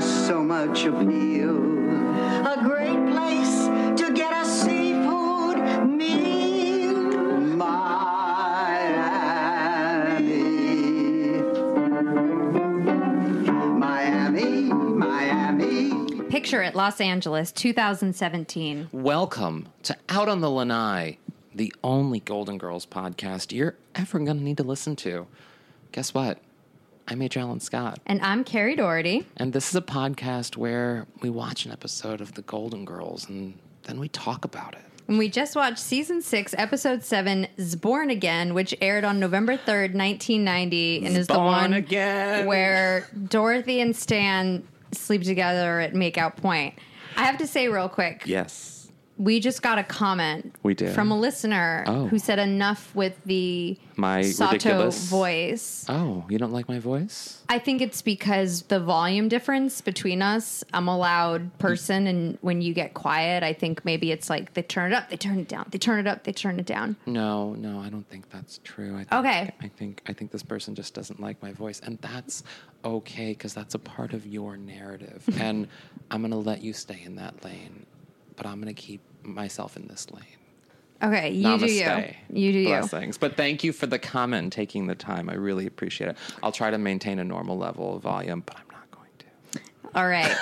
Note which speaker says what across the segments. Speaker 1: so much appeal.
Speaker 2: A great place to get a seafood meal.
Speaker 1: Miami. Miami, Miami.
Speaker 3: Picture it, Los Angeles, 2017.
Speaker 4: Welcome to Out on the Lanai, the only Golden Girls podcast you're ever going to need to listen to. Guess what? I'm H. Allen Scott,
Speaker 3: And I'm Carrie Doherty.
Speaker 4: and this is a podcast where we watch an episode of The Golden Girls and then we talk about it.
Speaker 3: And we just watched season six, episode seven, Born Again, which aired on November 3rd, 1990, and is the
Speaker 4: Born
Speaker 3: one
Speaker 4: again.
Speaker 3: where Dorothy and Stan sleep together at Makeout Point. I have to say, real quick,
Speaker 4: Yes.
Speaker 3: we just got a comment
Speaker 4: We did.
Speaker 3: from a listener
Speaker 4: Oh.
Speaker 3: who said, Enough with the
Speaker 4: My
Speaker 3: Sato
Speaker 4: ridiculous-
Speaker 3: voice.
Speaker 4: Oh, you don't like my voice?
Speaker 3: I think it's because the volume difference between us. I'm a loud person, and when you get quiet, I think maybe it's like they turn it up, they turn it down, they turn it up, they turn it down.
Speaker 4: No, no, I don't think that's true. I think,
Speaker 3: Okay.
Speaker 4: I think I think this person just doesn't like my voice, and that's okay because that's a part of your narrative, and I'm gonna let you stay in that lane, but I'm gonna keep myself in this lane.
Speaker 3: Okay, you do
Speaker 4: Namaste.
Speaker 3: you. You do you.
Speaker 4: Blessings. But thank you for the comment and taking the time. I really appreciate it. I'll try to maintain a normal level of volume, but I'm not going to.
Speaker 3: All right.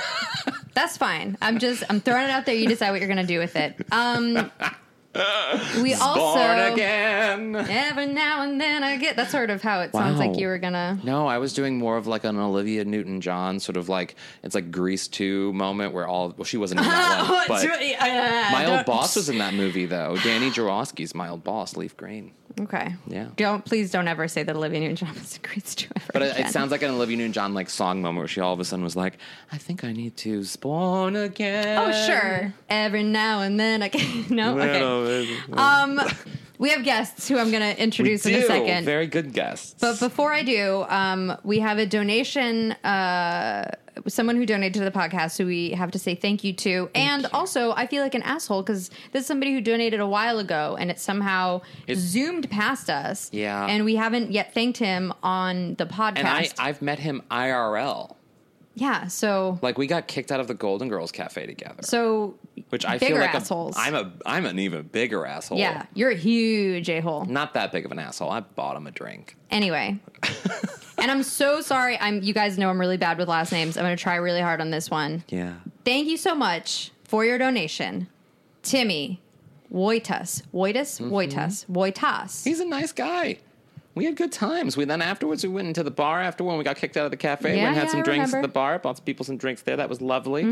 Speaker 3: That's fine. I'm just I'm throwing it out there. You decide what you're gonna do with it. Um we also
Speaker 4: Born again.
Speaker 3: every now and then I get that's sort of how it sounds
Speaker 4: Wow.
Speaker 3: like you were gonna
Speaker 4: No, I was doing more of like an Olivia Newton John sort of like it's like Grease 2 moment where all well she wasn't in that one. But my old boss was in that movie though. Danny Jarofsky's my old boss, Leaf Green.
Speaker 3: Okay.
Speaker 4: Yeah.
Speaker 3: Don't please don't ever say that Olivia Newton John is a great steward.
Speaker 4: But it,
Speaker 3: again.
Speaker 4: it sounds like an Olivia Newton John like song moment where she all of a sudden was like, I think I need to spawn again.
Speaker 3: Oh sure. Every now and then I can no okay.
Speaker 4: okay.
Speaker 3: Um we have guests who I'm gonna introduce in a second.
Speaker 4: Very good guests.
Speaker 3: But before I do, um, we have a donation. Uh, someone who donated to the podcast, who we have to say thank you to. and also, I feel like an asshole because this is somebody who donated a while ago, and it somehow
Speaker 4: It-
Speaker 3: zoomed past us.
Speaker 4: Yeah.
Speaker 3: and we haven't yet thanked him on the podcast.
Speaker 4: and I, I've met him IRL.
Speaker 3: yeah, so
Speaker 4: Like we got kicked out of the Golden Girls Cafe together.
Speaker 3: so
Speaker 4: which I
Speaker 3: bigger
Speaker 4: feel like
Speaker 3: assholes.
Speaker 4: A, I'm a I'm an even bigger asshole.
Speaker 3: yeah, you're a huge a hole.
Speaker 4: not that big of an asshole. I bought him a drink.
Speaker 3: Anyway. and I'm so sorry. I'm you guys know I'm really bad with last names. I'm going to try really hard on this one.
Speaker 4: Yeah,
Speaker 3: Thank you so much for your donation, Timmy Wojtas. Wojtas? Wojtas. Wojtas.
Speaker 4: he's a nice guy. We had good times. We then afterwards we went into the bar after when we got kicked out of the cafe.
Speaker 3: Yeah,
Speaker 4: went and had
Speaker 3: yeah,
Speaker 4: some
Speaker 3: I
Speaker 4: drinks
Speaker 3: remember. Mm-hmm.
Speaker 4: at the bar. Bought some people some drinks there. That was lovely.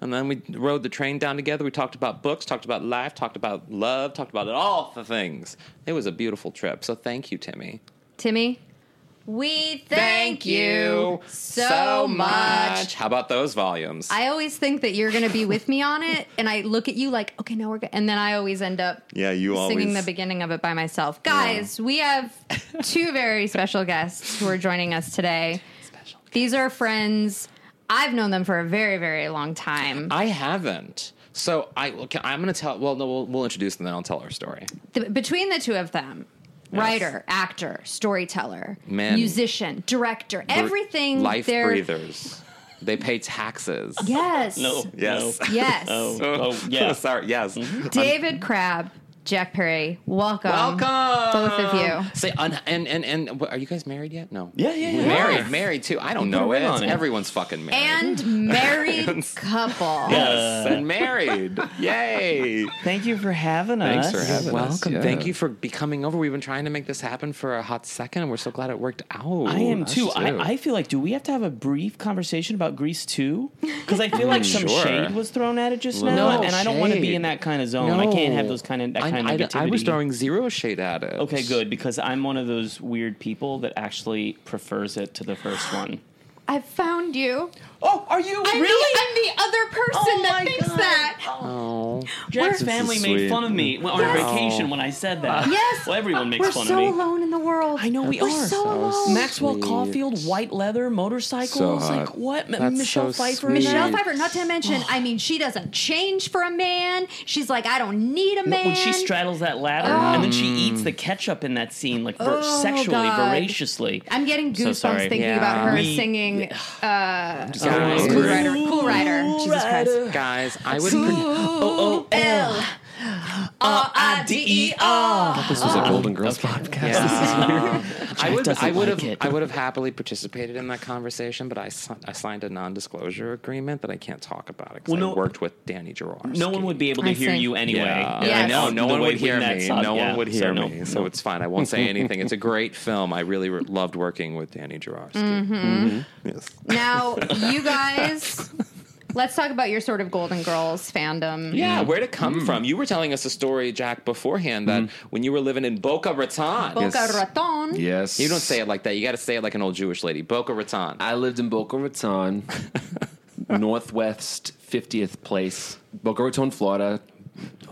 Speaker 4: And then we rode the train down together. We talked about books, talked about life, talked about love, talked about all the things. It was a beautiful trip. So thank you, Timmy.
Speaker 3: Timmy, we thank, you so much.
Speaker 4: How about those volumes?
Speaker 3: I always think that you're going to be with me on it, and I look at you like, okay, now we're good. And then I always end up
Speaker 4: yeah, you
Speaker 3: singing the beginning of it by myself. Guys, we have two very special guests who are joining us today.
Speaker 4: Special.
Speaker 3: These are friends. I've known them for a very, very long time.
Speaker 4: I haven't. So I okay, I'm going to tell. Well, no, we'll, we'll introduce them, then I'll tell our story.
Speaker 3: the, between the two of them writer actor storyteller
Speaker 4: Men.
Speaker 3: musician director everything
Speaker 4: Life
Speaker 3: they're-
Speaker 4: breathers. They pay taxes.
Speaker 3: yes
Speaker 5: No.
Speaker 4: Yes.
Speaker 5: No.
Speaker 3: yes
Speaker 5: Oh, oh, yeah.
Speaker 4: Sorry. Yes.
Speaker 3: david Crab, jack perry welcome
Speaker 4: Welcome,
Speaker 3: Both of you.
Speaker 4: Say, un- and and and what, are you guys married yet? No.
Speaker 5: Yeah, yeah, yeah.
Speaker 4: Married, married too. I don't
Speaker 5: put a
Speaker 4: know it.
Speaker 5: ring on it.
Speaker 4: Everyone's fucking married.
Speaker 3: and married couple
Speaker 4: yes, and married. Yay.
Speaker 5: Uh, Thank you for having
Speaker 4: Thanks
Speaker 5: us.
Speaker 4: for having us.
Speaker 6: welcome.
Speaker 4: Welcome. Thank you for be- coming over. We've been trying to make this happen for a hot second, and we're so glad it worked out.
Speaker 5: I am
Speaker 4: Us
Speaker 5: too. I, I feel like, do we have to have a brief conversation about Grease too? Because I feel like some
Speaker 4: Mm, Sure.
Speaker 5: shade was thrown at it just now,
Speaker 4: No
Speaker 5: and I don't want to be
Speaker 4: shade.
Speaker 5: in that kind of zone. I can't have those kind of that
Speaker 4: I-
Speaker 5: kind
Speaker 4: I,
Speaker 5: of negativity.
Speaker 4: I was throwing zero shade at it.
Speaker 5: Okay, good because I'm one of those weird people that actually prefers it to the first one.
Speaker 3: i found you
Speaker 5: Oh, are you
Speaker 3: I'm, the,
Speaker 5: really?
Speaker 3: I'm the other person
Speaker 5: Oh
Speaker 3: that
Speaker 5: my
Speaker 3: thinks
Speaker 5: God.
Speaker 3: that
Speaker 4: Oh,
Speaker 5: Jack's
Speaker 4: This is
Speaker 5: family
Speaker 4: sweet.
Speaker 5: made fun of me on
Speaker 3: Yes.
Speaker 5: vacation when I said that.
Speaker 3: yes
Speaker 5: Well, everyone makes
Speaker 3: we're
Speaker 5: fun
Speaker 3: so
Speaker 5: of me.
Speaker 3: alone in the world
Speaker 5: I know we
Speaker 3: we're
Speaker 5: are.
Speaker 3: so
Speaker 5: So
Speaker 3: alone
Speaker 5: Maxwell
Speaker 4: sweet.
Speaker 5: Caulfield, white leather, motorcycles,
Speaker 4: So
Speaker 5: like
Speaker 4: hot.
Speaker 5: what? M-
Speaker 4: That's
Speaker 5: Michelle
Speaker 4: so
Speaker 5: Pfeiffer,
Speaker 4: sweet.
Speaker 3: Michelle Pfeiffer, not to mention, I mean, she doesn't change for a man. She's like, I don't need a man.
Speaker 5: When she straddles that ladder and then she eats the ketchup in that scene, like ver-
Speaker 3: Oh,
Speaker 5: sexually,
Speaker 3: God.
Speaker 5: voraciously.
Speaker 3: I'm getting
Speaker 5: so
Speaker 3: goosebumps
Speaker 5: sorry.
Speaker 3: thinking
Speaker 4: Yeah.
Speaker 3: about her
Speaker 5: We-
Speaker 3: singing uh,
Speaker 5: Oh,
Speaker 4: guys,
Speaker 3: Cool Rider. Cool Rider. Jesus Christ.
Speaker 4: guys, I would. Pre-
Speaker 3: L R I D E R.
Speaker 6: This was a
Speaker 5: Ah.
Speaker 6: Golden Girls podcast.
Speaker 4: yeah. I would.
Speaker 5: doesn't
Speaker 4: I would
Speaker 5: like
Speaker 4: have.
Speaker 5: it.
Speaker 4: I would have happily participated in that conversation, but I, si- I signed a non-disclosure agreement that I can't talk about it. 'cause
Speaker 5: Well, no-
Speaker 4: I worked with Danny Gerard.
Speaker 5: No one would be able to
Speaker 3: I
Speaker 5: hear
Speaker 3: see.
Speaker 5: you anyway.
Speaker 4: Yeah,
Speaker 3: Yes.
Speaker 4: I know. No
Speaker 5: The
Speaker 4: one
Speaker 5: way
Speaker 4: would
Speaker 5: we
Speaker 4: hear
Speaker 5: met
Speaker 4: me.
Speaker 5: some-
Speaker 4: no
Speaker 5: yeah,
Speaker 4: one would
Speaker 5: so
Speaker 4: hear
Speaker 5: no,
Speaker 4: me. So it's fine. I won't say anything. It's a great film. I really re- loved working with Danny Gerard.
Speaker 5: Mm-hmm.
Speaker 4: Yes.
Speaker 3: Now, you guys, let's talk about your sort of Golden Girls fandom.
Speaker 4: Yeah, where'd it come from? You were telling us a story, Jack, beforehand that when you were living in Boca Raton.
Speaker 3: Boca
Speaker 6: Yes.
Speaker 3: Raton.
Speaker 6: Yes.
Speaker 4: You don't say it like that. You got to say it like an old Jewish lady. Boca Raton.
Speaker 6: I lived in Boca Raton, Northwest 50th place, Boca Raton, Florida.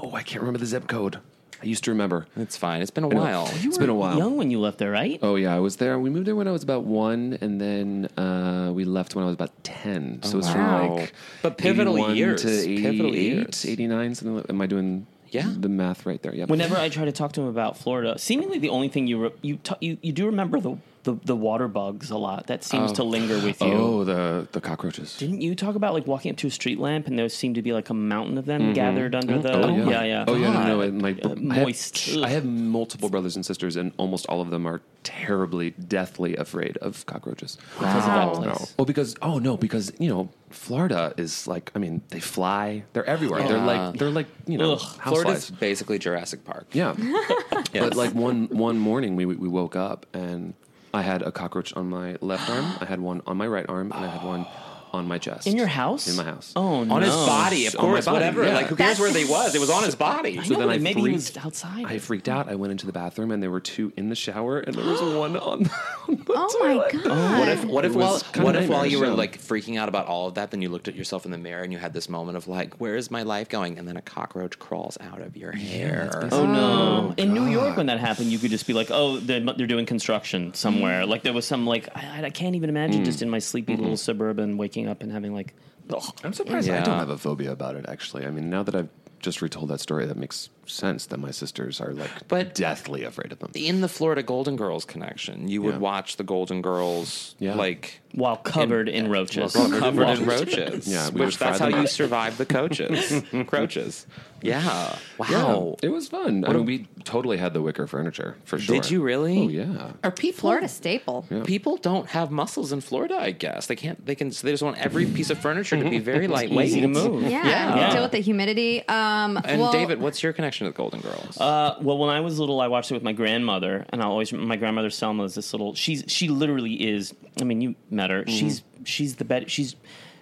Speaker 6: Oh, I can't remember the zip code. I used to remember.
Speaker 4: It's fine. It's been a
Speaker 6: I know.
Speaker 4: while.
Speaker 6: It's been a while.
Speaker 5: Young when you left there, right?
Speaker 6: Oh yeah, I was there. We moved there when I was about one, and then uh, we left when I was about ten. So it's
Speaker 4: Oh, wow.
Speaker 6: from like
Speaker 4: But pivotal
Speaker 6: 81
Speaker 4: years.
Speaker 6: to 88,
Speaker 4: Pivotal years.
Speaker 6: 89, something. Like, am I doing?
Speaker 4: Yeah.
Speaker 6: the math right there. Yeah.
Speaker 5: Whenever I try to talk to him about Florida, seemingly the only thing you re- you, t- you you do remember the, the the water bugs a lot. That seems to linger with you.
Speaker 6: oh the the cockroaches.
Speaker 5: Didn't you talk about like walking up to a street lamp and there seemed to be like a mountain of them gathered under the?
Speaker 6: Oh Mm-hmm. yeah,
Speaker 5: yeah, yeah.
Speaker 6: Oh yeah, no, no.
Speaker 5: God.
Speaker 6: And like,
Speaker 5: Uh,
Speaker 6: I have-
Speaker 5: moist.
Speaker 6: I have, multiple brothers and sisters, and almost all of them are terribly, deathly afraid of cockroaches.
Speaker 5: Because of that
Speaker 3: Wow.
Speaker 5: place.
Speaker 6: No. Oh, because oh no, because you know Florida is like I mean they fly, they're everywhere. They're
Speaker 4: Yeah.
Speaker 6: like they're like you know
Speaker 5: Ugh,
Speaker 6: house
Speaker 4: Florida's
Speaker 6: flies.
Speaker 4: basically Jurassic Park.
Speaker 6: Yeah, but like one one morning we we woke up and I had a cockroach on my left arm, I had one on my right arm, and I had one on my chest.
Speaker 5: In your house?
Speaker 6: In my house.
Speaker 5: Oh no.
Speaker 4: On his body, of
Speaker 6: On my
Speaker 4: course,
Speaker 6: body,
Speaker 4: whatever.
Speaker 6: yeah.
Speaker 4: Like, who cares
Speaker 3: That's-
Speaker 4: where they was? It was on his body.
Speaker 5: I
Speaker 6: So
Speaker 5: know,
Speaker 6: then I
Speaker 5: maybe he was
Speaker 6: freaked-
Speaker 5: outside.
Speaker 6: I freaked out. I went into the bathroom and there were two in the shower and there was one on the, on the
Speaker 3: Oh
Speaker 6: toilet.
Speaker 3: my god.
Speaker 4: What if what if
Speaker 6: It was
Speaker 4: while
Speaker 6: kinda
Speaker 4: what if while you were
Speaker 6: nightmarish,
Speaker 4: like freaking out about all of that, then you looked at yourself in the mirror and you had this moment of like, where is my life going? And then a cockroach crawls out of your hair.
Speaker 5: Oh no! In New York, when that happened, you could just be like, "Oh, they're, they're doing construction somewhere."
Speaker 6: Mm.
Speaker 5: Like there was some like I, I can't even imagine just in my sleepy little suburban waking up and having like, ugh.
Speaker 6: I'm surprised I
Speaker 4: Yeah.
Speaker 6: don't have a phobia about it. Actually, I mean, now that I've just retold that story, that makes sense. That my sisters are like
Speaker 4: But-
Speaker 6: deathly afraid of them.
Speaker 4: Oh, in the Florida Golden Girls connection, you would
Speaker 6: Yeah.
Speaker 4: watch the Golden Girls
Speaker 6: Yeah.
Speaker 4: like
Speaker 5: while covered in, roaches.
Speaker 4: covered, in roaches.
Speaker 6: Yeah, we would
Speaker 4: which
Speaker 6: fry
Speaker 4: that's how
Speaker 6: them
Speaker 4: you
Speaker 6: up.
Speaker 4: survive the coaches, croaches. Yeah.
Speaker 6: Yeah,
Speaker 4: Wow.
Speaker 6: it was fun. I mean, we totally had the wicker furniture for sure.
Speaker 4: Did you really?
Speaker 6: Oh yeah.
Speaker 4: Are people
Speaker 3: Florida staple.
Speaker 4: People don't have muscles in Florida, I guess. They can't. They can. They just want every piece of furniture Mm-hmm. to be very lightweight.
Speaker 5: Easy to move.
Speaker 3: Yeah,
Speaker 4: Yeah.
Speaker 3: you deal with the humidity. Um,
Speaker 4: And
Speaker 3: well,
Speaker 4: David, what's your connection to the Golden Girls?
Speaker 5: Uh, well, when I was little, I watched it with my grandmother, and I always my grandmother Selma is this little. She's she literally is. I mean, you met
Speaker 4: Mm-hmm.
Speaker 5: her. She's she's the bet. She's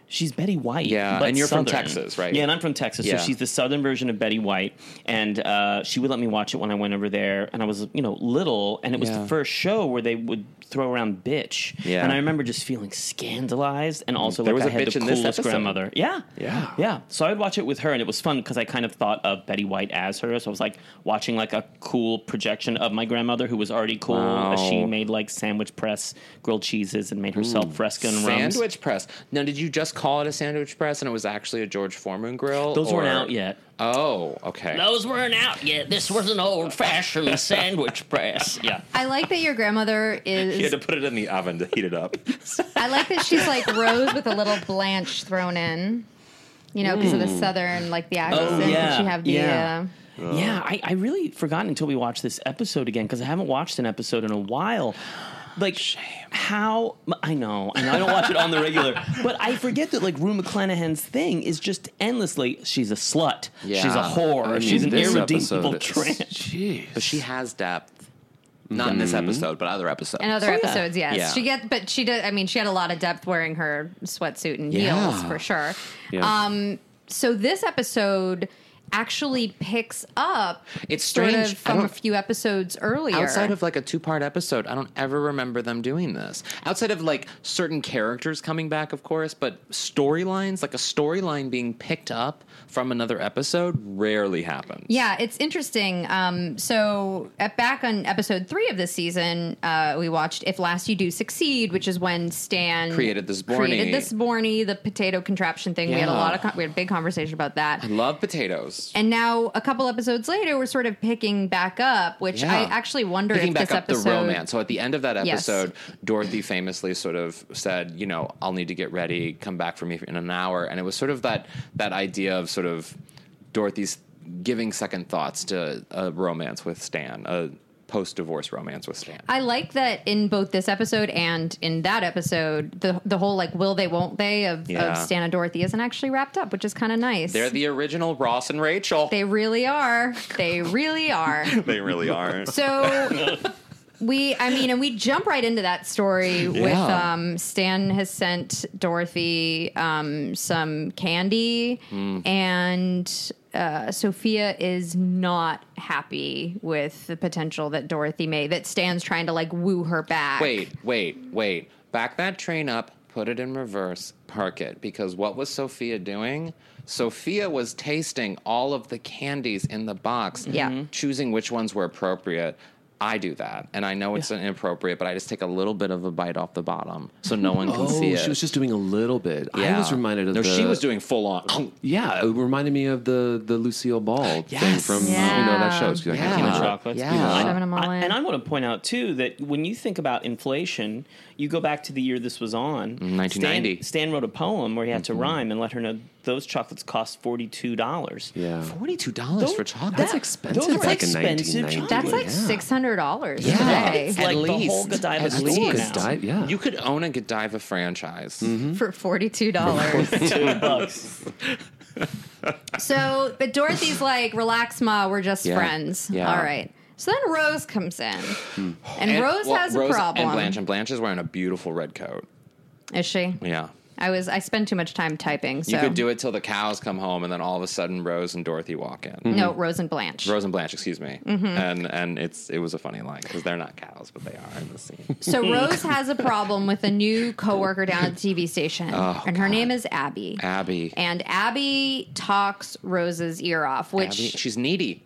Speaker 5: she's Betty White.
Speaker 4: Yeah,
Speaker 5: but
Speaker 4: and you're from
Speaker 5: Southern.
Speaker 4: Texas, right?
Speaker 5: Yeah, and I'm from Texas,
Speaker 4: Yeah.
Speaker 5: so she's the southern version of Betty White. And uh, she would let me watch it when I went over there, and I was you know little, and it was
Speaker 4: Yeah.
Speaker 5: the first show where they would throw around bitch.
Speaker 4: Yeah. Mm-hmm.
Speaker 5: and I remember just feeling scandalized, and also
Speaker 4: There
Speaker 5: like
Speaker 4: was
Speaker 5: I
Speaker 4: a
Speaker 5: had
Speaker 4: bitch
Speaker 5: the
Speaker 4: in this
Speaker 5: coolest
Speaker 4: episode.
Speaker 5: grandmother. Yeah,
Speaker 6: Yeah.
Speaker 5: yeah. So I would watch it with her, and it was fun because I kind of thought of Betty White as her. So I was like watching like a cool projection of my grandmother, who was already cool.
Speaker 4: Wow.
Speaker 5: She made like sandwich press grilled cheeses and made herself fresca and rums.
Speaker 4: sandwich press. Now, did you just call it a sandwich press, and it was actually a George Foreman grill?
Speaker 5: Those weren't
Speaker 4: or-
Speaker 5: out yet.
Speaker 4: Oh, okay.
Speaker 5: Those weren't out yet. This was an old fashioned sandwich press. Yeah.
Speaker 3: I like that your grandmother
Speaker 4: You had
Speaker 3: is.
Speaker 4: to put it in the oven to heat it up.
Speaker 3: I like that she's like Rose with a little Blanche thrown in. You know, because of
Speaker 4: Mm.
Speaker 3: the southern, like
Speaker 4: Oh,
Speaker 3: the accent that
Speaker 5: yeah,
Speaker 3: she have the.
Speaker 5: yeah.
Speaker 3: Uh,
Speaker 5: Yeah, I, I really forgot until we watched this episode again because I haven't watched an episode in a while. Like how I know, I know I don't watch it on the regular, but I forget that like Rue McClanahan's thing is just endlessly. She's a slut. She's a
Speaker 4: Yeah.
Speaker 5: whore.
Speaker 6: I mean,
Speaker 5: she's an
Speaker 6: this
Speaker 5: irredeemable
Speaker 6: episode
Speaker 5: trans.
Speaker 6: is- Jeez.
Speaker 4: but she has depth. Not in this episode, but other episodes.
Speaker 3: In other episodes, yes,
Speaker 4: Yeah.
Speaker 3: she get, but she did. I mean, she had a lot of depth wearing her sweatsuit and
Speaker 4: Yeah.
Speaker 3: heels for sure.
Speaker 6: Yeah.
Speaker 3: Um, so this episode actually picks up.
Speaker 4: It's
Speaker 3: Sort of
Speaker 4: strange. I
Speaker 3: from a
Speaker 4: don't-
Speaker 3: few episodes earlier.
Speaker 4: Outside of like a two part episode, I don't ever remember them doing this. Outside of like certain characters coming back, of course, but storylines, like a storyline being picked up from another episode, rarely happens.
Speaker 3: Yeah, it's interesting. Um, so at, back on episode three of this season, uh, we watched "If Last You Do Succeed," which is when Stan
Speaker 4: Created this Borny.
Speaker 3: created this Borny, the potato contraption thing. We had a
Speaker 4: Yeah.
Speaker 3: lot of con- we had a big conversation about that.
Speaker 4: Love potatoes. was.
Speaker 3: And now, a couple episodes later, we're sort of picking back up, which
Speaker 4: Yeah.
Speaker 3: I actually wonder
Speaker 4: Picking
Speaker 3: if
Speaker 4: back
Speaker 3: this
Speaker 4: up
Speaker 3: episode.
Speaker 4: the romance. So at the end of that
Speaker 3: Yes.
Speaker 4: episode, Dorothy famously sort of said, "You know, I'll need to get ready. Come back for me in an hour." And it was sort of that that idea of sort of Dorothy's giving second thoughts to a romance with Stan, a post-divorce romance with Stan.
Speaker 3: I like that in both this episode and in that episode, the the whole like will they won't they of,
Speaker 4: Yeah.
Speaker 3: of Stan and Dorothy isn't actually wrapped up, which is kind of nice.
Speaker 4: They're the original Ross and Rachel.
Speaker 3: they really are. They really are.
Speaker 4: They really are.
Speaker 3: So we, I mean, and we jump right into that story with
Speaker 4: Yeah.
Speaker 3: um, Stan has sent Dorothy um, some candy,
Speaker 4: Mm.
Speaker 3: and uh, Sophia is not happy with the potential that Dorothy may that Stan's trying to like woo her back.
Speaker 4: Wait, wait, wait. Back that train up, put it in reverse, park it. Because what was Sophia doing? Sophia was tasting all of the candies in the box,
Speaker 3: Yeah.
Speaker 6: Mm-hmm.
Speaker 3: Mhm.
Speaker 4: choosing which ones were appropriate. I do that, and I know it's inappropriate, but I just take a little bit of a bite off the bottom so no one can
Speaker 6: Oh,
Speaker 4: see it.
Speaker 6: she was just doing a little bit. I
Speaker 4: Yeah.
Speaker 6: was reminded of
Speaker 4: no,
Speaker 6: the,
Speaker 4: she was doing full on.
Speaker 6: Yeah, it reminded me of the the Lucille Ball thing
Speaker 4: Yes.
Speaker 6: from you know
Speaker 3: Yeah.
Speaker 6: that show. She's like, I
Speaker 4: Yeah.
Speaker 6: can't
Speaker 5: Human
Speaker 6: do it.
Speaker 5: chocolates.
Speaker 4: Yeah.
Speaker 5: You know, I-
Speaker 3: Shoving 'em all
Speaker 5: I-
Speaker 3: in.
Speaker 5: and I want to point out too that when you think about inflation, you go back to the year this was on.
Speaker 6: Mm,
Speaker 4: 1990.
Speaker 5: Stan, Stan wrote a poem where he
Speaker 6: Mm-hmm.
Speaker 5: had to rhyme and let her know those chocolates cost forty two dollars.
Speaker 6: Yeah.
Speaker 4: Forty-two dollars
Speaker 5: Those-
Speaker 4: for chocolate.
Speaker 6: That's
Speaker 5: that-
Speaker 6: expensive
Speaker 5: those are
Speaker 6: back in
Speaker 5: expensive
Speaker 6: 1990.
Speaker 3: That's like
Speaker 6: Yeah.
Speaker 3: six hundred dollars
Speaker 4: Yeah.
Speaker 3: today
Speaker 5: It's like
Speaker 4: At
Speaker 5: the whole
Speaker 4: least.
Speaker 5: Godiva
Speaker 4: At
Speaker 5: store
Speaker 4: least.
Speaker 5: now.
Speaker 6: Godiva. Yeah.
Speaker 4: You could own a Godiva franchise.
Speaker 3: for forty two dollars.
Speaker 5: Two bucks.
Speaker 3: So, but Dorothy's like, relax, Ma, we're just
Speaker 4: Yeah.
Speaker 3: friends.
Speaker 4: Yeah. Hmm.
Speaker 3: All right. So then Rose comes in. And, Rose
Speaker 4: well,
Speaker 3: has
Speaker 4: Rose
Speaker 3: a problem.
Speaker 4: And Blanche and Blanche is wearing a beautiful red coat.
Speaker 3: Is she?
Speaker 4: Yeah.
Speaker 3: I was I spend too much time typing. So
Speaker 4: You could do it till the cows come home, and then all of a sudden, Rose and Dorothy walk in.
Speaker 5: Mm-hmm.
Speaker 3: No, Rose and Blanche.
Speaker 4: Rose and Blanche, excuse me,
Speaker 3: Mm-hmm.
Speaker 4: and and it's it was a funny line because they're not cows, but they are in the scene.
Speaker 3: So Rose has a problem with a new coworker down at the TV station.
Speaker 4: Oh,
Speaker 3: and her name is Abby.
Speaker 4: Abby,
Speaker 3: And Abby talks Rose's ear off, which
Speaker 4: Abby, she's needy.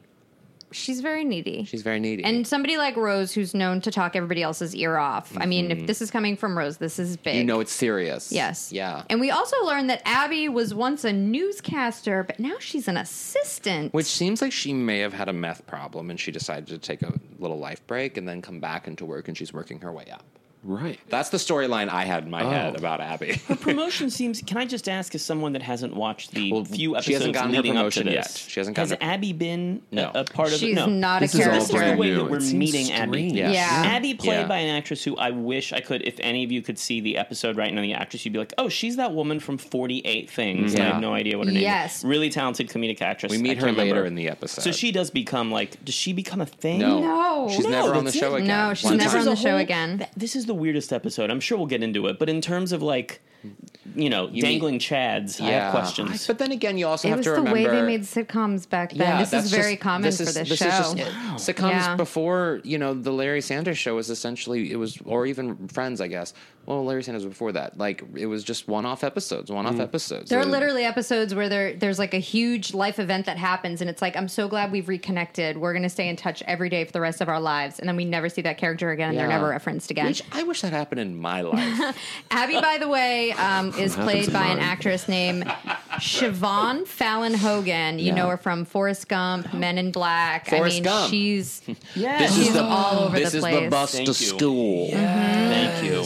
Speaker 3: she's very needy.
Speaker 4: She's very needy.
Speaker 3: and somebody like Rose, who's known to talk everybody else's ear off. I mean, if this is coming from Rose, this is big.
Speaker 4: Hmm. you know it's serious.
Speaker 3: Yes.
Speaker 4: Yeah.
Speaker 3: And we also learned that Abby was once a newscaster, but now she's an assistant.
Speaker 4: which seems like she may have had a meth problem, and she decided to take a little life break and then come back into work, and she's working her way up.
Speaker 6: Right.
Speaker 4: That's the storyline I had in my
Speaker 6: Oh.
Speaker 4: head about Abby.
Speaker 5: Her promotion seems. Can I just ask, as someone that hasn't watched the
Speaker 4: Well,
Speaker 5: few episodes
Speaker 4: she hasn't gotten her
Speaker 5: leading up to
Speaker 4: promotion
Speaker 5: this,
Speaker 4: yet. She hasn't gotten
Speaker 5: Has
Speaker 4: her-
Speaker 5: Abby been a-
Speaker 4: No.
Speaker 5: a, part of?
Speaker 3: she's
Speaker 5: no.
Speaker 3: not
Speaker 6: This
Speaker 3: a
Speaker 6: is all
Speaker 3: character.
Speaker 5: This is the
Speaker 6: brand
Speaker 5: way
Speaker 6: new.
Speaker 5: that we're
Speaker 6: It seems
Speaker 5: meeting Abby.
Speaker 6: strange.
Speaker 4: Yeah.
Speaker 3: Yeah.
Speaker 5: Abby played
Speaker 4: Yeah.
Speaker 5: by an actress who I wish I could. If any of you could see the episode right now, the actress, you'd be like, "Oh, she's that woman from Forty Eight Things." I
Speaker 4: Yeah.
Speaker 5: have no idea what her name
Speaker 3: Yes.
Speaker 5: is. Really talented comedic actress.
Speaker 4: We
Speaker 5: I
Speaker 4: meet her
Speaker 5: can't
Speaker 4: later
Speaker 5: remember.
Speaker 4: in the episode.
Speaker 5: So she does become like. Does she become a thing?
Speaker 4: no,
Speaker 3: No.
Speaker 4: she's
Speaker 3: No,
Speaker 4: never on the
Speaker 5: that's
Speaker 4: show
Speaker 5: it.
Speaker 4: again.
Speaker 3: No, she's
Speaker 4: One
Speaker 3: never
Speaker 4: time.
Speaker 5: This
Speaker 3: on the
Speaker 5: is a
Speaker 3: show again.
Speaker 5: th- this is the weirdest episode. I'm sure we'll get into it, but in terms of like, you know, dangling chads, I have questions.
Speaker 4: But then again, you also
Speaker 3: It
Speaker 4: have
Speaker 3: was
Speaker 4: to
Speaker 3: the
Speaker 4: remember
Speaker 3: way they made sitcoms back then. this
Speaker 4: that's
Speaker 3: is very
Speaker 4: just-
Speaker 3: common for
Speaker 4: is-
Speaker 3: this,
Speaker 4: is
Speaker 3: show.
Speaker 4: just it. Sitcoms
Speaker 3: Yeah.
Speaker 4: before, you know, the Larry Sanders show was essentially it was, or even Friends, I guess. Well, Larry Sanders was before that. Like it was just one-off episodes, one-off episodes.
Speaker 3: there are
Speaker 4: And-
Speaker 3: literally episodes where there there's like a huge life event that happens, and it's like, I'm so glad we've reconnected. We're going to stay in touch every day for the rest of our lives, and then we never see that character again. and They're
Speaker 4: Yeah.
Speaker 3: never referenced again.
Speaker 4: Which I wish that happened in my life.
Speaker 3: Abby, by the way, um, is
Speaker 6: Happens
Speaker 3: played
Speaker 6: in
Speaker 3: by an
Speaker 6: mine.
Speaker 3: actress named Siobhan Fallon Hogan. You
Speaker 4: Yeah.
Speaker 3: know her from Forrest Gump, Men in Black. I
Speaker 4: Forrest
Speaker 3: mean,
Speaker 4: Gump.
Speaker 3: she's
Speaker 5: yeah,
Speaker 4: This is
Speaker 3: She's
Speaker 4: the
Speaker 3: all over
Speaker 4: this
Speaker 3: the
Speaker 4: is the
Speaker 3: place.
Speaker 4: bus
Speaker 5: Thank
Speaker 4: to
Speaker 5: you.
Speaker 4: school.
Speaker 5: thank you.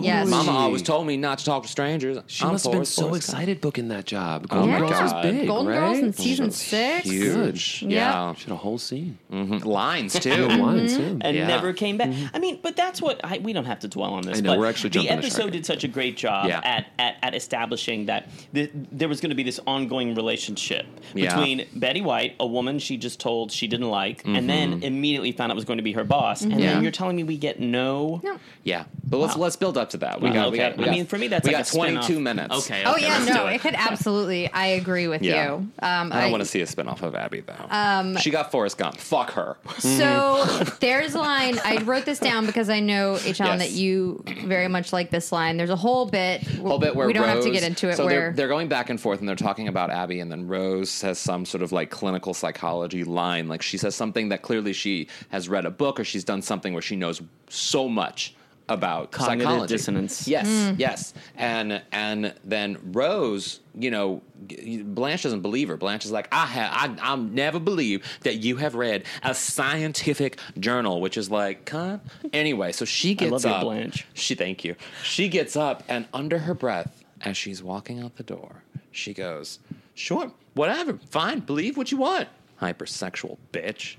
Speaker 3: Yes.
Speaker 4: Mama always told me not to talk to strangers.
Speaker 6: She
Speaker 4: I'm
Speaker 6: must have been
Speaker 4: Forrest
Speaker 6: so
Speaker 4: Forrest Gump.
Speaker 6: excited booking that job.
Speaker 4: Oh
Speaker 6: Golden
Speaker 4: my
Speaker 6: Girls
Speaker 4: God.
Speaker 6: was big,
Speaker 3: Golden
Speaker 6: right?
Speaker 3: Girls in season six.
Speaker 4: Huge.
Speaker 3: Yep.
Speaker 4: Yeah.
Speaker 6: She had a whole scene.
Speaker 4: Mhm. Lines too.
Speaker 6: Lines, yeah.
Speaker 5: and
Speaker 4: Yeah.
Speaker 5: never came back.
Speaker 3: Mm-hmm.
Speaker 5: I mean, but that's what I, we don't have to dwell on this.
Speaker 6: I know,
Speaker 5: but
Speaker 6: we're actually
Speaker 5: the
Speaker 6: jumping the
Speaker 5: episode
Speaker 6: shark.
Speaker 5: did such a great job
Speaker 4: Yeah.
Speaker 5: at, at at establishing that th- there was going to be this ongoing relationship
Speaker 4: Yeah.
Speaker 5: between Betty White, a woman she just told she didn't like, and then immediately found out was going to be her boss, and
Speaker 4: Yeah.
Speaker 5: then you're telling me we get no.
Speaker 3: Mm-hmm. no.
Speaker 4: Yeah, but let's
Speaker 5: Wow.
Speaker 4: let's build up to that. We
Speaker 5: Wow,
Speaker 4: got. We
Speaker 5: okay.
Speaker 4: got we
Speaker 5: I
Speaker 4: got-
Speaker 5: mean, for me, that's
Speaker 4: we
Speaker 5: like
Speaker 4: got
Speaker 5: a spin-off.
Speaker 4: 22 minutes.
Speaker 5: Okay.
Speaker 3: Oh yeah,
Speaker 5: let's
Speaker 3: no,
Speaker 5: do
Speaker 3: it.
Speaker 5: it.
Speaker 3: could absolutely. I agree with
Speaker 4: Yeah.
Speaker 3: you. Um,
Speaker 4: I don't want to see a spinoff of Abby though. she got Forrest Gump. Fuck her.
Speaker 3: So there's a line I wrote this down because I know H. Allen
Speaker 4: mm. Yes.
Speaker 3: that you very much like this line. There's a whole bit.
Speaker 4: whole bit where
Speaker 3: we don't have to
Speaker 4: Rose-
Speaker 3: get into it.
Speaker 4: So
Speaker 3: where
Speaker 4: they're, they're going back and forth, and they're talking about Abby, and then Rose says some sort of like clinical psychology line. Like she says something that clearly she has read a book or she's done something where she knows so much about
Speaker 5: Cognitive
Speaker 4: psychology.
Speaker 5: dissonance.
Speaker 4: Yes, yes, and and then Rose, you know, g- Blanche doesn't believe her. Blanche is like, I have, I, I'll never believe that you have read a scientific journal, which is like, huh? Anyway, so she gets
Speaker 5: love your
Speaker 4: up.
Speaker 5: Blanche.
Speaker 4: She, thank you. She gets up and under her breath, as she's walking out the door, she goes, "Sure, whatever, fine, believe what you want." Hypersexual bitch.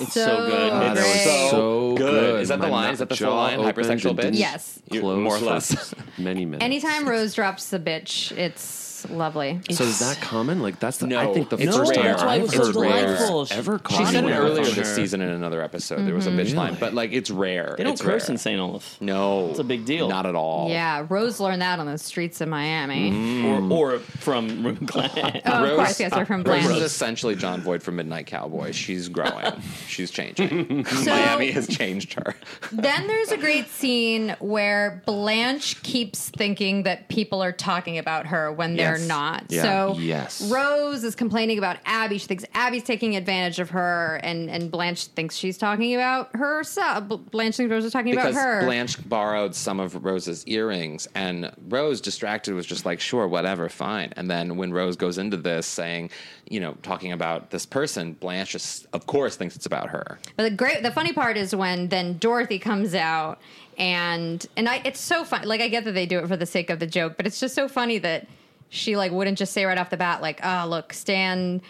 Speaker 3: It's,
Speaker 5: so good.
Speaker 6: Ah, that was
Speaker 3: great.
Speaker 6: so good.
Speaker 4: Is that the
Speaker 6: My
Speaker 4: line? Is that the full
Speaker 6: jaw
Speaker 4: line?
Speaker 6: opened
Speaker 4: Hypersexual
Speaker 6: and
Speaker 4: bitch?
Speaker 6: didn't
Speaker 3: Yes.
Speaker 4: You-
Speaker 6: close
Speaker 4: more or
Speaker 6: for
Speaker 4: less.
Speaker 6: Many minutes.
Speaker 3: Anytime Rose drops the bitch, it's lovely.
Speaker 6: So is that common? Like that's the
Speaker 4: No.
Speaker 6: I think the
Speaker 4: It's
Speaker 6: first
Speaker 4: rare.
Speaker 6: time
Speaker 4: That's why it
Speaker 6: I've
Speaker 4: was so
Speaker 6: heard
Speaker 5: delightful.
Speaker 6: Rose
Speaker 5: She-
Speaker 6: ever
Speaker 5: she
Speaker 6: called
Speaker 4: She said
Speaker 6: me
Speaker 4: it
Speaker 6: a
Speaker 4: earlier
Speaker 6: bitch.
Speaker 4: this season in another episode. There
Speaker 5: Mm-hmm.
Speaker 4: was a bitch line, but like it's rare.
Speaker 5: They don't
Speaker 4: It's
Speaker 5: curse
Speaker 4: rare.
Speaker 5: in St. Olaf.
Speaker 4: No,
Speaker 5: It's a big deal.
Speaker 4: Not at all.
Speaker 3: Yeah, Rose learned that on the streets of Miami.
Speaker 4: Hmm.
Speaker 5: Or, or from Room Clan.
Speaker 3: Oh,
Speaker 4: Rose- uh,
Speaker 3: of course, yes, they're from
Speaker 4: Rose is
Speaker 3: Blanche.
Speaker 4: essentially John Voight from Midnight Cowboy. She's growing. She's changing.
Speaker 3: So
Speaker 4: Miami has changed her.
Speaker 3: then there's a great scene where Blanche keeps thinking that people are talking about her when
Speaker 4: Yes.
Speaker 3: they're not.
Speaker 4: Yeah.
Speaker 3: So
Speaker 6: Yes.
Speaker 3: Rose is complaining about Abby. She thinks Abby's taking advantage of her, and, and Blanche thinks she's talking about herself. Bl- Blanche thinks Rose is talking
Speaker 4: Because
Speaker 3: about her.
Speaker 4: Blanche borrowed some of Rose's earrings, and Rose, distracted, was just like, sure, whatever, fine. And then when Rose goes into this saying, you know, talking about this person, Blanche just, of course, thinks it's about her.
Speaker 3: But the great, the funny part is when then Dorothy comes out, and and I, it's so fun. Like I get that they do it for the sake of the joke, but it's just so funny that she like wouldn't just say right off the bat, like, "Oh, look, Stan."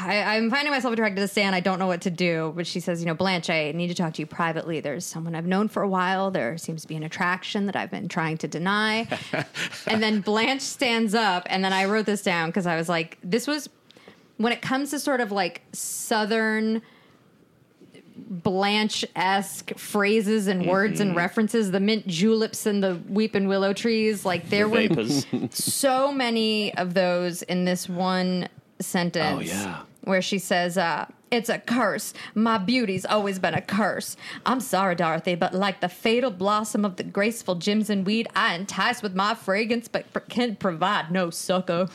Speaker 3: I, I'm finding myself attracted to Stan. I don't know what to do, but she says, "You know, Blanche, I need to talk to you privately. There's someone I've known for a while. There seems to be an attraction that I've been trying to deny." and then Blanche stands up, and then I wrote this down because I was like, "This was when it comes to sort of like Southern." Blanche esque phrases and words and references. The mint juleps and the weeping willow trees. Like there were
Speaker 5: Vapors.
Speaker 3: so many of those in this one sentence.
Speaker 6: Oh, yeah.
Speaker 3: Where she says, uh, it's a curse. My beauty's always been a curse. I'm sorry, Dorothy, but like the fatal blossom of the graceful Jimson weed, I entice with my fragrance, but pr- can provide no succor.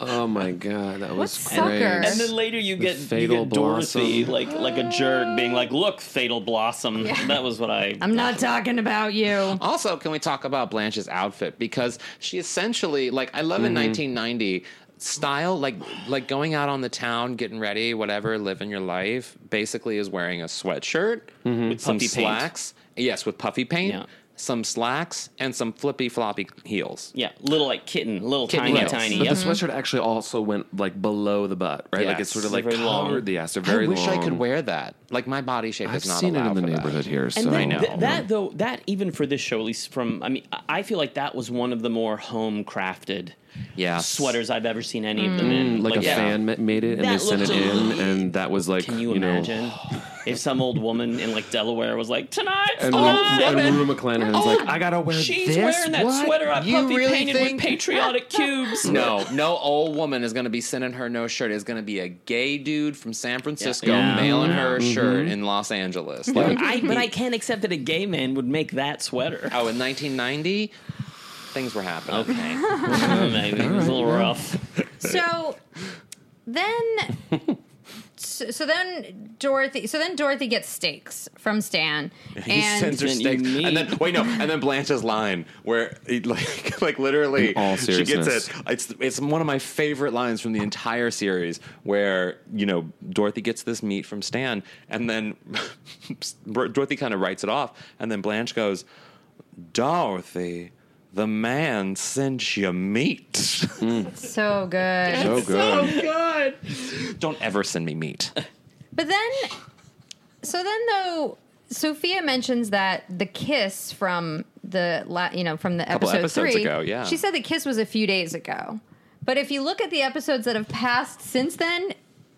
Speaker 6: Oh my god, that was
Speaker 3: What's
Speaker 6: great.
Speaker 3: sucker?
Speaker 5: And then later you get, you
Speaker 6: Fatal
Speaker 5: get Dorothy
Speaker 6: Blossom.
Speaker 5: like like a jerk being like, "Look, Fatal Blossom." That was what I.
Speaker 3: I'm not talking about you.
Speaker 4: Also, can we talk about Blanche's outfit because she essentially like I love in 1990 style like like going out on the town, getting ready, whatever, living your life. Basically, is wearing a sweatshirt with some
Speaker 5: puffy paint.
Speaker 4: slacks. Yes, with puffy paint.
Speaker 5: Yeah.
Speaker 4: Some slacks and some flippy floppy heels.
Speaker 5: Yeah, little like kitten, little
Speaker 4: Kitten
Speaker 5: tiny,
Speaker 4: heels.
Speaker 5: tiny.
Speaker 6: But
Speaker 5: Yep.
Speaker 6: the sweatshirt actually also went like below the butt, right? Like
Speaker 4: Yes.
Speaker 6: it's sort of like
Speaker 5: Very long.
Speaker 6: covered the ass. They're very
Speaker 4: I wish I could
Speaker 6: long.
Speaker 4: wear that. Like my body shape
Speaker 6: I've
Speaker 4: is not
Speaker 6: seen it
Speaker 4: allowed
Speaker 6: in the
Speaker 4: for that.
Speaker 6: neighborhood here, so
Speaker 5: And then
Speaker 4: know.
Speaker 5: th- that though, that even for this show, at least from I mean, I- I feel like that was one of the more home crafted
Speaker 4: Yes. Hmm.
Speaker 5: sweaters I've ever seen any of them in.
Speaker 6: Mm, like, a
Speaker 5: yeah.
Speaker 6: fan ma- made it and
Speaker 5: That
Speaker 6: they sent it
Speaker 5: looked
Speaker 6: in,
Speaker 5: elite.
Speaker 6: and that was like
Speaker 5: Can you,
Speaker 6: know,
Speaker 5: imagine if some old woman in like Delaware was like, "Tonight's
Speaker 6: And,
Speaker 5: the night,
Speaker 6: Ru- and
Speaker 5: woman."
Speaker 6: Rue McClanahan's like, I gotta wear
Speaker 5: Oh, She's
Speaker 6: this.
Speaker 5: wearing that
Speaker 6: What?
Speaker 5: sweater I
Speaker 4: You
Speaker 5: puffy
Speaker 4: really
Speaker 5: painted
Speaker 4: think-
Speaker 5: with patriotic cubes.
Speaker 4: No, no old woman is going to be sending her no shirt. It's going to be a gay dude from San Francisco
Speaker 5: Yeah. Mm-hmm.
Speaker 4: mailing her a shirt in Los Angeles. Like,
Speaker 5: I, but I can't accept that a gay man would make that sweater.
Speaker 4: oh, in 1990, things were happening.
Speaker 5: Okay, maybe it was a little rough.
Speaker 3: So then, so, so then Dorothy, so then Dorothy gets steaks from Stan,
Speaker 4: He sends her
Speaker 5: Then you
Speaker 4: steaks,
Speaker 5: need-
Speaker 4: and then wait no, and then Blanche's line where he, like like literally
Speaker 6: all
Speaker 4: she gets
Speaker 6: seriousness.
Speaker 4: it. It's it's one of my favorite lines from the entire series where you know Dorothy gets this meat from Stan, and then Dorothy kind of writes it off, and then Blanche goes, "Dorothy, the man sent you meat.
Speaker 3: so good.
Speaker 6: So good.
Speaker 4: Don't ever send me meat."
Speaker 3: But then, so then though, Sophia mentions that the kiss from the la- you know from the
Speaker 4: Couple
Speaker 3: episode
Speaker 4: episodes
Speaker 3: three,
Speaker 4: ago, yeah.
Speaker 3: she said the kiss was a few days ago. But if you look at the episodes that have passed since then,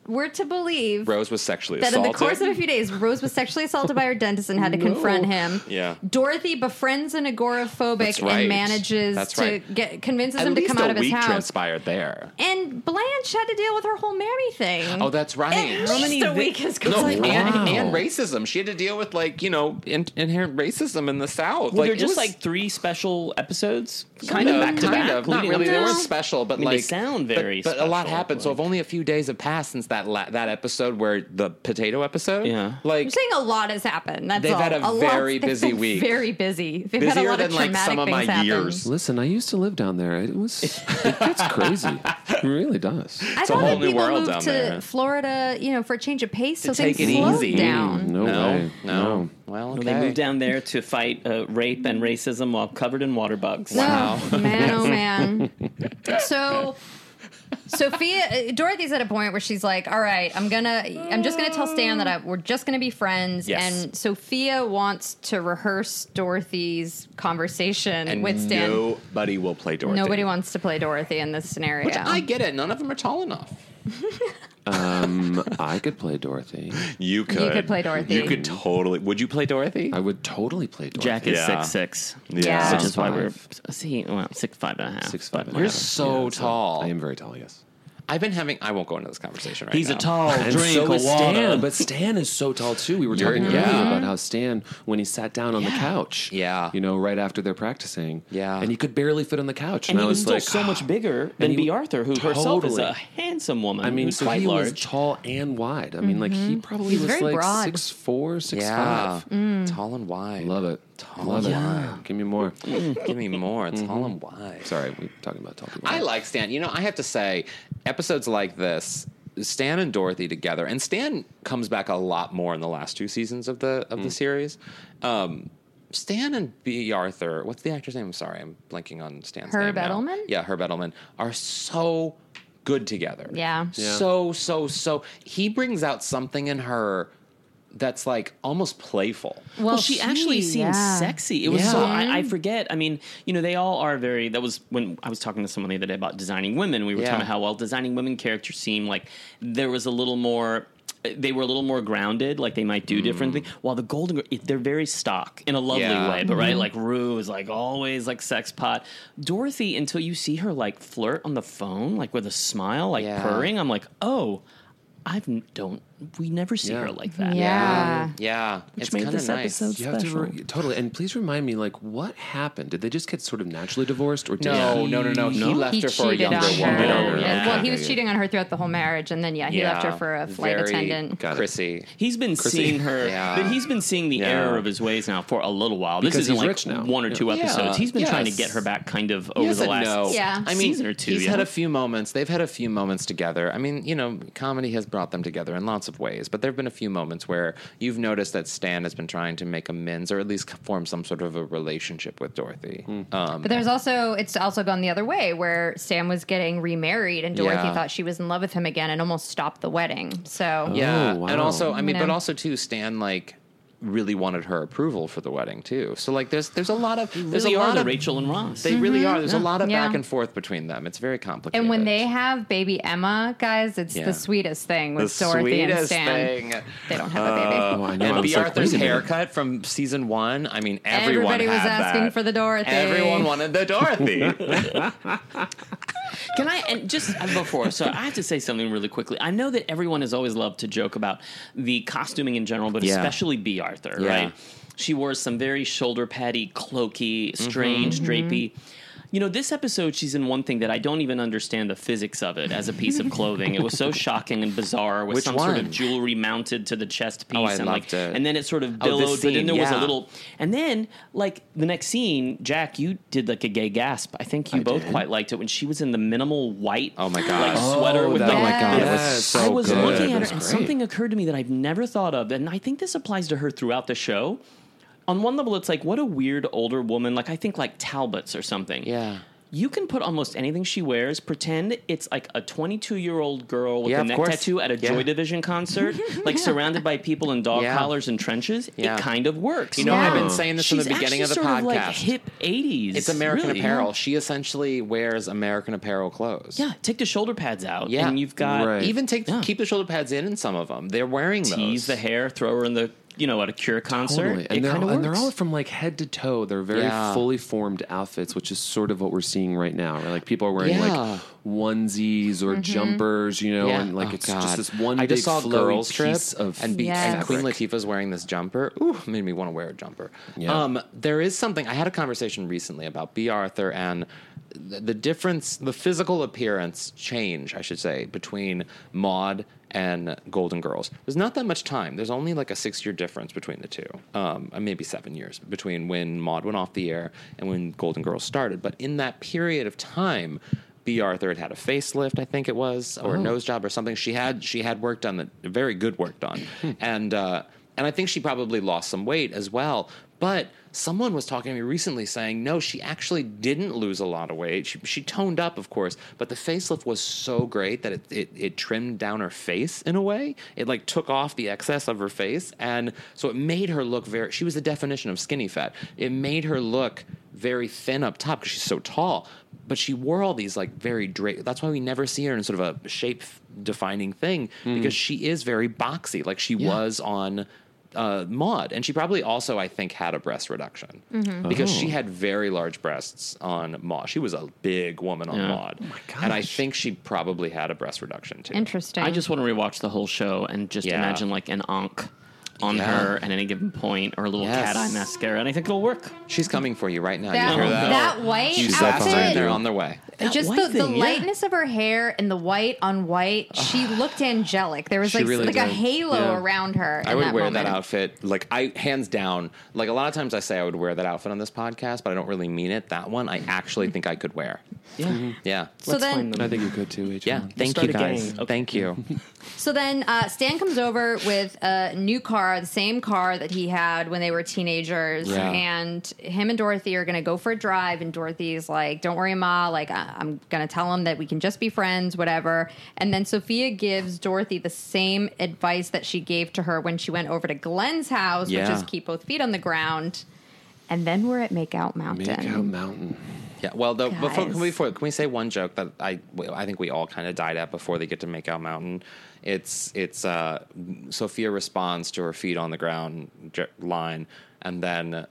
Speaker 3: we're to believe
Speaker 4: Rose was sexually
Speaker 3: that in
Speaker 4: assaulted.
Speaker 3: the course of a few days, Rose was sexually assaulted by her dentist and had to confront him.
Speaker 4: Yeah.
Speaker 3: Dorothy befriends an
Speaker 4: That's
Speaker 3: agoraphobic
Speaker 4: right.
Speaker 3: and manages
Speaker 4: That's
Speaker 3: to
Speaker 4: right.
Speaker 3: get convinces
Speaker 4: At
Speaker 3: him to
Speaker 4: least
Speaker 3: come
Speaker 4: a
Speaker 3: out of his
Speaker 4: week
Speaker 3: house.
Speaker 4: transpired there.
Speaker 3: and Blanche had to deal with her whole Mary thing.
Speaker 4: Oh, that's right.
Speaker 3: At least a week has gone
Speaker 4: No,
Speaker 3: by.
Speaker 4: and,
Speaker 6: wow.
Speaker 4: and racism. She had to deal with like you know in, inherent racism in the South.
Speaker 5: Well,
Speaker 4: like
Speaker 5: they're
Speaker 4: it
Speaker 5: just
Speaker 4: was-
Speaker 5: like three special episodes,
Speaker 4: Kind
Speaker 5: kind of
Speaker 4: of,
Speaker 5: back to
Speaker 4: kind
Speaker 5: back.
Speaker 4: of, not
Speaker 5: leading
Speaker 4: really.
Speaker 5: up
Speaker 4: They
Speaker 5: to
Speaker 4: weren't
Speaker 5: this.
Speaker 4: special, but
Speaker 5: I mean, they
Speaker 4: like
Speaker 5: sound
Speaker 4: but-
Speaker 5: very
Speaker 4: But, a lot
Speaker 5: special,
Speaker 4: happened, so
Speaker 5: like-
Speaker 4: if only a few days have passed since that that la- that episode where the potato episode.
Speaker 5: Yeah.
Speaker 4: like
Speaker 3: I'm saying a lot has happened. That's
Speaker 4: They've
Speaker 3: all.
Speaker 4: had a
Speaker 3: lot-
Speaker 4: very
Speaker 3: they've
Speaker 4: busy
Speaker 3: been
Speaker 4: week.
Speaker 3: Very busy. They've had a
Speaker 4: busier
Speaker 3: lot
Speaker 4: than
Speaker 3: of
Speaker 4: like
Speaker 3: traumatic
Speaker 4: some of my
Speaker 3: things happen.
Speaker 4: years.
Speaker 6: Listen, I used to live down there. It was it gets crazy. It really does.
Speaker 3: I
Speaker 4: It's a
Speaker 3: thought
Speaker 4: whole
Speaker 3: that
Speaker 4: new
Speaker 3: people
Speaker 4: world
Speaker 3: moved
Speaker 4: down
Speaker 3: to
Speaker 4: there.
Speaker 3: Florida, you know, for a change of pace, so
Speaker 4: take
Speaker 3: things
Speaker 4: it
Speaker 3: slowed
Speaker 4: easy. Mm,
Speaker 3: down.
Speaker 6: No, way.
Speaker 4: no. Well,
Speaker 5: Well,
Speaker 4: okay.
Speaker 5: They moved down there to fight uh, rape and racism while covered in water bugs.
Speaker 4: Wow.
Speaker 3: Oh, man, oh man. So Sophia, uh, Dorothy's at a point where she's like, "All right, I'm gonna, I'm just gonna tell Stan that I, we're just gonna be friends."
Speaker 4: Yes.
Speaker 3: And Sophia wants to rehearse Dorothy's conversation
Speaker 4: And
Speaker 3: with Stan.
Speaker 4: nobody will play Dorothy.
Speaker 3: Nobody wants to play Dorothy in this scenario.
Speaker 4: Which I get it. None of them are tall enough.
Speaker 6: Um, I could play Dorothy.
Speaker 4: You could.
Speaker 3: could play Dorothy.
Speaker 4: You could totally. Would you play Dorothy?
Speaker 6: I would totally play Dorothy.
Speaker 5: Jack is
Speaker 4: Yeah.
Speaker 5: six six,
Speaker 3: Yeah.
Speaker 5: which is why we're
Speaker 6: Five.
Speaker 5: see well six five and a half.
Speaker 6: Six five.
Speaker 5: but
Speaker 6: and a
Speaker 5: whatever.
Speaker 4: You're
Speaker 6: half.
Speaker 4: so
Speaker 5: Oh,
Speaker 6: Yeah,
Speaker 4: tall.
Speaker 6: I am very tall. Yes.
Speaker 4: I've been having. I won't go into this conversation right
Speaker 5: He's
Speaker 4: now.
Speaker 5: a tall
Speaker 6: And
Speaker 5: drink
Speaker 6: so
Speaker 5: of
Speaker 6: is Stan,
Speaker 5: water.
Speaker 6: but Stan is so tall too. We were
Speaker 4: You're-
Speaker 6: talking
Speaker 4: yeah.
Speaker 6: earlier about how Stan, when he sat down on the couch,
Speaker 4: Yeah.
Speaker 6: you know, right after they're practicing,
Speaker 4: Yeah.
Speaker 6: and he could barely fit on the couch.
Speaker 5: and
Speaker 6: I
Speaker 5: he was
Speaker 6: was
Speaker 5: still
Speaker 6: like, "Ah."
Speaker 5: so much bigger
Speaker 6: And
Speaker 5: than
Speaker 6: he-
Speaker 5: B. Arthur, who herself is
Speaker 6: Totally.
Speaker 5: a handsome woman.
Speaker 6: I mean,
Speaker 5: who's
Speaker 6: so
Speaker 5: quite
Speaker 6: he
Speaker 5: large.
Speaker 6: was tall and wide. I mean, like he
Speaker 4: Mm-hmm.
Speaker 6: probably
Speaker 3: He's
Speaker 6: was
Speaker 3: very
Speaker 6: like
Speaker 3: broad.
Speaker 6: six four, six
Speaker 4: yeah,
Speaker 6: five.
Speaker 4: tall and wide.
Speaker 6: Love it.
Speaker 4: Tall
Speaker 6: Love
Speaker 4: and
Speaker 6: it.
Speaker 4: wide.
Speaker 6: Give me more.
Speaker 4: Give me more. Tall and wide.
Speaker 6: Sorry, we're talking about tall people.
Speaker 4: Mm-hmm. I like Stan. You know, I have to say, episodes like this, Stan and Dorothy together, and Stan comes back a lot more in the last two seasons of the of the series. Um, Stan and B. Arthur, what's the actor's name? I'm sorry, I'm blanking on Stan's
Speaker 3: Herb
Speaker 4: name. now.
Speaker 3: Edelman?
Speaker 4: Yeah, Herb Edelman are so good together.
Speaker 3: Yeah.
Speaker 6: Yeah.
Speaker 4: So, so, so. He brings out something in her that's like almost playful.
Speaker 5: Well, she, actually seemed
Speaker 3: yeah.
Speaker 5: sexy. It was
Speaker 4: Yeah.
Speaker 5: so I, I forget. I mean, you know, they all are very. That was when I was talking to someone the other day about designing women. We were
Speaker 4: Yeah.
Speaker 5: talking about how well designing women characters seem like there was a little more. They were a little more grounded, like they might
Speaker 4: Mm.
Speaker 5: do differently. While the Golden, Girl- it- they're very stock in a lovely
Speaker 4: Yeah.
Speaker 5: way, but right, like Rue is like always like sex pot. Dorothy, until you see her like flirt on the phone, like with a smile, like
Speaker 4: Yeah.
Speaker 5: purring, I'm like, oh, I don't. We never see
Speaker 6: Yeah.
Speaker 5: her like that.
Speaker 3: Yeah.
Speaker 4: Yeah. it's
Speaker 5: made
Speaker 4: kinda
Speaker 5: this
Speaker 4: nice.
Speaker 5: episode
Speaker 6: You have to
Speaker 5: special.
Speaker 6: re- totally, and please remind me, like, what happened? Did they just get sort of naturally divorced, or did
Speaker 4: No,
Speaker 6: he-
Speaker 4: no, no, no. He
Speaker 5: No?
Speaker 4: left
Speaker 3: He
Speaker 4: her for a
Speaker 3: cheated on
Speaker 4: younger woman.
Speaker 3: her.
Speaker 5: Oh, yeah.
Speaker 3: Well, he was
Speaker 6: Okay.
Speaker 3: cheating on her throughout the whole marriage, and then yeah, he left her for a flight
Speaker 4: Very
Speaker 3: attendant.
Speaker 6: Got it.
Speaker 4: Chrissy.
Speaker 5: He's been seeing her,
Speaker 4: Yeah.
Speaker 5: but he's been seeing the
Speaker 4: Yeah.
Speaker 5: error of his ways now for a little while.
Speaker 6: Because
Speaker 5: this isn't
Speaker 6: he's
Speaker 5: like
Speaker 6: rich now.
Speaker 5: one or
Speaker 6: Yeah.
Speaker 5: two episodes.
Speaker 4: Yeah.
Speaker 5: He's been trying to
Speaker 4: Yes.
Speaker 5: get her back, kind of over
Speaker 4: Yes
Speaker 5: the
Speaker 4: and
Speaker 5: last.
Speaker 4: no.
Speaker 3: Yeah.
Speaker 4: I mean,
Speaker 5: season or two,
Speaker 4: He's
Speaker 5: yeah.
Speaker 4: had a few moments. They've had a few moments together. I mean, you know, comedy has brought them together in lots of ways, but there have been a few moments where you've noticed that Stan has been trying to make amends or at least form some sort of a relationship with Dorothy. Um,
Speaker 3: But there's also it's also gone the other way where Sam was getting remarried and Dorothy
Speaker 4: Yeah. Oh,
Speaker 3: thought she was in love with him again and almost stopped the wedding. So
Speaker 5: Oh,
Speaker 4: yeah.
Speaker 6: wow.
Speaker 4: And also, I mean,
Speaker 3: You know.
Speaker 4: but also too, Stan like really wanted her approval for the wedding too. So like, there's there's a lot of there's
Speaker 5: Really
Speaker 4: a
Speaker 5: are
Speaker 4: lot
Speaker 5: the
Speaker 4: of
Speaker 5: Rachel and Ross.
Speaker 4: They really are. There's a lot of
Speaker 3: Mm-hmm. Yeah.
Speaker 4: back and forth between them. It's very complicated.
Speaker 3: and when they have baby Emma, guys, it's
Speaker 4: Yeah.
Speaker 3: the sweetest thing
Speaker 4: the
Speaker 3: with Dorothy and
Speaker 4: sweetest
Speaker 3: Stan.
Speaker 4: thing.
Speaker 3: They don't have a baby.
Speaker 6: Oh, I know. I
Speaker 4: And
Speaker 6: was
Speaker 4: B.
Speaker 6: like,
Speaker 4: Arthur's
Speaker 6: wait a minute.
Speaker 4: haircut from season one. I mean, everyone
Speaker 3: Everybody was
Speaker 4: had
Speaker 3: asking
Speaker 4: that.
Speaker 3: for the Dorothy.
Speaker 4: Everyone wanted the Dorothy.
Speaker 5: Can I and just before? So I have to say something really quickly. I know that everyone has always loved to joke about the costuming in general, but
Speaker 4: Yeah.
Speaker 5: especially B. Arthur,
Speaker 4: Yeah.
Speaker 5: right? She wore some very shoulder patty, cloaky,
Speaker 4: Mm-hmm.
Speaker 5: strange, drapey. You know, this episode, she's in one thing that I don't even understand the physics of it as a piece of clothing. it was so shocking and bizarre with
Speaker 4: Which
Speaker 5: some sort of
Speaker 4: one?
Speaker 5: jewelry mounted to the chest piece.
Speaker 4: Oh, I
Speaker 5: and like,
Speaker 4: loved it.
Speaker 5: And then it sort of
Speaker 4: Oh,
Speaker 5: billowed,
Speaker 4: this
Speaker 5: but then
Speaker 4: scene,
Speaker 5: there was a
Speaker 4: yeah.
Speaker 5: little. And then, like, the next scene, Jack, you did like a gay gasp. I think you both quite liked it when she was in the minimal white
Speaker 4: Oh my God.
Speaker 5: like sweater with
Speaker 6: that-
Speaker 5: the
Speaker 6: oh my God,
Speaker 5: It
Speaker 6: that
Speaker 5: was-
Speaker 6: is so
Speaker 5: I was
Speaker 6: good.
Speaker 5: looking at
Speaker 6: That's
Speaker 5: her and
Speaker 6: great.
Speaker 5: something occurred to me that I've never thought of, and I think this applies to her throughout the show. On one level, it's like what a weird older woman. Like I think like Talbots or something.
Speaker 4: Yeah.
Speaker 5: You can put almost anything she wears, pretend it's like a 22 year old girl with
Speaker 4: Yeah,
Speaker 5: a
Speaker 4: of
Speaker 5: neck
Speaker 4: course.
Speaker 5: tattoo at a
Speaker 4: Yeah.
Speaker 5: Joy Division concert, like surrounded by people in dog
Speaker 4: Yeah.
Speaker 5: collars and trenches.
Speaker 4: Yeah.
Speaker 5: It kind of works.
Speaker 4: you know, I've
Speaker 3: Yeah.
Speaker 4: been saying this
Speaker 5: She's
Speaker 4: from the beginning
Speaker 5: actually
Speaker 4: of the
Speaker 5: sort
Speaker 4: podcast.
Speaker 5: Of like hip 80s.
Speaker 4: it's American
Speaker 5: really.
Speaker 4: Apparel. She essentially wears American Apparel clothes.
Speaker 5: Yeah, take the shoulder pads out,
Speaker 4: Yeah.
Speaker 5: and you've got
Speaker 6: Right.
Speaker 4: Even take
Speaker 5: Yeah.
Speaker 4: keep the shoulder pads in in some of them. They're wearing those.
Speaker 5: tease the hair, throw her in the you know at a Cure concert.
Speaker 6: Totally.
Speaker 5: It
Speaker 6: And, they're
Speaker 5: kind
Speaker 6: all,
Speaker 5: of
Speaker 6: and they're
Speaker 5: works.
Speaker 6: all from like head to toe. They're very
Speaker 4: Yeah.
Speaker 6: fully formed outfits, which is sort of what we're seeing right now. Right? Like people are wearing
Speaker 4: Yeah.
Speaker 6: like onesies or jumpers, you know,
Speaker 4: Yeah.
Speaker 6: and like
Speaker 4: Oh,
Speaker 6: it's
Speaker 4: God.
Speaker 6: just this one
Speaker 4: I
Speaker 6: big
Speaker 4: just saw
Speaker 6: flowy
Speaker 4: Girls Trip
Speaker 6: piece of
Speaker 4: and, be,
Speaker 3: Yes.
Speaker 4: and Queen
Speaker 6: fabric.
Speaker 4: Latifah's wearing this jumper. Ooh, made me want to wear a jumper.
Speaker 6: Yeah.
Speaker 4: Um, there is something I had a conversation recently about B. Arthur and the, the difference, the physical appearance change, I should say, between Maud and Golden Girls. There's not that much time. There's only like a six year difference between the two, um, and maybe seven years between when Maude went off the air and when Golden Girls started. But in that period of time, B. Arthur had had a facelift, I think it was, or a nose job or something. She had she had work done that very good work done, and uh, and I think she probably lost some weight as well. But someone was talking to me recently saying, no, she actually didn't lose a lot of weight. She, she toned up, of course, but the facelift was so great that it, it, it trimmed down her face in a way. It like took off the excess of her face. And so it made her look very, she was the definition of skinny fat. It made her look very thin up top because she's so tall. But she wore all these like very dra That's why we never see her in sort of a shape defining thing because she is very boxy, like she was on uh, Maud, and she probably also, I think, had a breast reduction because she had very large breasts on Maud. She was a big woman on
Speaker 5: Yeah.
Speaker 4: Maud, and I think she probably had a breast reduction too.
Speaker 3: Interesting.
Speaker 5: I just want to rewatch the whole show and just
Speaker 4: Yeah.
Speaker 5: imagine like an onk on
Speaker 4: Yeah.
Speaker 5: her at any given point or a little
Speaker 4: Yes.
Speaker 5: cat eye mascara, and I think it'll work.
Speaker 4: She's coming for you right now.
Speaker 3: that,
Speaker 4: you hear that?
Speaker 3: that white
Speaker 4: She's so
Speaker 6: That's
Speaker 4: behind.
Speaker 6: it.
Speaker 4: They're
Speaker 3: outfit,
Speaker 4: on their way.
Speaker 5: That
Speaker 3: just
Speaker 5: white
Speaker 3: the, the
Speaker 5: thing, yeah.
Speaker 3: lightness of her hair and the white on white, she looked angelic. There was
Speaker 6: She
Speaker 3: like
Speaker 6: really
Speaker 3: like a
Speaker 6: did.
Speaker 3: halo
Speaker 6: Yeah.
Speaker 3: around her.
Speaker 4: I
Speaker 3: in
Speaker 4: would
Speaker 3: that
Speaker 4: wear
Speaker 3: moment.
Speaker 4: that outfit, like I hands down. Like a lot of times, I say I would wear that outfit on this podcast, but I don't really mean it. That one, I actually think I could wear.
Speaker 5: Yeah.
Speaker 4: Yeah,
Speaker 3: So then,
Speaker 5: Mm-hmm. find them.
Speaker 6: I think you could too. H.
Speaker 4: yeah. Thank
Speaker 5: start
Speaker 4: you
Speaker 5: a
Speaker 4: guys.
Speaker 5: gang. Okay.
Speaker 4: Thank you.
Speaker 3: So then uh, Stan comes over with a new car, the same car that he had when they were teenagers.
Speaker 4: Yeah.
Speaker 3: And him and Dorothy are going to go for a drive. And Dorothy's like, don't worry, Ma. Like, I- I'm going to tell him that we can just be friends, whatever. And then Sophia gives Dorothy the same advice that she gave to her when she went over to Glenn's house,
Speaker 4: Yeah.
Speaker 3: which is keep both feet on the ground. And then we're at Makeout Mountain.
Speaker 6: Make out mountain.
Speaker 4: Yeah. Well, though, before
Speaker 3: Guys.
Speaker 4: can, we, before can we say one joke that I well, I think we all kind of died at before they get to make out mountain. It's it's uh, Sophia responds to her feet on the ground j- line, and then uh,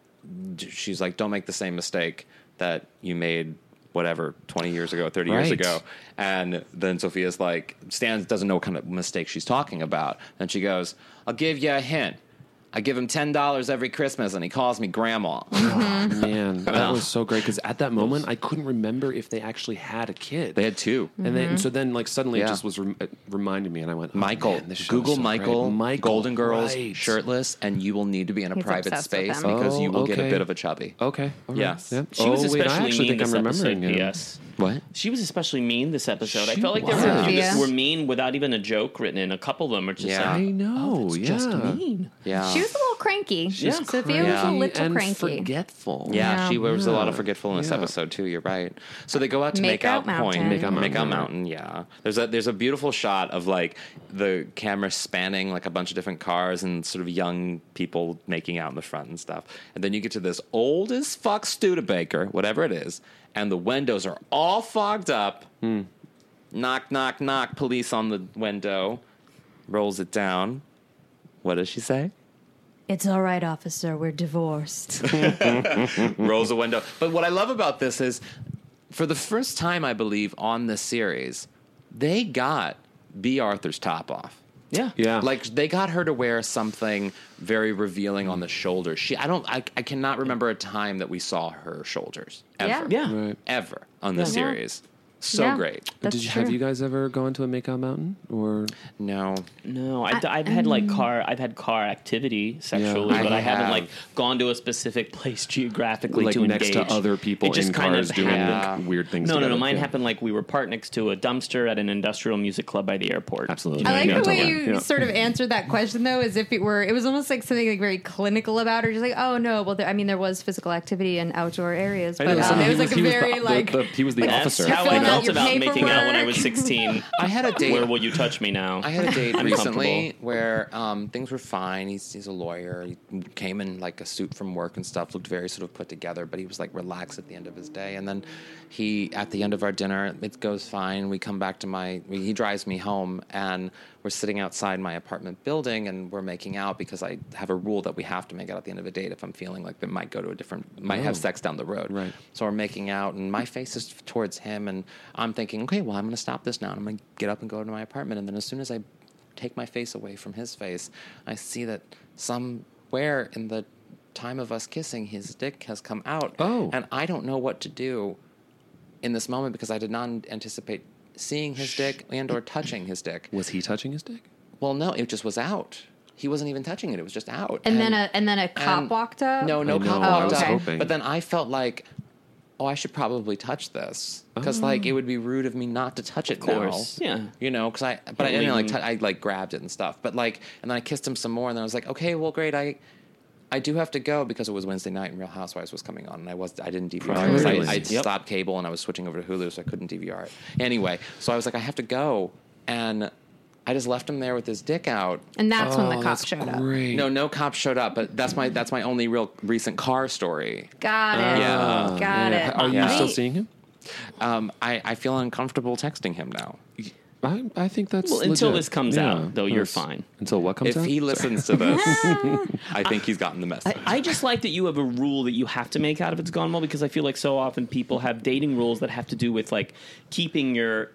Speaker 4: d- she's like, "Don't make the same mistake that you made." Whatever, twenty years ago, thirty years
Speaker 6: Right.
Speaker 4: ago, and then Sophia's like, Stan doesn't know what kind of mistake she's talking about, and she goes, "I'll give you a hint. I give him ten dollars every Christmas, and he calls me Grandma."
Speaker 6: Mm-hmm. Man, that was so great because at that moment I couldn't remember if they actually had a kid.
Speaker 4: they had two.
Speaker 6: and then so then like suddenly it
Speaker 4: Yeah.
Speaker 6: just was rem- it reminded me, and I went, oh,
Speaker 4: Michael,
Speaker 6: man, this show
Speaker 4: Google
Speaker 6: is so
Speaker 4: Michael,
Speaker 6: great. Michael,
Speaker 4: Golden Girls,
Speaker 6: right.
Speaker 4: shirtless, and you will need to be in a
Speaker 3: He's
Speaker 4: private
Speaker 3: obsessed with
Speaker 4: space
Speaker 3: them.
Speaker 4: because you
Speaker 6: Oh,
Speaker 4: will get a
Speaker 6: okay. Oh.
Speaker 4: bit of a chubby.
Speaker 6: Okay. all right,
Speaker 4: Yes.
Speaker 6: yep.
Speaker 5: She was
Speaker 6: oh, wait,
Speaker 5: especially
Speaker 6: I actually
Speaker 5: mean
Speaker 6: think I'm
Speaker 5: this
Speaker 6: remembering
Speaker 5: episode.
Speaker 6: it.
Speaker 5: Yes.
Speaker 4: What?
Speaker 5: She was especially mean this episode. I
Speaker 6: She
Speaker 5: felt like there
Speaker 6: was.
Speaker 5: were a few
Speaker 3: Yeah.
Speaker 5: that were mean without even a joke written in. A couple of them were just
Speaker 4: Yeah.
Speaker 5: like,
Speaker 6: I know.
Speaker 5: "Oh,
Speaker 6: yeah.
Speaker 5: it's just mean.
Speaker 4: Yeah.
Speaker 3: She was a little cranky.
Speaker 5: was
Speaker 3: Sophia was a
Speaker 6: cranky
Speaker 3: little
Speaker 6: and
Speaker 3: cranky.
Speaker 6: forgetful.
Speaker 4: yeah,
Speaker 3: Yeah.
Speaker 4: she was a lot of
Speaker 6: Yeah.
Speaker 4: forgetful in this
Speaker 6: Yeah.
Speaker 4: episode too. You're right. So they go out to
Speaker 3: Make
Speaker 4: make,
Speaker 3: Out
Speaker 4: out, point,
Speaker 3: Mountain. Make
Speaker 4: make
Speaker 6: Out
Speaker 4: out,
Speaker 6: Mountain, right.
Speaker 4: mountain. Yeah, there's a there's a beautiful shot of like the camera spanning like a bunch of different cars and sort of young people making out in the front and stuff. And then you get to this old as fuck Studebaker, whatever it is, and the windows are all fogged up.
Speaker 6: Hmm.
Speaker 4: Knock, knock, knock. Police on the window. Rolls it down. What does she say?
Speaker 2: It's all right, officer. We're divorced.
Speaker 4: rolls a window. But what I love about this is, for the first time, I believe, on this series, they got B. Arthur's top off.
Speaker 5: Yeah.
Speaker 6: Yeah.
Speaker 4: Like they got her to wear something very revealing on the shoulders. She, I don't, I, I cannot remember a time that we saw her shoulders ever,
Speaker 5: Yeah.
Speaker 6: Right.
Speaker 4: ever on the
Speaker 3: Yeah.
Speaker 4: series. So
Speaker 3: Yeah.
Speaker 4: great.
Speaker 3: That's
Speaker 6: Did you,
Speaker 3: true.
Speaker 6: have you guys ever gone to a makeout mountain or
Speaker 4: No,
Speaker 5: No, I, have
Speaker 3: um,
Speaker 5: had like car. I've had car activity sexually,
Speaker 4: I
Speaker 5: but I haven't
Speaker 4: have.
Speaker 5: like gone to a specific place geographically
Speaker 6: like
Speaker 5: to
Speaker 6: next
Speaker 5: engage.
Speaker 6: to other people
Speaker 5: It just
Speaker 6: in
Speaker 5: kind
Speaker 6: cars
Speaker 5: of
Speaker 6: doing
Speaker 5: happened.
Speaker 6: like, weird things?
Speaker 5: No, no,
Speaker 6: together.
Speaker 5: no. Mine
Speaker 6: Yeah.
Speaker 5: happened like we were parked next to a dumpster at an industrial music club by the airport.
Speaker 6: Absolutely.
Speaker 5: You
Speaker 3: I
Speaker 5: know what
Speaker 3: like
Speaker 5: mean?
Speaker 3: the way
Speaker 6: Yeah.
Speaker 3: you
Speaker 6: Yeah.
Speaker 3: sort of answered that question though, as if it were. It was almost like something like very clinical about her. Just like, oh no, well, there, I mean, there was physical activity in outdoor areas, but
Speaker 6: I know, so
Speaker 3: um, it
Speaker 6: he
Speaker 3: was like a
Speaker 6: he
Speaker 3: very
Speaker 6: the,
Speaker 3: like.
Speaker 6: the, the, he was the
Speaker 5: That's
Speaker 6: officer.
Speaker 5: how
Speaker 3: Filling out
Speaker 5: I felt
Speaker 3: your
Speaker 5: about making out when I was
Speaker 3: paperwork.
Speaker 5: 16.
Speaker 4: I had a date.
Speaker 5: Where will you touch me now?
Speaker 4: I had a date
Speaker 5: Uncomfortable.
Speaker 4: recently where um, things were fine. He's, he's a lawyer. He came in like a suit from work and stuff, looked very sort of put together, but he was like relaxed at the end of his day. And then he, at the end of our dinner, it goes fine. We come back to my, he drives me home and we're sitting outside my apartment building and we're making out because I have a rule that we have to make out at the end of a date if I'm feeling like it might go to a different, might have sex down the road.
Speaker 6: Right.
Speaker 4: So we're making out, and my face is towards him, and I'm thinking, okay, well, I'm going to stop this now, and I'm going to get up and go to my apartment. And then as soon as I take my face away from his face, I see that somewhere in the time of us kissing, his dick has come out.
Speaker 6: Oh.
Speaker 4: And I don't know what to do in this moment because I did not anticipate seeing his dick and or touching his dick.
Speaker 6: Was he touching his dick?
Speaker 4: Well, no, it just was out. He wasn't even touching it; it was just out.
Speaker 3: And, then a and then a cop
Speaker 4: and-
Speaker 3: walked up.
Speaker 4: No,
Speaker 6: I
Speaker 4: no
Speaker 6: know,
Speaker 4: cop
Speaker 6: I
Speaker 4: walked
Speaker 3: was
Speaker 4: up.
Speaker 6: hoping.
Speaker 4: But then I felt like, oh, I should probably touch this because like it would be rude of me not to touch it. Of
Speaker 5: course, yeah.
Speaker 4: you know, because I but I
Speaker 5: Can't
Speaker 4: didn't like
Speaker 5: lean.
Speaker 4: tou- I like grabbed it and stuff. But like, and then I kissed him some more, and then I was like, okay, well, great, I. I do have to go because it was Wednesday night and Real Housewives was coming on, and I was I didn't DVR it 'cause I,
Speaker 6: Priorities.
Speaker 4: I
Speaker 5: Yep.
Speaker 4: stopped cable and I was switching over to Hulu, so I couldn't DVR it anyway. So I was like, I have to go, and I just left him there with his dick out,
Speaker 3: and that's when the cop showed up.
Speaker 6: Oh, Great.
Speaker 4: no, no cops showed up, but that's my that's my only real recent car story.
Speaker 3: Got it.
Speaker 4: Yeah.
Speaker 3: Got it.
Speaker 6: Are you
Speaker 4: Yeah.
Speaker 6: still
Speaker 3: Wait,
Speaker 6: seeing him?
Speaker 4: Um, I, I feel uncomfortable texting him now.
Speaker 6: I, I think that's
Speaker 5: Well, until
Speaker 6: legit.
Speaker 5: this comes out, though, you're fine.
Speaker 6: Until what comes
Speaker 4: If
Speaker 6: out?
Speaker 4: he listens to this, I think he's gotten the message.
Speaker 5: I just like that you have a rule that you have to make out of it's gone well because I feel like so often people have dating rules that have to do with like keeping your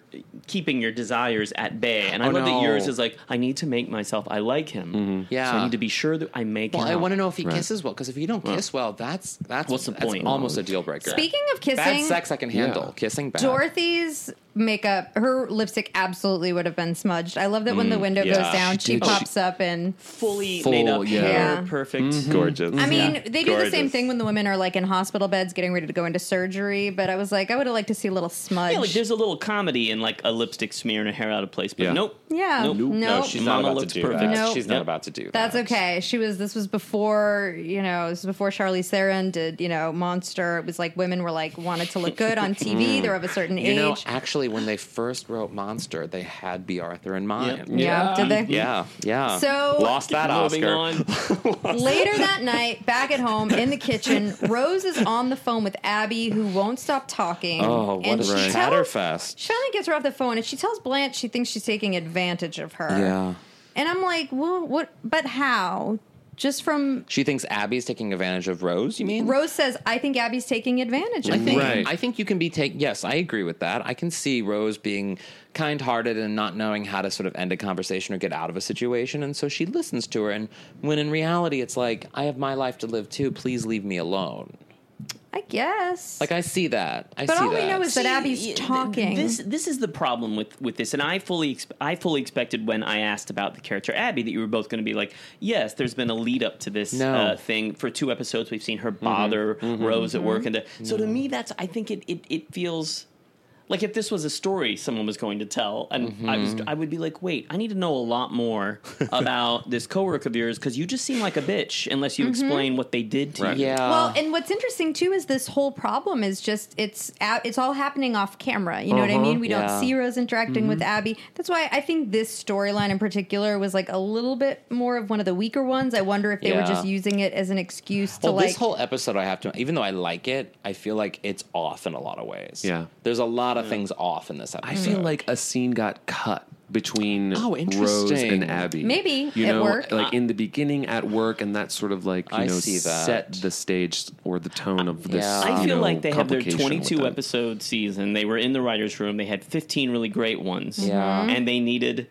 Speaker 5: keeping your desires at bay, and I
Speaker 4: Oh,
Speaker 5: love
Speaker 4: no.
Speaker 5: that yours is like I need to make myself I like him, so
Speaker 4: Yeah.
Speaker 5: I need to be sure that I make.
Speaker 4: well,
Speaker 5: him
Speaker 4: I
Speaker 5: out.
Speaker 4: want to know if he
Speaker 6: Right.
Speaker 4: kisses well, because if you don't kiss well, that's that's
Speaker 5: What's the
Speaker 4: that's
Speaker 5: point?
Speaker 4: Almost a deal breaker.
Speaker 3: Speaking of
Speaker 4: bad
Speaker 3: kissing,
Speaker 4: sex, I can handle. Kissing bad.
Speaker 3: Dorothy's makeup, her lipstick absolutely would have been smudged. I love that when the window
Speaker 4: Mm, yeah.
Speaker 3: goes down,
Speaker 4: She
Speaker 3: she
Speaker 4: did.
Speaker 3: pops up and.
Speaker 5: fully
Speaker 6: Full,
Speaker 5: made up
Speaker 6: yeah.
Speaker 5: hair,
Speaker 3: Yeah.
Speaker 5: perfect.
Speaker 4: gorgeous.
Speaker 3: I mean,
Speaker 5: Yeah.
Speaker 3: they do the same
Speaker 4: Gorgeous.
Speaker 3: thing when the women are like in hospital beds getting ready to go into surgery. But I was like, I would have liked to see a little smudge.
Speaker 5: Yeah, like there's a little comedy in like a lipstick smear and a hair out of place, but
Speaker 6: Yeah.
Speaker 5: nope.
Speaker 3: Yeah.
Speaker 5: nope.
Speaker 3: Nope.
Speaker 4: no,
Speaker 3: Nope.
Speaker 4: she's
Speaker 5: Mama
Speaker 4: not about
Speaker 5: looks
Speaker 4: to do
Speaker 5: perfect.
Speaker 4: that.
Speaker 3: Nope.
Speaker 4: She's not
Speaker 5: Yep.
Speaker 4: about to do that.
Speaker 3: That's okay. She was. This was before you know. This was before Charlize Theron did you know Monster. It was like women were like wanted to look good on TV. They were of a certain
Speaker 4: Mm. You
Speaker 3: age.
Speaker 4: know, actually, when they first wrote Monster, they had B. Arthur in mind.
Speaker 3: yeah. Did they?
Speaker 4: Yeah, yeah.
Speaker 3: So-
Speaker 4: lost that
Speaker 5: Moving
Speaker 4: Oscar.
Speaker 5: on.
Speaker 3: Later that night, back at home in the kitchen, Rose is on the phone with Abby, who won't stop talking.
Speaker 4: Oh, what
Speaker 3: and
Speaker 4: a
Speaker 3: she tells-
Speaker 4: chatterfest!
Speaker 3: She finally gets her off the phone, and she tells Blanche she thinks she's taking advantage of her.
Speaker 4: Yeah.
Speaker 3: and I'm like, well, what? But how? Just from
Speaker 4: She thinks Abby's taking advantage of Rose. You mean?
Speaker 3: Rose says, I think Abby's taking advantage
Speaker 4: I
Speaker 3: of me.
Speaker 4: think
Speaker 6: Right.
Speaker 4: I think you can be take. Yes, I agree with that. I can see Rose being kind-hearted and not knowing how to sort of end a conversation or get out of a situation, and so she listens to her. And when in reality, it's like I have my life to live too. Please leave me alone.
Speaker 3: I guess.
Speaker 4: Like I see that. I
Speaker 3: But
Speaker 4: see
Speaker 3: all we
Speaker 4: that.
Speaker 3: know is- But
Speaker 5: See,
Speaker 3: Abby's
Speaker 5: th-
Speaker 3: talking.
Speaker 5: This this is the problem with with this, and I fully exp- I fully expected when I asked about the character Abby that you were both going to be like, yes, there's been a lead up to this
Speaker 4: No.
Speaker 5: uh, thing for two episodes. We've seen her bother Rose at
Speaker 3: Mm-hmm.
Speaker 5: work, and the, so to me, that's I think it it, it feels. Like if this was a story someone was going to tell, and I was, I would be like, wait, I need to know a lot more about this coworker of yours because you just seem like a bitch unless you
Speaker 3: Mm-hmm.
Speaker 5: explain what they did to
Speaker 6: Right.
Speaker 5: you.
Speaker 4: yeah.
Speaker 3: well, and what's interesting too is this whole problem is just it's a- it's all happening off camera. You know what I mean? We
Speaker 4: Uh-huh. yeah. Mm-hmm.
Speaker 3: don't see Rose interacting with Abby. That's why I think this storyline in particular was like a little bit more of one of the weaker ones. I wonder if they were
Speaker 4: Yeah.
Speaker 3: just using it as an excuse to
Speaker 4: Well,
Speaker 3: like
Speaker 4: this whole episode, I have to, even though I like it, I feel like it's off in a lot of ways.
Speaker 6: Yeah.
Speaker 4: There's a lot of things off in this episode.
Speaker 6: I feel like a scene got cut between
Speaker 4: Mm. Oh,
Speaker 6: Rose and
Speaker 4: interesting.
Speaker 6: Abby.
Speaker 3: Maybe
Speaker 6: you
Speaker 3: at
Speaker 6: know,
Speaker 3: work.
Speaker 6: like in the beginning at work, and that sort of like you
Speaker 4: I
Speaker 6: know
Speaker 4: see that.
Speaker 6: set the stage or the tone of this.
Speaker 4: Yeah.
Speaker 5: I
Speaker 6: you
Speaker 5: feel
Speaker 6: know,
Speaker 5: like they had their
Speaker 6: complication with
Speaker 5: 22
Speaker 6: them.
Speaker 5: episode season. They were in the writers' room. They had 15 really great ones.
Speaker 4: Yeah.
Speaker 5: and they needed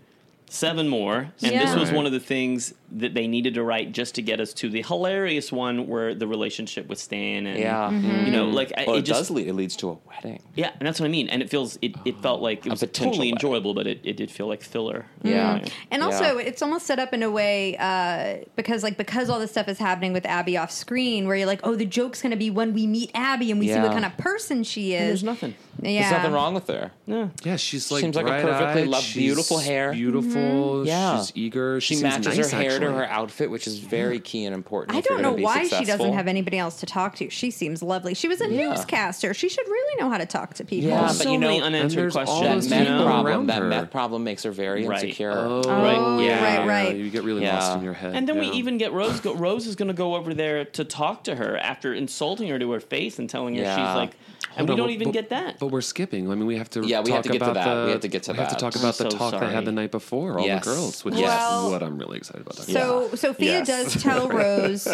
Speaker 5: seven more. And this
Speaker 3: Yeah.
Speaker 5: was
Speaker 6: Right.
Speaker 5: one of the things that they needed to write just to get us to the hilarious one where the relationship with Stan and
Speaker 4: Yeah.
Speaker 5: you know, like I-
Speaker 4: Well,
Speaker 5: it,
Speaker 4: it,
Speaker 5: just
Speaker 4: does lead. It leads to a wedding.
Speaker 3: Mm-hmm.
Speaker 5: yeah, and that's what I mean. And it feels it, it felt like it was
Speaker 4: potential
Speaker 5: totally
Speaker 4: wedding.
Speaker 5: enjoyable, but it, it did feel like filler.
Speaker 4: Yeah.
Speaker 3: And
Speaker 4: Yeah.
Speaker 3: also, it's almost set up in a way uh, because, like, because all this stuff is happening with Abby off screen, where you're like, oh, the joke's going to be when we meet Abby and we see
Speaker 4: Yeah.
Speaker 3: what kind of person she is.
Speaker 5: there's nothing.
Speaker 3: Yeah.
Speaker 4: There's nothing wrong with her.
Speaker 6: Yeah, she's like
Speaker 4: Seems like a
Speaker 6: bright-eyed,
Speaker 4: perfectly loved-
Speaker 6: she's
Speaker 4: beautiful hair.
Speaker 6: Beautiful.
Speaker 4: Yeah.
Speaker 6: she's eager.
Speaker 4: She
Speaker 6: seems
Speaker 4: matches
Speaker 6: nice,
Speaker 4: her hair
Speaker 6: actually.
Speaker 4: to her outfit, which is very key and important.
Speaker 3: I
Speaker 4: if you're
Speaker 3: don't know
Speaker 4: gonna be
Speaker 3: why she
Speaker 4: successful.
Speaker 3: doesn't have anybody else to talk to. She seems lovely. She was a
Speaker 4: Yeah.
Speaker 3: newscaster. She should really know how to talk to people.
Speaker 4: Yeah,
Speaker 5: Yeah,
Speaker 4: but
Speaker 5: so
Speaker 4: you know-
Speaker 5: many
Speaker 4: and
Speaker 5: unanswered
Speaker 6: there's all
Speaker 5: questions.
Speaker 4: That
Speaker 5: you
Speaker 6: those
Speaker 4: meth
Speaker 5: know?
Speaker 6: people
Speaker 4: problem.
Speaker 6: around
Speaker 4: That
Speaker 6: her.
Speaker 4: meth problem makes her very
Speaker 5: Right.
Speaker 4: insecure.
Speaker 3: Oh,
Speaker 5: Right, yeah.
Speaker 3: right, right.
Speaker 6: You get really
Speaker 4: Yeah.
Speaker 6: lost in your head.
Speaker 5: And then we
Speaker 6: yeah.
Speaker 5: even get Rose. Go, Rose is going to go over there to talk to her after insulting her to her face and telling her
Speaker 4: Yeah.
Speaker 5: she's like, and
Speaker 6: Hold
Speaker 5: we
Speaker 6: on,
Speaker 5: don't
Speaker 6: but-
Speaker 5: even
Speaker 6: but-
Speaker 5: get that.
Speaker 6: But we're skipping. I mean, we have to.
Speaker 4: Yeah, we have
Speaker 6: talk
Speaker 4: to get to
Speaker 6: about
Speaker 4: that.
Speaker 6: The,
Speaker 4: We have to get to
Speaker 6: we have
Speaker 4: that.
Speaker 6: to talk
Speaker 5: I'm
Speaker 6: about the
Speaker 5: so
Speaker 6: talk they
Speaker 5: sorry.
Speaker 6: had the night before. All
Speaker 4: Yes.
Speaker 6: the girls, which
Speaker 3: Well-
Speaker 6: is what I'm really excited about. talking about.
Speaker 3: So Sophia
Speaker 4: Yes.
Speaker 3: does tell Rose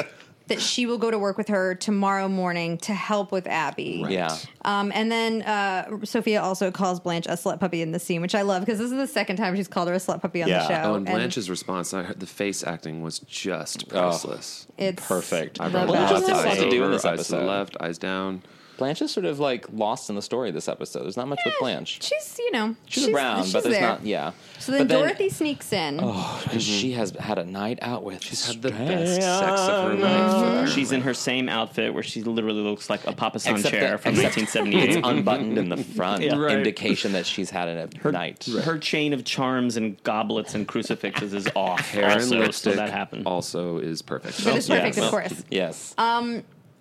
Speaker 3: that she will go to work with her tomorrow morning to help with Abby.
Speaker 6: Right.
Speaker 4: Yeah.
Speaker 3: Um, and then uh, Sophia also calls Blanche a slut puppy in the scene, which I love because this is the second time she's called her a slut puppy on
Speaker 4: Yeah.
Speaker 3: the show.
Speaker 6: Oh, and Blanche's response, I heard the face acting was just priceless.
Speaker 3: it's
Speaker 4: Perfect.
Speaker 3: the
Speaker 6: Eyebrow
Speaker 4: Blanche
Speaker 3: best.
Speaker 4: has a lot Oh. to
Speaker 6: eyes
Speaker 4: do in
Speaker 6: over,
Speaker 4: this
Speaker 6: eyes to the
Speaker 4: episode.
Speaker 6: left, eyes down.
Speaker 4: Blanche is sort of like lost in the story this episode. There's not much with Blanche.
Speaker 3: She's, you know,
Speaker 4: She's, around, but there's not. Yeah.
Speaker 3: So then
Speaker 4: But Oh,
Speaker 3: Dorothy sneaks in.
Speaker 4: because she has had a night out with. She's
Speaker 6: Mm-hmm. Had the best sex of her life.
Speaker 5: She's in her same outfit where she literally looks like a Papa San
Speaker 4: Except
Speaker 5: chair
Speaker 4: that-
Speaker 5: from
Speaker 4: except
Speaker 5: 1978.
Speaker 4: unbuttoned in the front,
Speaker 5: Yeah. Right.
Speaker 4: indication that she's had a night.
Speaker 5: Her chain of charms and goblets and crucifixes is off.
Speaker 6: Hair and
Speaker 5: also, so
Speaker 6: lipstick
Speaker 5: that happened.
Speaker 6: also is perfect. Oh,
Speaker 3: But it's
Speaker 4: Yeah,
Speaker 3: perfect,
Speaker 4: well,
Speaker 3: of course.
Speaker 4: Yes.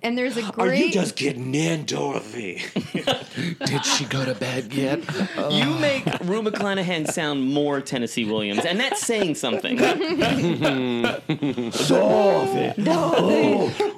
Speaker 3: And there's a great.
Speaker 4: getting in, Dorothy?
Speaker 6: Did she go to bed yet?
Speaker 5: You make Rue McClanahan sound more Tennessee Williams, and that's saying something.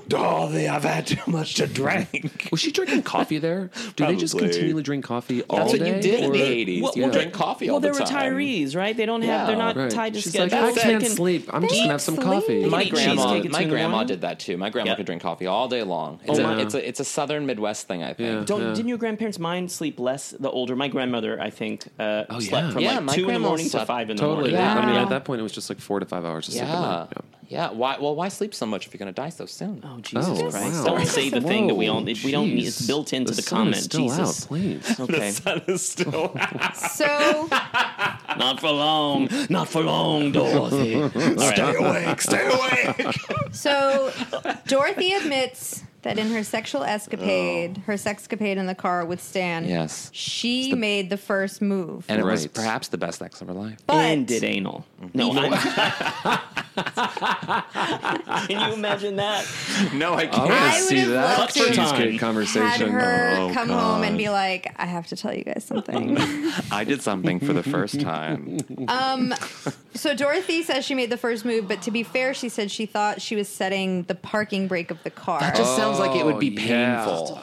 Speaker 7: Dorothy, I've had too much to drink.
Speaker 6: Was she drinking coffee there? Do they just
Speaker 7: Probably.
Speaker 6: continually drink coffee all
Speaker 4: That's
Speaker 6: day?
Speaker 4: what you did in
Speaker 6: or-
Speaker 4: the 80s.
Speaker 5: Well,
Speaker 4: you
Speaker 5: well,
Speaker 4: drink coffee
Speaker 5: well,
Speaker 4: all the
Speaker 5: they're
Speaker 4: time.
Speaker 5: retirees, right? They don't have. They're not
Speaker 6: Right.
Speaker 5: tied to
Speaker 6: She's like,
Speaker 5: schedules.
Speaker 6: I
Speaker 5: They
Speaker 6: can't
Speaker 5: can-
Speaker 6: sleep. I'm just gonna have some
Speaker 3: sleep.
Speaker 6: coffee.
Speaker 5: My
Speaker 4: My
Speaker 5: Eat grandma-
Speaker 4: grandma,
Speaker 5: cheesecake and
Speaker 4: my
Speaker 5: turn
Speaker 4: grandma
Speaker 5: around.
Speaker 4: did that too. My grandma
Speaker 5: Yeah.
Speaker 4: could drink coffee all day long. It's,
Speaker 5: Oh,
Speaker 4: a,
Speaker 5: my-
Speaker 4: it's a it's a Southern Midwest thing, I think.
Speaker 6: Yeah.
Speaker 5: Don't didn't your grandparents' mind sleep less the older? My grandmother, I think, uh,
Speaker 6: Oh,
Speaker 5: slept
Speaker 6: yeah.
Speaker 5: from
Speaker 4: Yeah, my
Speaker 5: like two in the
Speaker 4: grandma
Speaker 5: morning to
Speaker 4: slept
Speaker 5: five in the
Speaker 6: Totally.
Speaker 5: morning.
Speaker 4: Yeah.
Speaker 6: I mean, at that point, it was just like four to five hours of sleep. a
Speaker 4: Yeah.
Speaker 6: night.
Speaker 4: Yeah. Why? Well, why sleep so much if you're going to die so soon?
Speaker 5: Oh Jesus
Speaker 6: Oh,
Speaker 5: Christ!
Speaker 6: wow.
Speaker 5: Don't say the thing that we all
Speaker 6: Whoa,
Speaker 5: we don't need. It's
Speaker 6: jeez.
Speaker 5: built into the,
Speaker 6: sun is
Speaker 5: comment.
Speaker 6: Still
Speaker 5: Jesus.
Speaker 6: out, please.
Speaker 5: Okay.
Speaker 7: That is still
Speaker 3: so
Speaker 5: Not for long. Not for long, Dorothy. All right.
Speaker 7: awake. Stay awake.
Speaker 3: So Dorothy admits that in her sexual escapade, her sexcapade in the car with Stan,
Speaker 4: Oh. Yes.
Speaker 3: she made the first move.
Speaker 4: And it was
Speaker 6: Right.
Speaker 4: perhaps the best sex of her life.
Speaker 3: but
Speaker 5: And did anal. No, i Can you imagine that?
Speaker 4: No, I
Speaker 6: I
Speaker 4: can't.
Speaker 6: want
Speaker 3: I
Speaker 6: to
Speaker 3: would
Speaker 6: see
Speaker 3: have
Speaker 6: that
Speaker 3: loved to have
Speaker 5: had
Speaker 6: cheesecake
Speaker 3: had
Speaker 6: conversation.
Speaker 3: her
Speaker 4: Oh,
Speaker 3: come
Speaker 4: God.
Speaker 3: home and be like, I have to tell you guys something. Um,
Speaker 4: I did something for the first time. Oh,
Speaker 3: so Dorothy says she made the first move, but to be fair, she said she thought she was setting the parking brake of the car.
Speaker 4: It just sounds like it would be
Speaker 6: Oh, yeah.
Speaker 4: painful.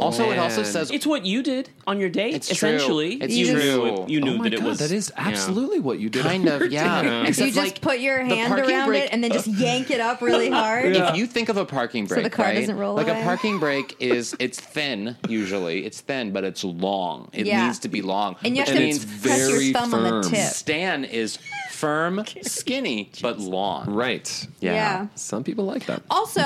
Speaker 4: also, it also
Speaker 6: man.
Speaker 4: says
Speaker 5: It's what you did on your date,
Speaker 4: It's true.
Speaker 5: essentially.
Speaker 4: It's
Speaker 5: you
Speaker 4: true.
Speaker 5: Knew, you knew
Speaker 6: oh my
Speaker 5: that it
Speaker 6: God,
Speaker 5: was.
Speaker 6: that is
Speaker 5: yeah.
Speaker 6: absolutely what you did.
Speaker 4: kind of yeah.
Speaker 3: if you
Speaker 4: Except,
Speaker 3: just
Speaker 4: like,
Speaker 3: put your
Speaker 4: the
Speaker 3: hand
Speaker 4: parking
Speaker 3: around
Speaker 4: brake-
Speaker 3: it and then just yank it up really hard.
Speaker 4: If you think of a parking brake,
Speaker 3: the car
Speaker 4: right?
Speaker 3: doesn't roll
Speaker 4: like
Speaker 3: away.
Speaker 4: a parking brake is it's thin usually. It's thin, but it's long. It
Speaker 3: Yeah.
Speaker 4: needs to be long,
Speaker 3: And you
Speaker 4: which
Speaker 3: have to
Speaker 4: means
Speaker 3: press
Speaker 4: very
Speaker 3: your thumb on the
Speaker 6: firm.
Speaker 3: tip.
Speaker 4: Stan is firm, skinny, but long.
Speaker 6: Right.
Speaker 3: yeah.
Speaker 6: Some people like that.
Speaker 3: Also,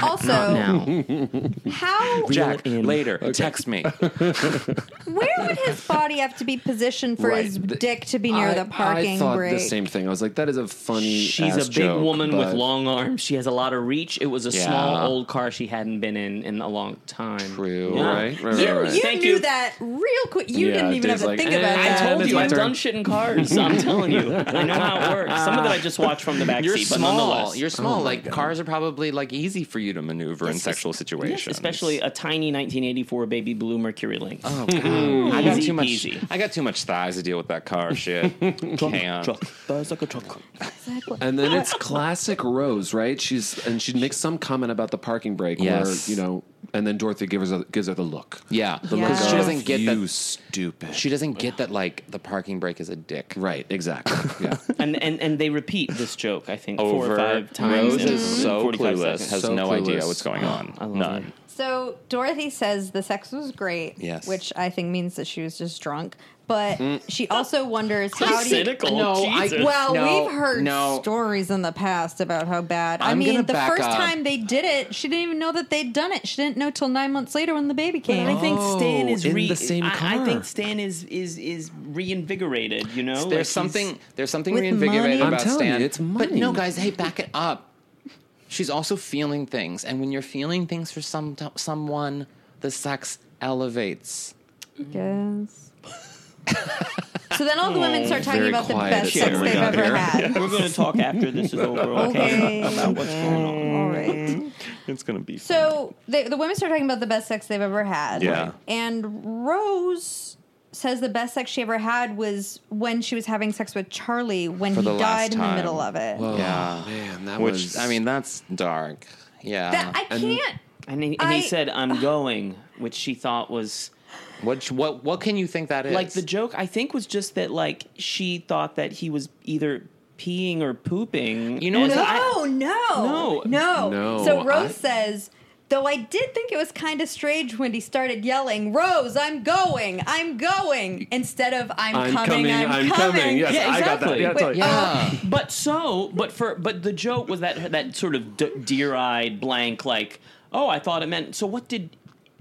Speaker 3: also,
Speaker 5: Now,
Speaker 3: how
Speaker 4: Jack,
Speaker 5: Reel it in.
Speaker 4: later, text me.
Speaker 3: where would his body have to be positioned for
Speaker 6: Right.
Speaker 3: his
Speaker 6: The-
Speaker 3: dick to be near
Speaker 6: I,
Speaker 3: the parking
Speaker 6: I thought
Speaker 3: brake?
Speaker 6: the same thing. I was like, that is a funny.
Speaker 5: she's a
Speaker 6: ass
Speaker 5: big
Speaker 6: joke,
Speaker 5: woman with
Speaker 6: but-
Speaker 5: long arms. She has a lot of reach. It was a
Speaker 4: Yeah.
Speaker 5: small old car she hadn't been in in a long time.
Speaker 4: True.
Speaker 5: Yeah.
Speaker 6: Right. Right. Right.
Speaker 5: You-
Speaker 6: right.
Speaker 3: you
Speaker 5: Thank
Speaker 3: knew
Speaker 5: you.
Speaker 3: that real quick. You
Speaker 6: Yeah,
Speaker 3: didn't even have
Speaker 6: Dave's
Speaker 3: to
Speaker 6: like,
Speaker 3: think
Speaker 6: "Eh,
Speaker 3: about
Speaker 5: I
Speaker 3: that.
Speaker 5: told
Speaker 6: it's
Speaker 5: you
Speaker 6: my
Speaker 5: I've
Speaker 6: turn.
Speaker 5: done shit in cars. I'm telling you, I know how it works. Some of it I just watch from the back
Speaker 4: You're
Speaker 5: seat, but
Speaker 4: small.
Speaker 5: nonetheless,
Speaker 4: You're small. like cars are probably like easy for you to maneuver in sexual situations.
Speaker 5: especially a tiny 1984 baby blue Mercury Lynx.
Speaker 4: Oh, God. I got
Speaker 5: Easy
Speaker 4: too much.
Speaker 5: peasy.
Speaker 4: I got too much thighs to deal with that car shit. Can't.
Speaker 5: Truck. That's like a truck.
Speaker 6: And then it's classic Rose, right? She's and she makes some comment about the parking brake,
Speaker 4: Yes.
Speaker 6: where you know, and then Dorothy gives her gives her the look.
Speaker 4: Yeah,
Speaker 3: Yeah.
Speaker 4: because she
Speaker 3: Go
Speaker 4: doesn't get
Speaker 6: you
Speaker 4: that.
Speaker 6: stupid.
Speaker 4: She doesn't get that. Like the parking brake is a dick.
Speaker 6: right, exactly. Yeah,
Speaker 5: and, and and they repeat this joke I think four
Speaker 4: Over
Speaker 5: or five times.
Speaker 4: Rose
Speaker 5: in
Speaker 4: is so
Speaker 5: 45
Speaker 4: clueless.
Speaker 5: seconds.
Speaker 4: Has
Speaker 6: So
Speaker 4: no idea
Speaker 6: clueless.
Speaker 4: what's going on.
Speaker 5: I love
Speaker 4: None.
Speaker 5: it.
Speaker 3: So Dorothy says the sex was great,
Speaker 4: Yes.
Speaker 3: which I think means that she was just drunk. But she also wonders how do you,
Speaker 5: cynical.
Speaker 4: No, I-
Speaker 5: Jesus.
Speaker 3: Well,
Speaker 4: No,
Speaker 3: we've heard
Speaker 4: no.
Speaker 3: stories in the past about how bad. i
Speaker 4: I'm
Speaker 3: mean,
Speaker 4: gonna
Speaker 3: the
Speaker 4: back
Speaker 3: first
Speaker 4: up.
Speaker 3: time they did it, she didn't even know that they'd done it. She didn't know till nine months later when the baby came.
Speaker 5: I think Stan
Speaker 6: Oh,
Speaker 5: is
Speaker 6: in
Speaker 5: re-
Speaker 6: the same
Speaker 5: I, I
Speaker 6: car.
Speaker 5: think Stan is is is reinvigorated. You know, Like,
Speaker 4: There's
Speaker 5: he's-
Speaker 4: something. There's something
Speaker 3: With money?
Speaker 4: reinvigorating
Speaker 3: I'm
Speaker 4: about
Speaker 6: telling
Speaker 4: Stan.
Speaker 6: you, it's
Speaker 4: But no,
Speaker 6: money.
Speaker 4: guys, hey, back it up. She's also feeling things, and when you're feeling things for some someone, the sex elevates.
Speaker 3: Yes. so then all the women start talking
Speaker 6: Very
Speaker 3: about the
Speaker 6: quiet
Speaker 3: best
Speaker 6: at
Speaker 3: sex
Speaker 6: the
Speaker 3: they've
Speaker 6: end
Speaker 3: ever
Speaker 6: here.
Speaker 3: had.
Speaker 5: We're going to talk after this is over.
Speaker 3: Okay.
Speaker 5: About what's going on.
Speaker 3: All right.
Speaker 4: It's gonna be.
Speaker 3: So they, the women start talking about the best sex they've ever had.
Speaker 4: Yeah.
Speaker 3: And Rose says the best sex she ever had was when she was having sex with Charlie when
Speaker 4: For the
Speaker 3: he
Speaker 4: last
Speaker 3: died in the
Speaker 4: time.
Speaker 3: middle of it.
Speaker 4: yeah,
Speaker 6: Oh, man, that
Speaker 4: which
Speaker 6: was.
Speaker 4: I mean, that's dark. Yeah.
Speaker 3: That- I
Speaker 6: and-
Speaker 3: can't.
Speaker 5: And he, and
Speaker 3: I-
Speaker 5: he said, "I'm going," which she thought was
Speaker 4: what what what can you think that is?
Speaker 5: like the joke. I think was just that like she thought that he was either peeing or pooping.
Speaker 4: You know
Speaker 5: and
Speaker 4: what
Speaker 3: No,
Speaker 5: I-
Speaker 3: no,
Speaker 5: No.
Speaker 3: no,
Speaker 6: No,
Speaker 3: So Rose
Speaker 6: I-
Speaker 3: says, though I did think it was kind of strange when he started yelling, "Rose, I'm going, I'm going," instead of "I'm,
Speaker 6: I'm
Speaker 3: coming,
Speaker 6: coming,
Speaker 3: I'm,
Speaker 6: I'm
Speaker 3: coming." um,
Speaker 6: coming. Yes,
Speaker 5: Yeah,
Speaker 6: I got that.
Speaker 5: exactly.
Speaker 6: Yeah, totally.
Speaker 4: yeah.
Speaker 5: But so, but for but the joke was that that sort of d- deer-eyed blank, like, oh, I thought it meant. So what did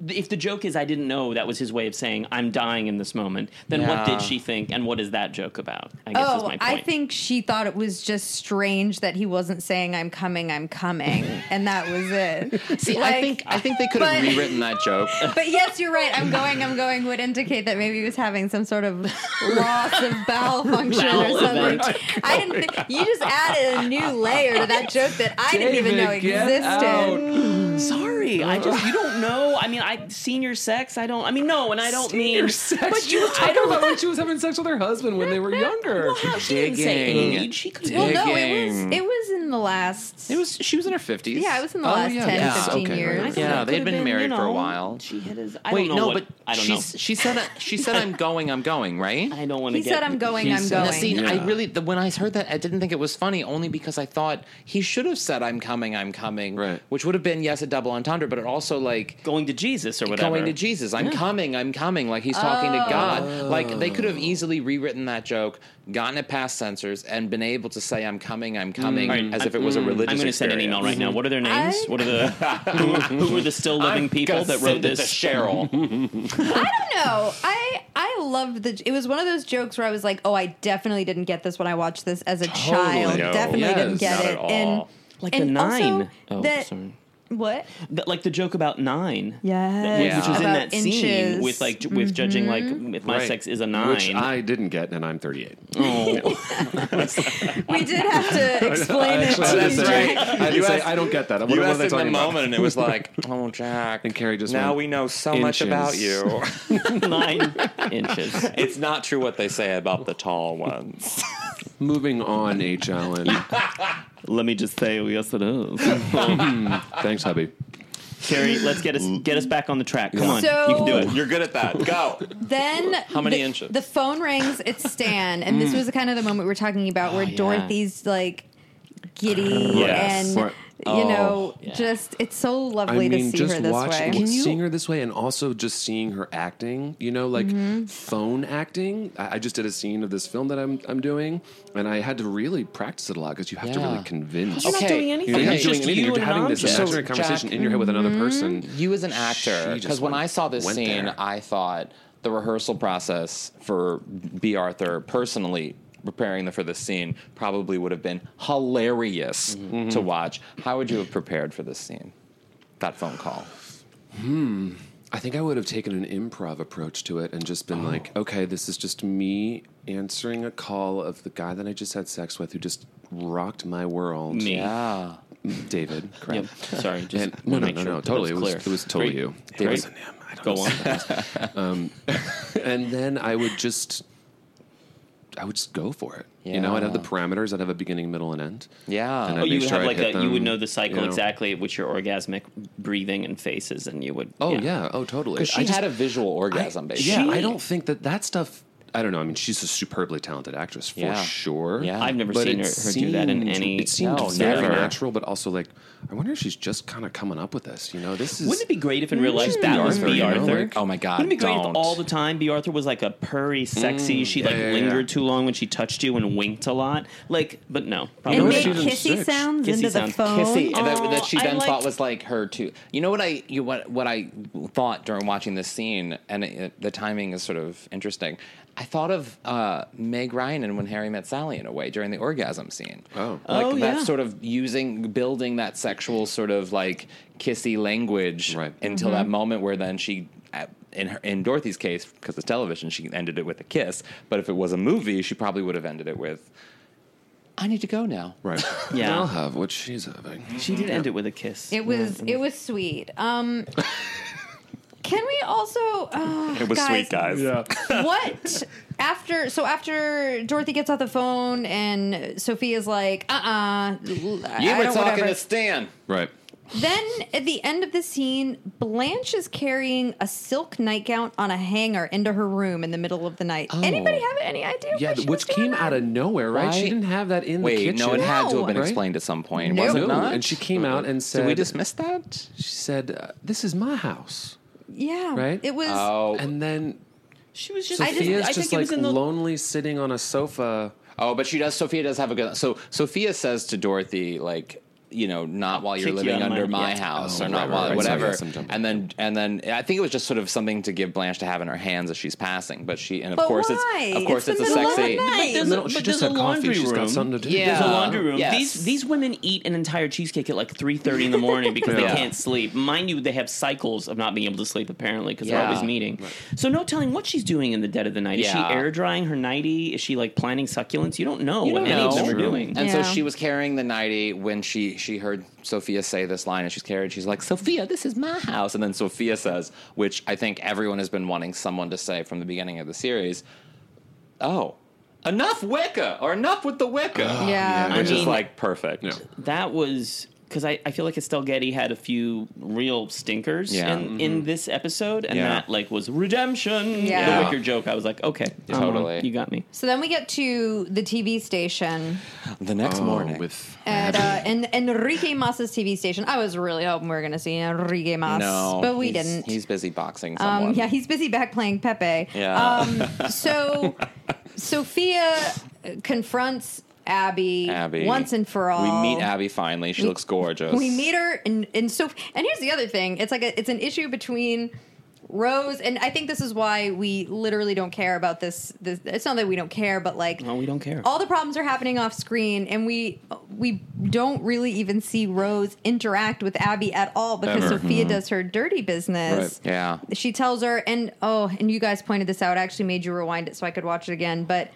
Speaker 5: if the joke is I didn't know that was his way of saying I'm dying in this moment, then what
Speaker 4: Yeah.
Speaker 5: did she think and what is that joke about? I guess is my
Speaker 3: Oh,
Speaker 5: point.
Speaker 3: I think she thought it was just strange that he wasn't saying "I'm coming, I'm coming," and that was it.
Speaker 4: See, I
Speaker 3: Like-
Speaker 4: think I think they could have
Speaker 3: but-
Speaker 4: rewritten that joke.
Speaker 3: But yes, you're right. I'm going, I'm going would indicate that maybe he was having some sort of loss of bowel function
Speaker 5: Bowel
Speaker 3: or something.
Speaker 5: event.
Speaker 3: I didn't. Think, you just added a new layer to that joke that I didn't even know existed.
Speaker 5: Sorry, I just you don't know. I mean, I senior sex. I don't. I mean, no, and I don't mean. But you, I
Speaker 6: Talking
Speaker 5: don't.
Speaker 6: about when she was having sex with her husband when they were younger.
Speaker 5: How she didn't say
Speaker 4: Digging.
Speaker 5: age. She could.
Speaker 3: Well, no, it was.
Speaker 4: Digging.
Speaker 3: It was in the last.
Speaker 4: It was she was in her fifties.
Speaker 3: Yeah, it was in the last 10, 15 years.
Speaker 5: I thought
Speaker 4: Yeah,
Speaker 5: it
Speaker 4: they had
Speaker 5: could've
Speaker 4: been married for a while.
Speaker 5: She hit his. I
Speaker 4: Wait,
Speaker 5: don't know
Speaker 4: no,
Speaker 5: what-
Speaker 4: but
Speaker 5: I don't
Speaker 4: she's,
Speaker 5: know.
Speaker 4: she said I- she said I'm going, I'm going, right?
Speaker 5: I don't want to.
Speaker 3: He said, "I'm going, I'm
Speaker 4: Now,
Speaker 3: going."
Speaker 4: see,
Speaker 5: Yeah.
Speaker 4: I really the, when I heard that, I didn't think it was funny, only because I thought he should have said, "I'm coming, I'm coming,"
Speaker 6: Right.
Speaker 4: which would have been yes a double entendre, but it also like
Speaker 5: Going to Jesus or whatever.
Speaker 4: going to Jesus, I'm coming, I'm coming, like he's talking to God. Like they could have easily rewritten that joke, gotten it past censors, and been able to say, "I'm coming, I'm coming,"
Speaker 5: All right,
Speaker 4: as
Speaker 5: I'm-
Speaker 4: if it was a religious.
Speaker 5: I'm going to send an email right now. What are their names?
Speaker 3: Mm-hmm. I-
Speaker 5: what are the who, who are the still living people that wrote this?
Speaker 4: Cheryl.
Speaker 3: No, I I loved the. It was one of those jokes where I was like, oh, I definitely didn't get this when I watched this as a child.
Speaker 4: No.
Speaker 3: Definitely
Speaker 4: Yes.
Speaker 3: didn't get
Speaker 4: Not
Speaker 3: it.
Speaker 4: at all.
Speaker 3: And
Speaker 5: like
Speaker 3: and
Speaker 5: the nine. Oh,
Speaker 3: Also, that,
Speaker 5: sorry.
Speaker 3: What?
Speaker 5: Th- like the joke about nine.
Speaker 3: Yes.
Speaker 5: Which was in
Speaker 3: About
Speaker 5: that scene
Speaker 3: inches. Mm-hmm.
Speaker 5: with like j- with judging like if my
Speaker 4: Right.
Speaker 5: sex is a nine. Oh,
Speaker 6: Which I didn't get, and I'm 38.
Speaker 3: We did have to explain it.
Speaker 6: Actually, I had to
Speaker 3: to
Speaker 4: that's
Speaker 6: say,
Speaker 4: right.
Speaker 3: Jack.
Speaker 6: I had to
Speaker 4: You
Speaker 6: say,
Speaker 4: asked-
Speaker 6: I don't get that. What
Speaker 4: You
Speaker 6: what are
Speaker 4: asked
Speaker 6: they
Speaker 4: in the
Speaker 6: talking about?
Speaker 4: moment, and it was like, "Oh, Jack."
Speaker 6: And Carrie just
Speaker 4: now
Speaker 6: went,
Speaker 4: we know so much about
Speaker 6: "Inches."
Speaker 4: you.
Speaker 5: nine inches.
Speaker 4: it's not true what they say about the tall ones.
Speaker 6: Moving on, H. Allen.
Speaker 5: Let me just say, yes, it is.
Speaker 6: Thanks, hubby.
Speaker 5: Carrie, let's get us get us back on the track. Come on,
Speaker 3: So-
Speaker 5: you can do it.
Speaker 4: You're good at that. Go.
Speaker 3: Then how
Speaker 4: many
Speaker 3: the,
Speaker 4: inches?
Speaker 3: The phone rings. It's Stan, and this was kind of the moment we we're talking about, where
Speaker 5: Mm. Oh, yeah.
Speaker 3: Dorothy's like giddy
Speaker 5: Yes.
Speaker 3: and
Speaker 6: Right.
Speaker 3: you know, just it's so lovely to see her this way.
Speaker 6: w- seeing her this way, and also just seeing her acting. You know, like
Speaker 5: Mm-hmm.
Speaker 6: phone acting. I, I just did a scene of this film that I'm I'm doing, and I had to really practice it a lot because you have to
Speaker 4: Yeah.
Speaker 6: really convince.
Speaker 5: You're not
Speaker 4: Okay.
Speaker 5: doing anything.
Speaker 6: You're not
Speaker 4: Okay.
Speaker 6: doing
Speaker 5: Just you
Speaker 6: anything. You're
Speaker 5: and Mm-hmm.
Speaker 6: having this
Speaker 5: an object.
Speaker 6: imaginary conversation
Speaker 4: Jack-
Speaker 6: in your head with another person.
Speaker 4: You as an
Speaker 6: She
Speaker 4: actor,
Speaker 6: just
Speaker 4: because when
Speaker 6: went-
Speaker 4: I saw this
Speaker 6: went
Speaker 4: scene,
Speaker 6: there.
Speaker 4: I thought the rehearsal process for B. Arthur personally preparing for this scene probably would have been hilarious
Speaker 6: Mm-hmm.
Speaker 4: to watch. How would you have prepared for this scene? That phone call.
Speaker 6: I think I would have taken an improv approach to it and just
Speaker 4: Oh.
Speaker 6: been like, okay, this is just me answering a call of the guy that I just had sex with who just rocked my world.
Speaker 5: Me.
Speaker 4: Yeah.
Speaker 6: David. Correct.
Speaker 5: Yep. Sorry, just
Speaker 6: And, no,
Speaker 5: wanna
Speaker 6: no,
Speaker 5: make
Speaker 6: no,
Speaker 5: sure
Speaker 6: no,
Speaker 5: that that
Speaker 6: totally. It was,
Speaker 5: clear.
Speaker 6: it was totally
Speaker 5: Great.
Speaker 6: you.
Speaker 5: Great.
Speaker 6: It wasn't him. I don't
Speaker 5: Go
Speaker 6: know
Speaker 5: on.
Speaker 6: Um, and then I would just, I would just go for it. You know, I'd have the
Speaker 4: Yeah.
Speaker 6: parameters. I'd have a beginning, middle, and end.
Speaker 4: Yeah.
Speaker 6: And
Speaker 5: Oh,
Speaker 6: I'd
Speaker 5: you
Speaker 6: make
Speaker 5: would
Speaker 6: sure
Speaker 5: have
Speaker 6: I'd
Speaker 5: like
Speaker 6: hit
Speaker 5: that. You would
Speaker 6: them,
Speaker 5: know the cycle
Speaker 6: you know.
Speaker 5: exactly at which your orgasmic breathing and faces, and you would.
Speaker 6: Oh yeah, oh totally.
Speaker 4: Because she
Speaker 6: I just-
Speaker 4: had a visual orgasm,
Speaker 6: I,
Speaker 4: basically.
Speaker 6: yeah, I don't think that that stuff. I don't know. I mean, she's a superbly talented actress for
Speaker 4: Yeah.
Speaker 6: sure.
Speaker 4: Yeah.
Speaker 5: I've never
Speaker 6: But
Speaker 5: seen
Speaker 6: it
Speaker 5: her, her do that in
Speaker 6: seemed-
Speaker 5: any.
Speaker 6: It seemed
Speaker 4: No,
Speaker 6: very
Speaker 4: never.
Speaker 6: natural, but also like, I wonder if she's just kind of coming up with this. You know, this is.
Speaker 5: Wouldn't it be great if in real life
Speaker 6: She's
Speaker 5: that
Speaker 6: B.
Speaker 5: was
Speaker 6: Mm, Arthur,
Speaker 5: B.
Speaker 6: you know,
Speaker 5: Arthur?
Speaker 6: like-
Speaker 4: Oh my God,
Speaker 5: Wouldn't it be great if
Speaker 4: don't.
Speaker 5: all the time B. Arthur was like a purry, sexy. she like
Speaker 6: Mm, yeah, yeah,
Speaker 5: lingered
Speaker 6: yeah.
Speaker 5: too long when she touched you and winked a lot. Like, but no, probably
Speaker 3: and
Speaker 6: was
Speaker 5: not.
Speaker 3: made
Speaker 6: she didn't
Speaker 3: kissy
Speaker 6: six.
Speaker 3: sounds
Speaker 5: Kissy
Speaker 3: into
Speaker 5: sounds.
Speaker 3: the phone.
Speaker 4: kissy that, that she
Speaker 5: Oh, I
Speaker 4: then
Speaker 5: liked-
Speaker 4: thought was like her too. You know what I you what what I thought during watching this scene, and it, it- the timing is sort of interesting. I thought of uh, Meg Ryan and When Harry Met Sally in a way during the orgasm scene.
Speaker 6: Oh.
Speaker 4: like
Speaker 5: Oh,
Speaker 4: that
Speaker 5: yeah.
Speaker 4: sort of using building that sexual sort of like kissy language
Speaker 6: Right.
Speaker 4: until
Speaker 5: Mm-hmm.
Speaker 4: that moment where then she. uh, In, her, in Dorothy's case, because it's television, she ended it with a kiss. But if it was a movie, she probably would have ended it with, "I need to go now."
Speaker 6: Right.
Speaker 5: Yeah.
Speaker 6: I'll have what she's having.
Speaker 5: She did end it with a kiss.
Speaker 4: Mm,
Speaker 3: It was it was sweet. Um, can we also? Oh,
Speaker 4: It was sweet, guys.
Speaker 3: What after? So after Dorothy gets off the phone and Sophia's like, "Uh, uh
Speaker 4: You
Speaker 3: I
Speaker 4: were
Speaker 3: don't
Speaker 4: talking
Speaker 3: whatever.
Speaker 4: to Stan.
Speaker 6: Right.
Speaker 3: Then at the end of the scene, Blanche is carrying a silk nightgown on a hanger into her room in the middle of the night.
Speaker 4: Oh.
Speaker 3: Anybody have any idea?
Speaker 6: Yeah,
Speaker 3: what she was
Speaker 6: which
Speaker 3: doing
Speaker 6: came out
Speaker 3: on?
Speaker 6: of nowhere, right? She
Speaker 4: Why-
Speaker 6: didn't have that in the
Speaker 4: Wait,
Speaker 6: kitchen.
Speaker 4: no, it had to have been
Speaker 6: Right?
Speaker 4: explained at some point,
Speaker 3: No.
Speaker 4: was
Speaker 6: No,
Speaker 4: it not?
Speaker 6: and she came out and said,
Speaker 4: Did we dismiss that?
Speaker 6: She said, uh, "This is my house,"
Speaker 3: Yeah,
Speaker 6: Right?
Speaker 3: It was.
Speaker 4: Oh,
Speaker 6: and then
Speaker 5: She was just.
Speaker 6: Sophia's
Speaker 5: I
Speaker 6: just
Speaker 5: think it
Speaker 6: like
Speaker 5: was in the.
Speaker 6: lonely, sitting on a sofa.
Speaker 4: oh, but she does. Sophia does have a good. So Sophia says to Dorothy, like, you know, not while you're
Speaker 5: kick you
Speaker 4: living
Speaker 5: out of
Speaker 4: under
Speaker 5: my-
Speaker 4: my
Speaker 5: yeah.
Speaker 4: house
Speaker 6: Oh,
Speaker 4: or not
Speaker 6: right, right,
Speaker 4: while
Speaker 6: right.
Speaker 4: whatever.
Speaker 6: Sorry, yes, I'm
Speaker 4: and then and then I think it was just sort of something to give Blanche to have in her hands as she's passing. But she and of
Speaker 3: But
Speaker 4: course
Speaker 3: why?
Speaker 4: it's of course
Speaker 3: It's the
Speaker 4: it's, a
Speaker 3: middle of the
Speaker 4: sexy.
Speaker 3: night.
Speaker 5: there's
Speaker 6: No,
Speaker 5: a,
Speaker 6: she
Speaker 5: but
Speaker 6: just
Speaker 5: there's a
Speaker 6: had coffee.
Speaker 5: laundry
Speaker 6: She's
Speaker 5: room.
Speaker 6: got something to do.
Speaker 4: Yeah.
Speaker 5: There's a laundry room.
Speaker 4: Um, Yes.
Speaker 5: These these women eat an entire cheesecake at like three thirty in the morning because
Speaker 4: Yeah.
Speaker 5: they can't sleep. Mind you, they have cycles of not being able to sleep apparently because
Speaker 4: Yeah.
Speaker 5: they're always meeting. So no telling what she's doing in the dead of the night. Is she
Speaker 4: Yeah.
Speaker 5: air drying her nightie? Is she like planning succulents? You don't know what
Speaker 4: don't
Speaker 5: any of
Speaker 4: know.
Speaker 5: them are
Speaker 4: True.
Speaker 5: doing.
Speaker 4: And
Speaker 3: Yeah.
Speaker 4: so she was carrying the nightie when she she heard Sophia say this line, and she's carried. She's like, "Sophia, this is my house." And then Sophia says, which I think everyone has been wanting someone to say from the beginning of the series, "Oh, enough Wicca, or enough with the Wicca,"
Speaker 3: yeah.
Speaker 4: which
Speaker 5: I
Speaker 4: is
Speaker 5: mean-
Speaker 4: like perfect.
Speaker 6: Yeah.
Speaker 5: that was because I, I feel like Estelle Getty had a few real stinkers
Speaker 4: Yeah. Mm-hmm.
Speaker 5: in, in this episode, and
Speaker 4: Yeah.
Speaker 5: that like was redemption.
Speaker 3: Yeah.
Speaker 5: The Wicker joke. I was like, okay, I'm on.
Speaker 4: Totally.
Speaker 5: you got me.
Speaker 3: So then we get to the TV station
Speaker 4: The
Speaker 5: Oh,
Speaker 4: next morning,
Speaker 6: Oh, with
Speaker 3: at uh, en- Enrique Mas's TV station. I was really hoping we were going to see Enrique Mas,
Speaker 4: no,
Speaker 3: but we
Speaker 4: he's-
Speaker 3: didn't.
Speaker 4: He's busy boxing someone.
Speaker 3: um, yeah, he's busy back playing Pepe.
Speaker 4: Yeah.
Speaker 3: Um, so Sophia confronts Abby,
Speaker 4: Abby.
Speaker 3: once and for all.
Speaker 4: We meet Abby finally. She looks gorgeous.
Speaker 3: We meet her, and and so and here's the other thing. It's like a, it's an issue between Rose and I think this is why we literally don't care about this. This it's not that we don't care, but like
Speaker 5: No, we don't care.
Speaker 3: All the problems are happening off screen, and we we don't really even see Rose interact with Abby at all because
Speaker 6: Ever. Mm-hmm.
Speaker 3: Sophia does her dirty business.
Speaker 6: Right.
Speaker 4: Yeah.
Speaker 3: She tells her, and oh, and you guys pointed this out. I actually made you rewind it so I could watch it again, but.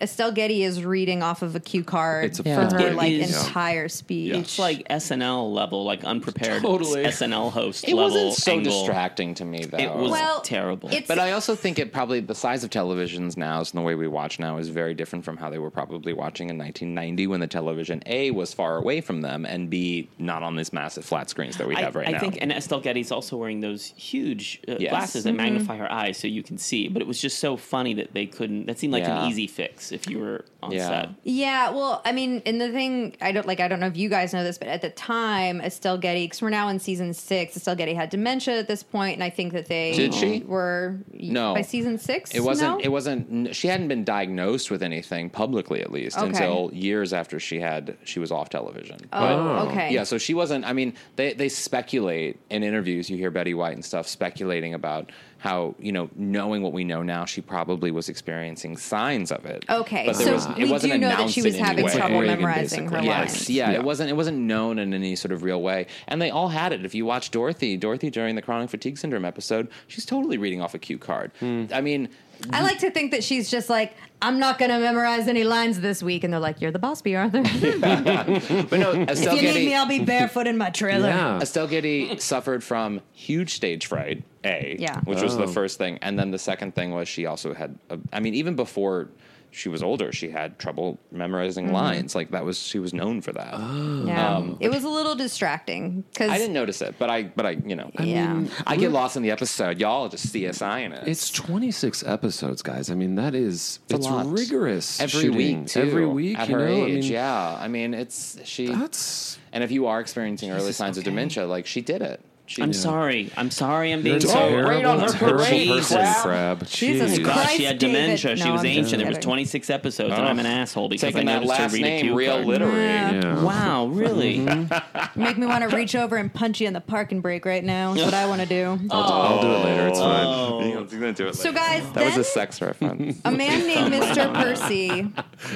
Speaker 3: Estelle Getty is reading off of a cue card
Speaker 6: It's a
Speaker 3: for
Speaker 6: first
Speaker 3: her
Speaker 5: grade
Speaker 3: like
Speaker 5: piece. Yeah.
Speaker 3: entire speech.
Speaker 5: It's like SNL level, like unprepared
Speaker 4: Totally.
Speaker 5: SNL host
Speaker 4: It
Speaker 5: level.
Speaker 4: wasn't so
Speaker 5: angle.
Speaker 4: distracting to me though.
Speaker 5: It was
Speaker 3: Well,
Speaker 5: terrible.
Speaker 3: it's-
Speaker 4: But I also think it probably the size of televisions now and the way we watch now is very different from how they were probably watching in 1990 when the television A was far away from them and B not on these massive flat screens that we
Speaker 5: I,
Speaker 4: have right
Speaker 5: I
Speaker 4: now.
Speaker 5: think, and Estelle Getty's also wearing those huge uh,
Speaker 4: Yes.
Speaker 5: glasses that
Speaker 3: Mm-hmm.
Speaker 5: magnify her eyes so you can see. But it was just so funny that they couldn't. That seemed like
Speaker 4: Yeah.
Speaker 5: an easy fix if you were on
Speaker 4: Yeah.
Speaker 5: set.
Speaker 3: Yeah, well, I mean, and the thing I don't like, I don't know if you guys know this, but at the time, Estelle Getty, because we're now in season six, Estelle Getty had dementia at this point, and I think that they
Speaker 4: Did she?
Speaker 3: were
Speaker 4: No.
Speaker 3: by season six.
Speaker 4: it wasn't.
Speaker 3: no?
Speaker 4: It wasn't. n- She hadn't been diagnosed with anything publicly, at least,
Speaker 3: Okay.
Speaker 4: until years after she had. She was off television.
Speaker 3: Oh, okay.
Speaker 4: Yeah, so she wasn't. I mean, they they speculate in interviews. You hear Betty White and stuff speculating about how you know, knowing what we know now, she probably was experiencing signs of it.
Speaker 3: Okay,
Speaker 4: but there
Speaker 3: so
Speaker 4: was, it
Speaker 3: we
Speaker 4: wasn't
Speaker 3: do know that
Speaker 4: announced
Speaker 3: she
Speaker 4: in
Speaker 3: was
Speaker 4: any
Speaker 3: having
Speaker 4: way.
Speaker 3: trouble
Speaker 6: Reagan,
Speaker 3: memorizing her
Speaker 6: basically.
Speaker 3: lines.
Speaker 4: Yes, yeah, it wasn't it wasn't known in any sort of real way, and they all had it. If you watch Dorothy, Dorothy during the chronic fatigue syndrome episode, she's totally reading off a cue card.
Speaker 3: Hmm.
Speaker 4: I mean,
Speaker 3: I like to think that she's just like, I'm not going to memorize any lines this week, and they're like, "You're the boss, B. Arthur. if
Speaker 4: but no, Estelle
Speaker 3: you need
Speaker 4: Getty,
Speaker 3: me, I'll be barefoot in my trailer."
Speaker 6: yeah.
Speaker 4: Estelle Getty suffered from huge stage fright, A,
Speaker 3: Yeah.
Speaker 4: which was the
Speaker 6: Oh.
Speaker 4: first thing. And then the second thing was she also had, a, I mean, even before she was older, she had trouble memorizing
Speaker 3: Mm-hmm.
Speaker 4: lines. Like that was, she was known for that.
Speaker 3: Yeah. it was a little distracting because
Speaker 4: Um, I didn't notice it, but I, but I, you know, I,
Speaker 3: yeah.
Speaker 4: get lost in the episode. Y'all just CSI in it.
Speaker 6: It's 26 episodes, guys. I mean, that is
Speaker 4: a
Speaker 6: it's
Speaker 4: lot.
Speaker 6: rigorous
Speaker 4: every
Speaker 6: shooting.
Speaker 4: week, too,
Speaker 6: Every week,
Speaker 4: at
Speaker 6: you
Speaker 4: her
Speaker 6: know.
Speaker 4: age.
Speaker 6: I mean,
Speaker 4: yeah, I mean, it's she.
Speaker 6: That's
Speaker 4: and if you are experiencing early signs of dementia, like she did it. She,
Speaker 5: I'm sorry. I'm sorry. I'm being
Speaker 6: You're a
Speaker 5: so.
Speaker 4: terrible. rate on her
Speaker 6: terrible
Speaker 4: parade,
Speaker 6: person,
Speaker 4: Crab.
Speaker 6: crab.
Speaker 3: Jesus
Speaker 6: Jeez.
Speaker 5: God,
Speaker 3: Christ,
Speaker 5: she had
Speaker 3: David.
Speaker 5: dementia.
Speaker 3: No,
Speaker 5: she was
Speaker 3: I'm just
Speaker 5: ancient. There was
Speaker 3: kidding.
Speaker 5: 26 episodes, and I'm an asshole because I
Speaker 4: taking that
Speaker 5: noticed her
Speaker 4: last
Speaker 5: read a cue
Speaker 4: name real
Speaker 5: card.
Speaker 4: literary.
Speaker 6: Yeah.
Speaker 5: Wow, really?
Speaker 3: Make me want to reach over and punch you in the parking brake right now. That's what I want to do.
Speaker 6: I'll do it later. It's fine.
Speaker 5: Um,
Speaker 3: So, guys,
Speaker 4: Oh, That was
Speaker 3: then
Speaker 4: a sex reference.
Speaker 3: a man named Mr. Percy.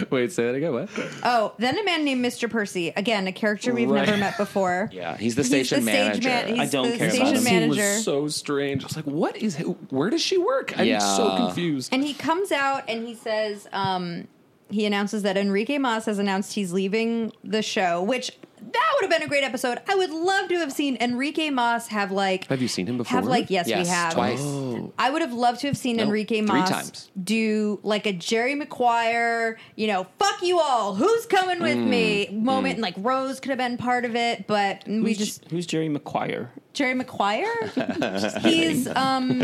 Speaker 6: Wait, say that again. What?
Speaker 3: Oh, then a man named Mr. Percy. Again, a character we've
Speaker 6: Right.
Speaker 3: never met before.
Speaker 4: yeah, he's the station
Speaker 3: he's the
Speaker 4: manager.
Speaker 3: Stage man- he's
Speaker 5: I don't
Speaker 3: the
Speaker 5: care about
Speaker 3: station
Speaker 5: him.
Speaker 6: It
Speaker 3: manager.
Speaker 6: was so strange. I was like, what is? Where does she work? I'm
Speaker 4: Yeah.
Speaker 6: so confused.
Speaker 3: and he comes out and he says, um, he announces that Enrique Mas has announced he's leaving the show, which that would have been a great episode. I would love to have seen Enrique Mas have like.
Speaker 6: Have you seen him before?
Speaker 3: Have like yes,
Speaker 4: Yes,
Speaker 3: we have
Speaker 6: Oh.
Speaker 4: twice.
Speaker 3: I would have loved to have seen Enrique
Speaker 4: three
Speaker 3: Mas
Speaker 4: times.
Speaker 3: do like a Jerry Maguire, you know, fuck you all, who's coming with
Speaker 4: Mm,
Speaker 3: me moment. And like Rose could have been part of it, but we
Speaker 5: Who's,
Speaker 3: just,
Speaker 5: who's Jerry Maguire?
Speaker 3: Jerry Maguire? He's, um,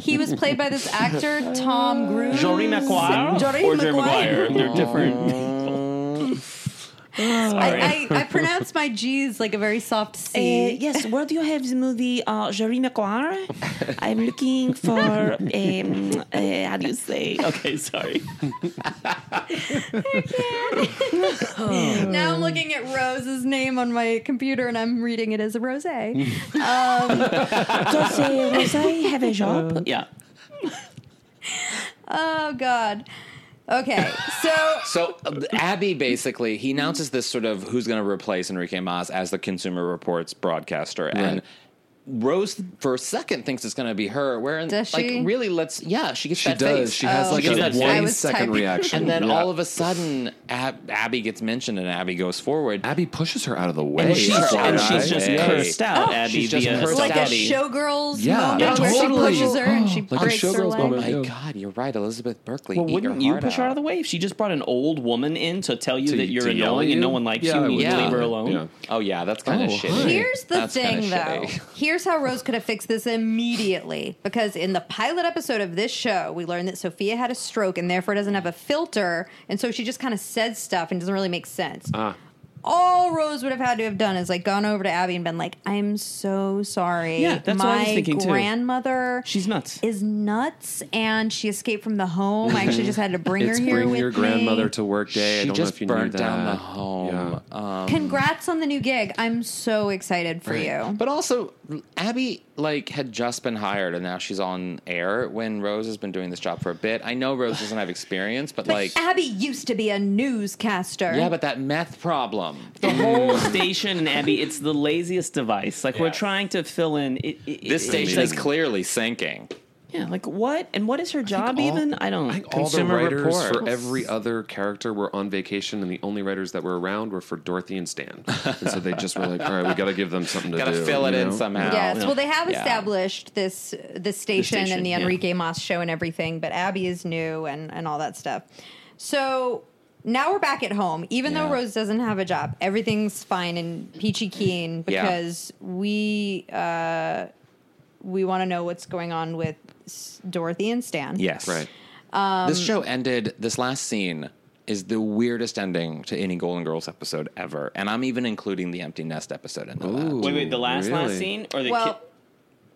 Speaker 3: he was played by this actor, Tom Grooms.
Speaker 5: Jerry Maguire
Speaker 3: Jerry
Speaker 5: or Jerry
Speaker 3: Maguire.
Speaker 5: Maguire? They're different.
Speaker 3: I, I, I pronounce my G's like a very soft C.
Speaker 5: Eh, yes, where do you have the movie uh, Jerry Maguire? I'm looking for, um, uh, how do you say? Okay, sorry.
Speaker 3: Now I'm looking at Rose's name on my computer and I'm reading it as a rose. Oh,
Speaker 5: Does, uh, does I have a job? Yeah.
Speaker 3: Oh, God. Okay. So
Speaker 4: So uh, Abby basically he announces this sort of who's going to replace Enrique Mas as the Consumer Reports broadcaster, and Rose for a second thinks it's going to be her. Where in-
Speaker 3: Does
Speaker 4: like
Speaker 3: she?
Speaker 4: really let's yeah she gets
Speaker 6: She
Speaker 4: that
Speaker 6: does.
Speaker 4: face.
Speaker 6: She has like
Speaker 4: She
Speaker 6: a
Speaker 4: gets that
Speaker 3: I
Speaker 6: one
Speaker 3: was
Speaker 6: second
Speaker 3: typing.
Speaker 6: reaction,
Speaker 4: and then
Speaker 6: Yeah.
Speaker 4: all of a sudden Ab- Abby gets mentioned and Abby goes forward.
Speaker 6: Abby pushes her out of the way.
Speaker 4: And
Speaker 5: She's,
Speaker 6: That's
Speaker 4: her
Speaker 6: why
Speaker 5: and
Speaker 6: I-
Speaker 5: she's just
Speaker 4: Hey.
Speaker 5: cursed out,
Speaker 4: Oh,
Speaker 5: Abby.
Speaker 4: she's just
Speaker 5: via
Speaker 4: cursed
Speaker 3: like a
Speaker 4: out.
Speaker 5: Saudi.
Speaker 3: showgirls
Speaker 6: Yeah,
Speaker 3: moment
Speaker 6: yeah,
Speaker 3: where
Speaker 6: totally.
Speaker 3: she pushes her and she
Speaker 6: Like a
Speaker 3: breaks her
Speaker 6: showgirls
Speaker 3: leg.
Speaker 4: Oh
Speaker 6: moment.
Speaker 4: My
Speaker 6: Yeah.
Speaker 4: God, you're right, Elizabeth Berkley.
Speaker 5: Well,
Speaker 4: eat
Speaker 5: wouldn't
Speaker 4: your
Speaker 5: you
Speaker 4: heart
Speaker 5: push her out of
Speaker 4: out
Speaker 5: the way if she just brought an old woman in to tell you
Speaker 6: To-
Speaker 5: that you're
Speaker 6: to yell
Speaker 5: annoying
Speaker 6: at
Speaker 5: and no
Speaker 6: you?
Speaker 5: one likes
Speaker 6: Yeah,
Speaker 5: you
Speaker 6: I
Speaker 5: and you
Speaker 6: would
Speaker 5: would
Speaker 4: do
Speaker 5: leave her
Speaker 4: that.
Speaker 5: alone?
Speaker 6: Yeah.
Speaker 4: Oh yeah, that's kind of
Speaker 6: Oh,
Speaker 4: shitty.
Speaker 6: hi.
Speaker 3: Here's the
Speaker 4: That's kinda
Speaker 3: thing, though.
Speaker 4: shitty.
Speaker 3: Here's how Rose could have fixed this immediately. Because in the pilot episode of this show, we learned that Sophia had a stroke and therefore doesn't have a filter. And so she just kind of says stuff and doesn't really make sense.
Speaker 6: Uh.
Speaker 3: All Rose would have had to have done is like gone over to Abby and been like, I'm so sorry.
Speaker 5: Yeah, that's
Speaker 3: My
Speaker 5: what I was thinking, too.
Speaker 3: grandmother
Speaker 5: She's nuts.
Speaker 3: is nuts and she escaped from the home. I actually just had to bring
Speaker 6: It's
Speaker 3: her here
Speaker 6: bring
Speaker 3: with
Speaker 6: your grandmother
Speaker 3: me.
Speaker 6: to work day. I
Speaker 4: She
Speaker 6: don't know
Speaker 4: just
Speaker 6: if you knew
Speaker 4: burnt down the
Speaker 6: that.
Speaker 4: home. Um,
Speaker 6: Yeah.
Speaker 3: Congrats on the new gig. I'm so excited for you.
Speaker 4: But also, Abby like had just been hired, and now she's on air. When Rose has been doing this job for a bit, I know Rose doesn't have experience, but,
Speaker 3: But
Speaker 4: like,
Speaker 3: Abby used to be a newscaster.
Speaker 4: yeah, but that meth problem.
Speaker 5: the whole station and Abby, it's the laziest device. Like we're
Speaker 4: Yes.
Speaker 5: trying to fill in. It, it,
Speaker 4: This
Speaker 5: it-
Speaker 4: station is
Speaker 5: it's like,
Speaker 4: clearly sinking.
Speaker 5: yeah, like what? And what is her job even? I don't.
Speaker 6: I think all the
Speaker 5: consumer
Speaker 6: writers
Speaker 5: report.
Speaker 6: for every other character were on vacation, and the only writers that were around were for Dorothy and Stan. and so they just were like, "All right, we got to give them something to
Speaker 4: Gotta
Speaker 6: do."
Speaker 4: fill it
Speaker 6: you
Speaker 4: in
Speaker 6: know?
Speaker 4: somehow.
Speaker 3: Yes.
Speaker 5: Yeah.
Speaker 3: Well, they have
Speaker 4: Yeah.
Speaker 3: established this the station,
Speaker 5: station,
Speaker 3: and the
Speaker 5: yeah.
Speaker 3: Enrique Mas show and everything, but Abby is new and and all that stuff. So now we're back at home. Even though
Speaker 4: Yeah.
Speaker 3: Rose doesn't have a job, everything's fine and peachy keen
Speaker 4: Yeah.
Speaker 3: because we uh, we want to know what's going on with S- Dorothy and Stan.
Speaker 4: Yes. Um,
Speaker 6: Right.
Speaker 4: this show ended. This last scene is the weirdest ending to any Golden Girls episode ever, and I'm even including the empty nest episode in that.
Speaker 5: Wait, wait. The last last
Speaker 6: Really?
Speaker 5: scene or the
Speaker 3: Well,
Speaker 5: ki-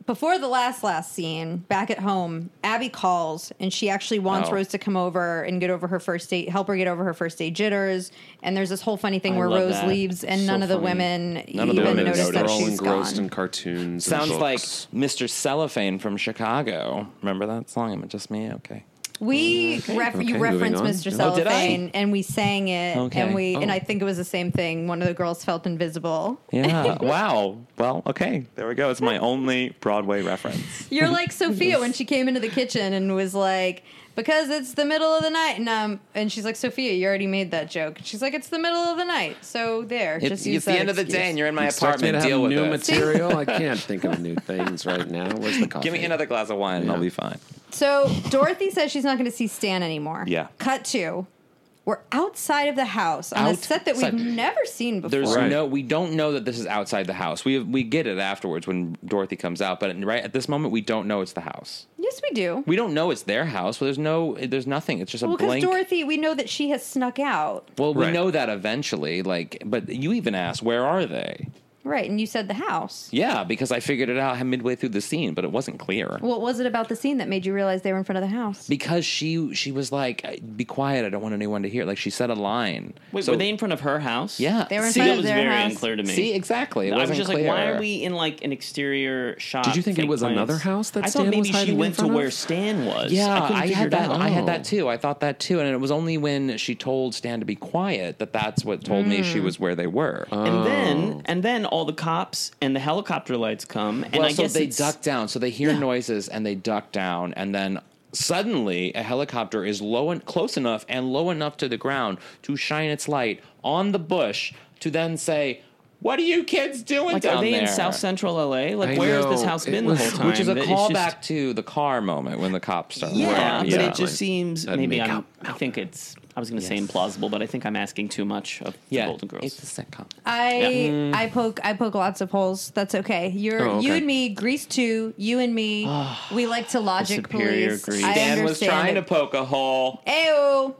Speaker 3: before the last last scene, back at home, Abby calls and she actually wants
Speaker 4: Oh.
Speaker 3: Rose to come over and get over her first date, help her get over her first date jitters. And there's this whole funny thing
Speaker 5: I
Speaker 3: where
Speaker 5: love
Speaker 3: Rose
Speaker 5: that.
Speaker 3: leaves and
Speaker 6: So
Speaker 3: none of the
Speaker 6: funny.
Speaker 3: women
Speaker 4: None of the
Speaker 3: even
Speaker 4: women
Speaker 3: notice
Speaker 4: noticed.
Speaker 3: that
Speaker 6: They're all
Speaker 3: she's
Speaker 6: engrossed in
Speaker 3: gone.
Speaker 6: cartoons.
Speaker 4: Sounds
Speaker 6: and
Speaker 4: like
Speaker 6: books.
Speaker 4: Mr. Cellophane from Chicago. Remember that song? Am it just me? Okay.
Speaker 3: We
Speaker 4: Mm-hmm.
Speaker 3: ref-
Speaker 6: Okay,
Speaker 3: you
Speaker 6: moving
Speaker 3: referenced Mr.
Speaker 6: on.
Speaker 4: Oh, did I?
Speaker 3: Cellophane and we sang it
Speaker 4: Okay.
Speaker 3: and we and
Speaker 4: Oh.
Speaker 3: I think it was the same thing. One of the girls felt invisible.
Speaker 4: Yeah. wow. Well, okay. There we go. It's my only Broadway reference.
Speaker 3: You're like Sophia when she came into the kitchen and was like, "Because it's the middle of the night," and um, and she's like, "Sophia, you already made that joke." She's like, "It's the middle of the night, so there."
Speaker 4: It's,
Speaker 3: just use
Speaker 4: it's the
Speaker 3: that
Speaker 4: end of the
Speaker 3: excuse."
Speaker 4: day, and you're in my
Speaker 6: You expect me
Speaker 4: apartment.
Speaker 6: to have
Speaker 4: Deal with
Speaker 6: new
Speaker 4: it.
Speaker 6: material. I can't think of new things right now. Where's the coffee?
Speaker 4: Give me another glass of wine, and I'll be fine.
Speaker 3: So Dorothy says she's not going to see Stan anymore.
Speaker 4: Yeah.
Speaker 3: Cut to, we're outside of the house on a set that we've
Speaker 4: Outside.
Speaker 3: never seen before.
Speaker 4: There's
Speaker 6: Right.
Speaker 4: no, we don't know that this is outside the house. We we get it afterwards when Dorothy comes out, but right at this moment, we don't know it's the house.
Speaker 3: yes, we do.
Speaker 4: We don't know it's their house. Well, there's no, there's nothing. It's just a
Speaker 3: well, because
Speaker 4: blank.
Speaker 3: Dorothy, we know that she has snuck out,
Speaker 4: well, we
Speaker 6: Right.
Speaker 4: know that eventually. Like, but you even asked, where are they?
Speaker 3: right? And you said the house.
Speaker 4: Yeah, because I figured it out midway through the scene, but it wasn't clear.
Speaker 3: What was it about the scene that made you realize they were in front of the house?
Speaker 4: because she she was like, "Be quiet! I don't want anyone to hear." Like she said a line.
Speaker 5: wait,
Speaker 4: So-
Speaker 5: were they in front of her house?
Speaker 4: Yeah,
Speaker 3: They were in
Speaker 4: See,
Speaker 5: See,
Speaker 3: front
Speaker 5: that
Speaker 3: of
Speaker 5: was
Speaker 3: their
Speaker 5: very
Speaker 3: house.
Speaker 5: unclear to me.
Speaker 4: see exactly. It
Speaker 5: I
Speaker 4: wasn't
Speaker 5: was just
Speaker 4: clear.
Speaker 5: like, why are we in like an exterior shot?
Speaker 6: Did you think it
Speaker 5: fake
Speaker 6: was
Speaker 5: plants?
Speaker 6: another house that
Speaker 5: I
Speaker 6: Stan
Speaker 5: thought
Speaker 6: was
Speaker 5: maybe
Speaker 6: hiding
Speaker 5: she
Speaker 6: in
Speaker 5: went to
Speaker 6: front of?
Speaker 5: where Stan was.
Speaker 4: Yeah,
Speaker 5: I, couldn't
Speaker 4: I,
Speaker 5: figure
Speaker 4: had
Speaker 5: it
Speaker 4: that.
Speaker 5: out.
Speaker 4: I
Speaker 6: Oh.
Speaker 4: had that too. I thought that too, and it was only when she told Stan to be quiet that that's what told me
Speaker 5: Mm.
Speaker 4: she was where they were.
Speaker 5: And
Speaker 4: Oh.
Speaker 5: then, and then all the cops and the helicopter lights come, and
Speaker 4: well,
Speaker 5: I
Speaker 4: so
Speaker 5: guess
Speaker 4: they
Speaker 5: it's-
Speaker 4: duck down. So they hear noises and they duck down, and then suddenly a helicopter is low and close enough and low enough to the ground to shine its light on the bush to then say, "What are you kids doing
Speaker 5: Like,
Speaker 4: down
Speaker 5: are they in
Speaker 4: there?"
Speaker 5: South Central LA? Like,
Speaker 6: I
Speaker 5: where has this
Speaker 6: know.
Speaker 5: house
Speaker 6: It
Speaker 5: been
Speaker 6: was-
Speaker 5: the whole time?
Speaker 4: Which is a
Speaker 5: That it's
Speaker 4: callback
Speaker 5: just-
Speaker 4: to the car moment when the cops start.
Speaker 5: Yeah,
Speaker 4: around.
Speaker 5: but
Speaker 6: Yeah.
Speaker 5: it just seems
Speaker 6: That'd
Speaker 5: maybe
Speaker 6: make
Speaker 5: I'm,
Speaker 6: out
Speaker 5: I think it's. I was going to say implausible, but I think I'm asking too much of the
Speaker 4: yeah,
Speaker 5: Golden Girls.
Speaker 4: it's a sitcom.
Speaker 3: I I poke I poke lots of holes. That's okay. You're
Speaker 6: Oh, okay. Ah,
Speaker 3: you and me, Grease two, you and me. we like to logic
Speaker 5: superior
Speaker 3: police.
Speaker 5: Grease.
Speaker 3: I
Speaker 5: Dan
Speaker 3: understand.
Speaker 4: poke a hole.
Speaker 3: Ayo.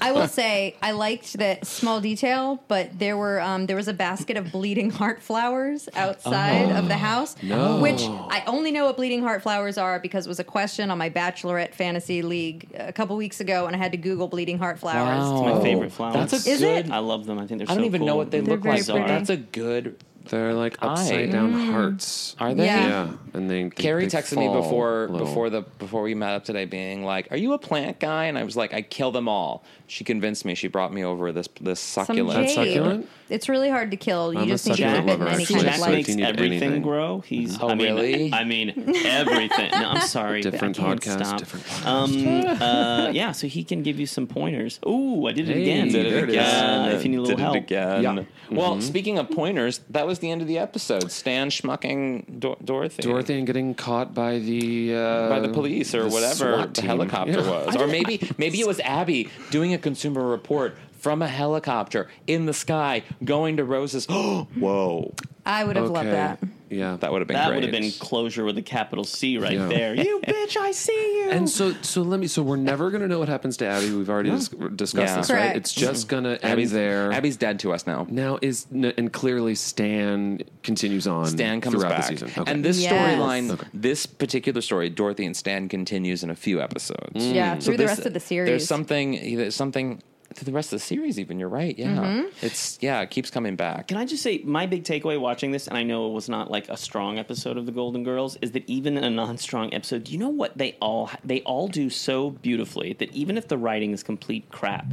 Speaker 3: I will say I liked that small detail, but there were um, there was a basket of bleeding heart flowers outside of the house,
Speaker 6: Oh, no.
Speaker 3: which I only know what bleeding heart flowers are because it was a question on my bachelorette fantasy league a couple weeks ago, and I had to Google bleeding heart flowers.
Speaker 5: It's
Speaker 4: Wow.
Speaker 5: my favorite flower.
Speaker 4: Oh. That's a
Speaker 3: Is
Speaker 4: good.
Speaker 3: it?
Speaker 5: I love them. I think they're.
Speaker 4: I don't even know what they look
Speaker 3: very
Speaker 4: like.
Speaker 3: pretty.
Speaker 4: That's a good.
Speaker 6: They're like upside down hearts.
Speaker 4: Are they?
Speaker 3: Mm. Yeah.
Speaker 6: Yeah, and then
Speaker 4: Carrie texted me before
Speaker 6: little.
Speaker 4: before the before we met up today, being like, "Are you a plant guy?" And I was like, "I kill them all." She convinced me. She brought me over this this
Speaker 3: Some
Speaker 4: succulent.
Speaker 3: jade.
Speaker 6: succulent?
Speaker 3: It's really hard to kill. You
Speaker 6: I'm a
Speaker 3: just need to
Speaker 6: succulent
Speaker 5: Jack,
Speaker 3: rip it
Speaker 6: lover,
Speaker 3: many
Speaker 6: actually,
Speaker 5: Jack
Speaker 6: so if
Speaker 3: times.
Speaker 5: makes
Speaker 6: you need
Speaker 5: everything
Speaker 6: anything-
Speaker 5: grow. He's.
Speaker 4: Oh,
Speaker 5: I mean,
Speaker 4: really?
Speaker 5: I mean everything. No, I'm sorry.
Speaker 6: Different
Speaker 5: I can't
Speaker 6: podcast,
Speaker 5: Stop.
Speaker 6: different
Speaker 5: Um, uh, yeah, so he can give you some pointers. Ooh, I did it
Speaker 6: Hey,
Speaker 5: again.
Speaker 6: did it
Speaker 5: Uh,
Speaker 6: again.
Speaker 5: if you need a little
Speaker 4: Did
Speaker 5: help.
Speaker 4: it again.
Speaker 6: Yeah.
Speaker 4: Well, speaking of pointers, that was the end of the episode. Stan schmucking Dor- Dorothy.
Speaker 6: Dorothy and getting caught by the uh,
Speaker 4: by the police or
Speaker 6: the
Speaker 4: whatever
Speaker 6: SWAT
Speaker 4: the
Speaker 6: team.
Speaker 4: helicopter
Speaker 6: Yeah.
Speaker 4: was, or maybe maybe it was Abby doing a consumer report from a helicopter in the sky going to Rose's. Whoa,
Speaker 3: I would have loved that.
Speaker 6: Yeah,
Speaker 4: that would have been
Speaker 5: That
Speaker 4: great.
Speaker 5: would have been closure with a capital C right
Speaker 6: Yeah.
Speaker 5: there. You bitch, I see you.
Speaker 6: And so, so let me. So we're never gonna know what happens to Abby. We've already dis- discussed
Speaker 4: Yeah.
Speaker 6: this, right?
Speaker 3: Correct.
Speaker 6: It's just gonna
Speaker 4: Abby's
Speaker 6: end there.
Speaker 4: Abby's dead to us now.
Speaker 6: now is and clearly Stan continues on.
Speaker 4: Stan comes
Speaker 6: throughout
Speaker 4: back,
Speaker 6: the season, Okay.
Speaker 4: and this
Speaker 3: Yes.
Speaker 4: storyline,
Speaker 6: Okay.
Speaker 4: this particular story, Dorothy and Stan continues in a few episodes.
Speaker 5: Mm.
Speaker 3: Yeah, Mm. through the
Speaker 4: this-
Speaker 3: rest of the series.
Speaker 4: There's something, there's something through the rest of the series. Even you're right. Yeah,
Speaker 3: Mm-hmm.
Speaker 4: it's yeah, it keeps coming back.
Speaker 5: Can I just say my big takeaway watching this, and I know it was not like a strong episode of The Golden Girls, is that even in a non-strong episode, you know what they all they all do so beautifully that even if the writing is complete crap,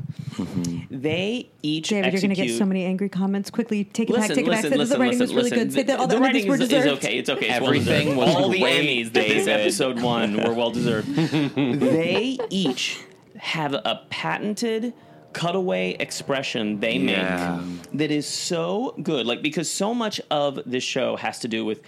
Speaker 5: they each
Speaker 2: Mm-hmm. David, you're
Speaker 5: execute.
Speaker 2: going to get so many angry comments. Quickly, take it
Speaker 5: Listen,
Speaker 2: back, take it back.
Speaker 5: listen,
Speaker 2: Say that
Speaker 5: listen,
Speaker 2: the writing
Speaker 5: listen,
Speaker 2: was really
Speaker 5: listen.
Speaker 2: good. Say that all
Speaker 5: the
Speaker 2: the,
Speaker 5: writing
Speaker 2: were
Speaker 5: is, is
Speaker 2: deserved.
Speaker 5: okay. It's okay. It's well
Speaker 4: Everything
Speaker 5: deserved.
Speaker 4: was
Speaker 5: all the
Speaker 4: great,
Speaker 5: Emmys. David.
Speaker 4: David.
Speaker 5: Episode one were well deserved. they each have a patented cutaway expression they
Speaker 6: Yeah.
Speaker 5: make that is so good. Like because so much of this show has to do with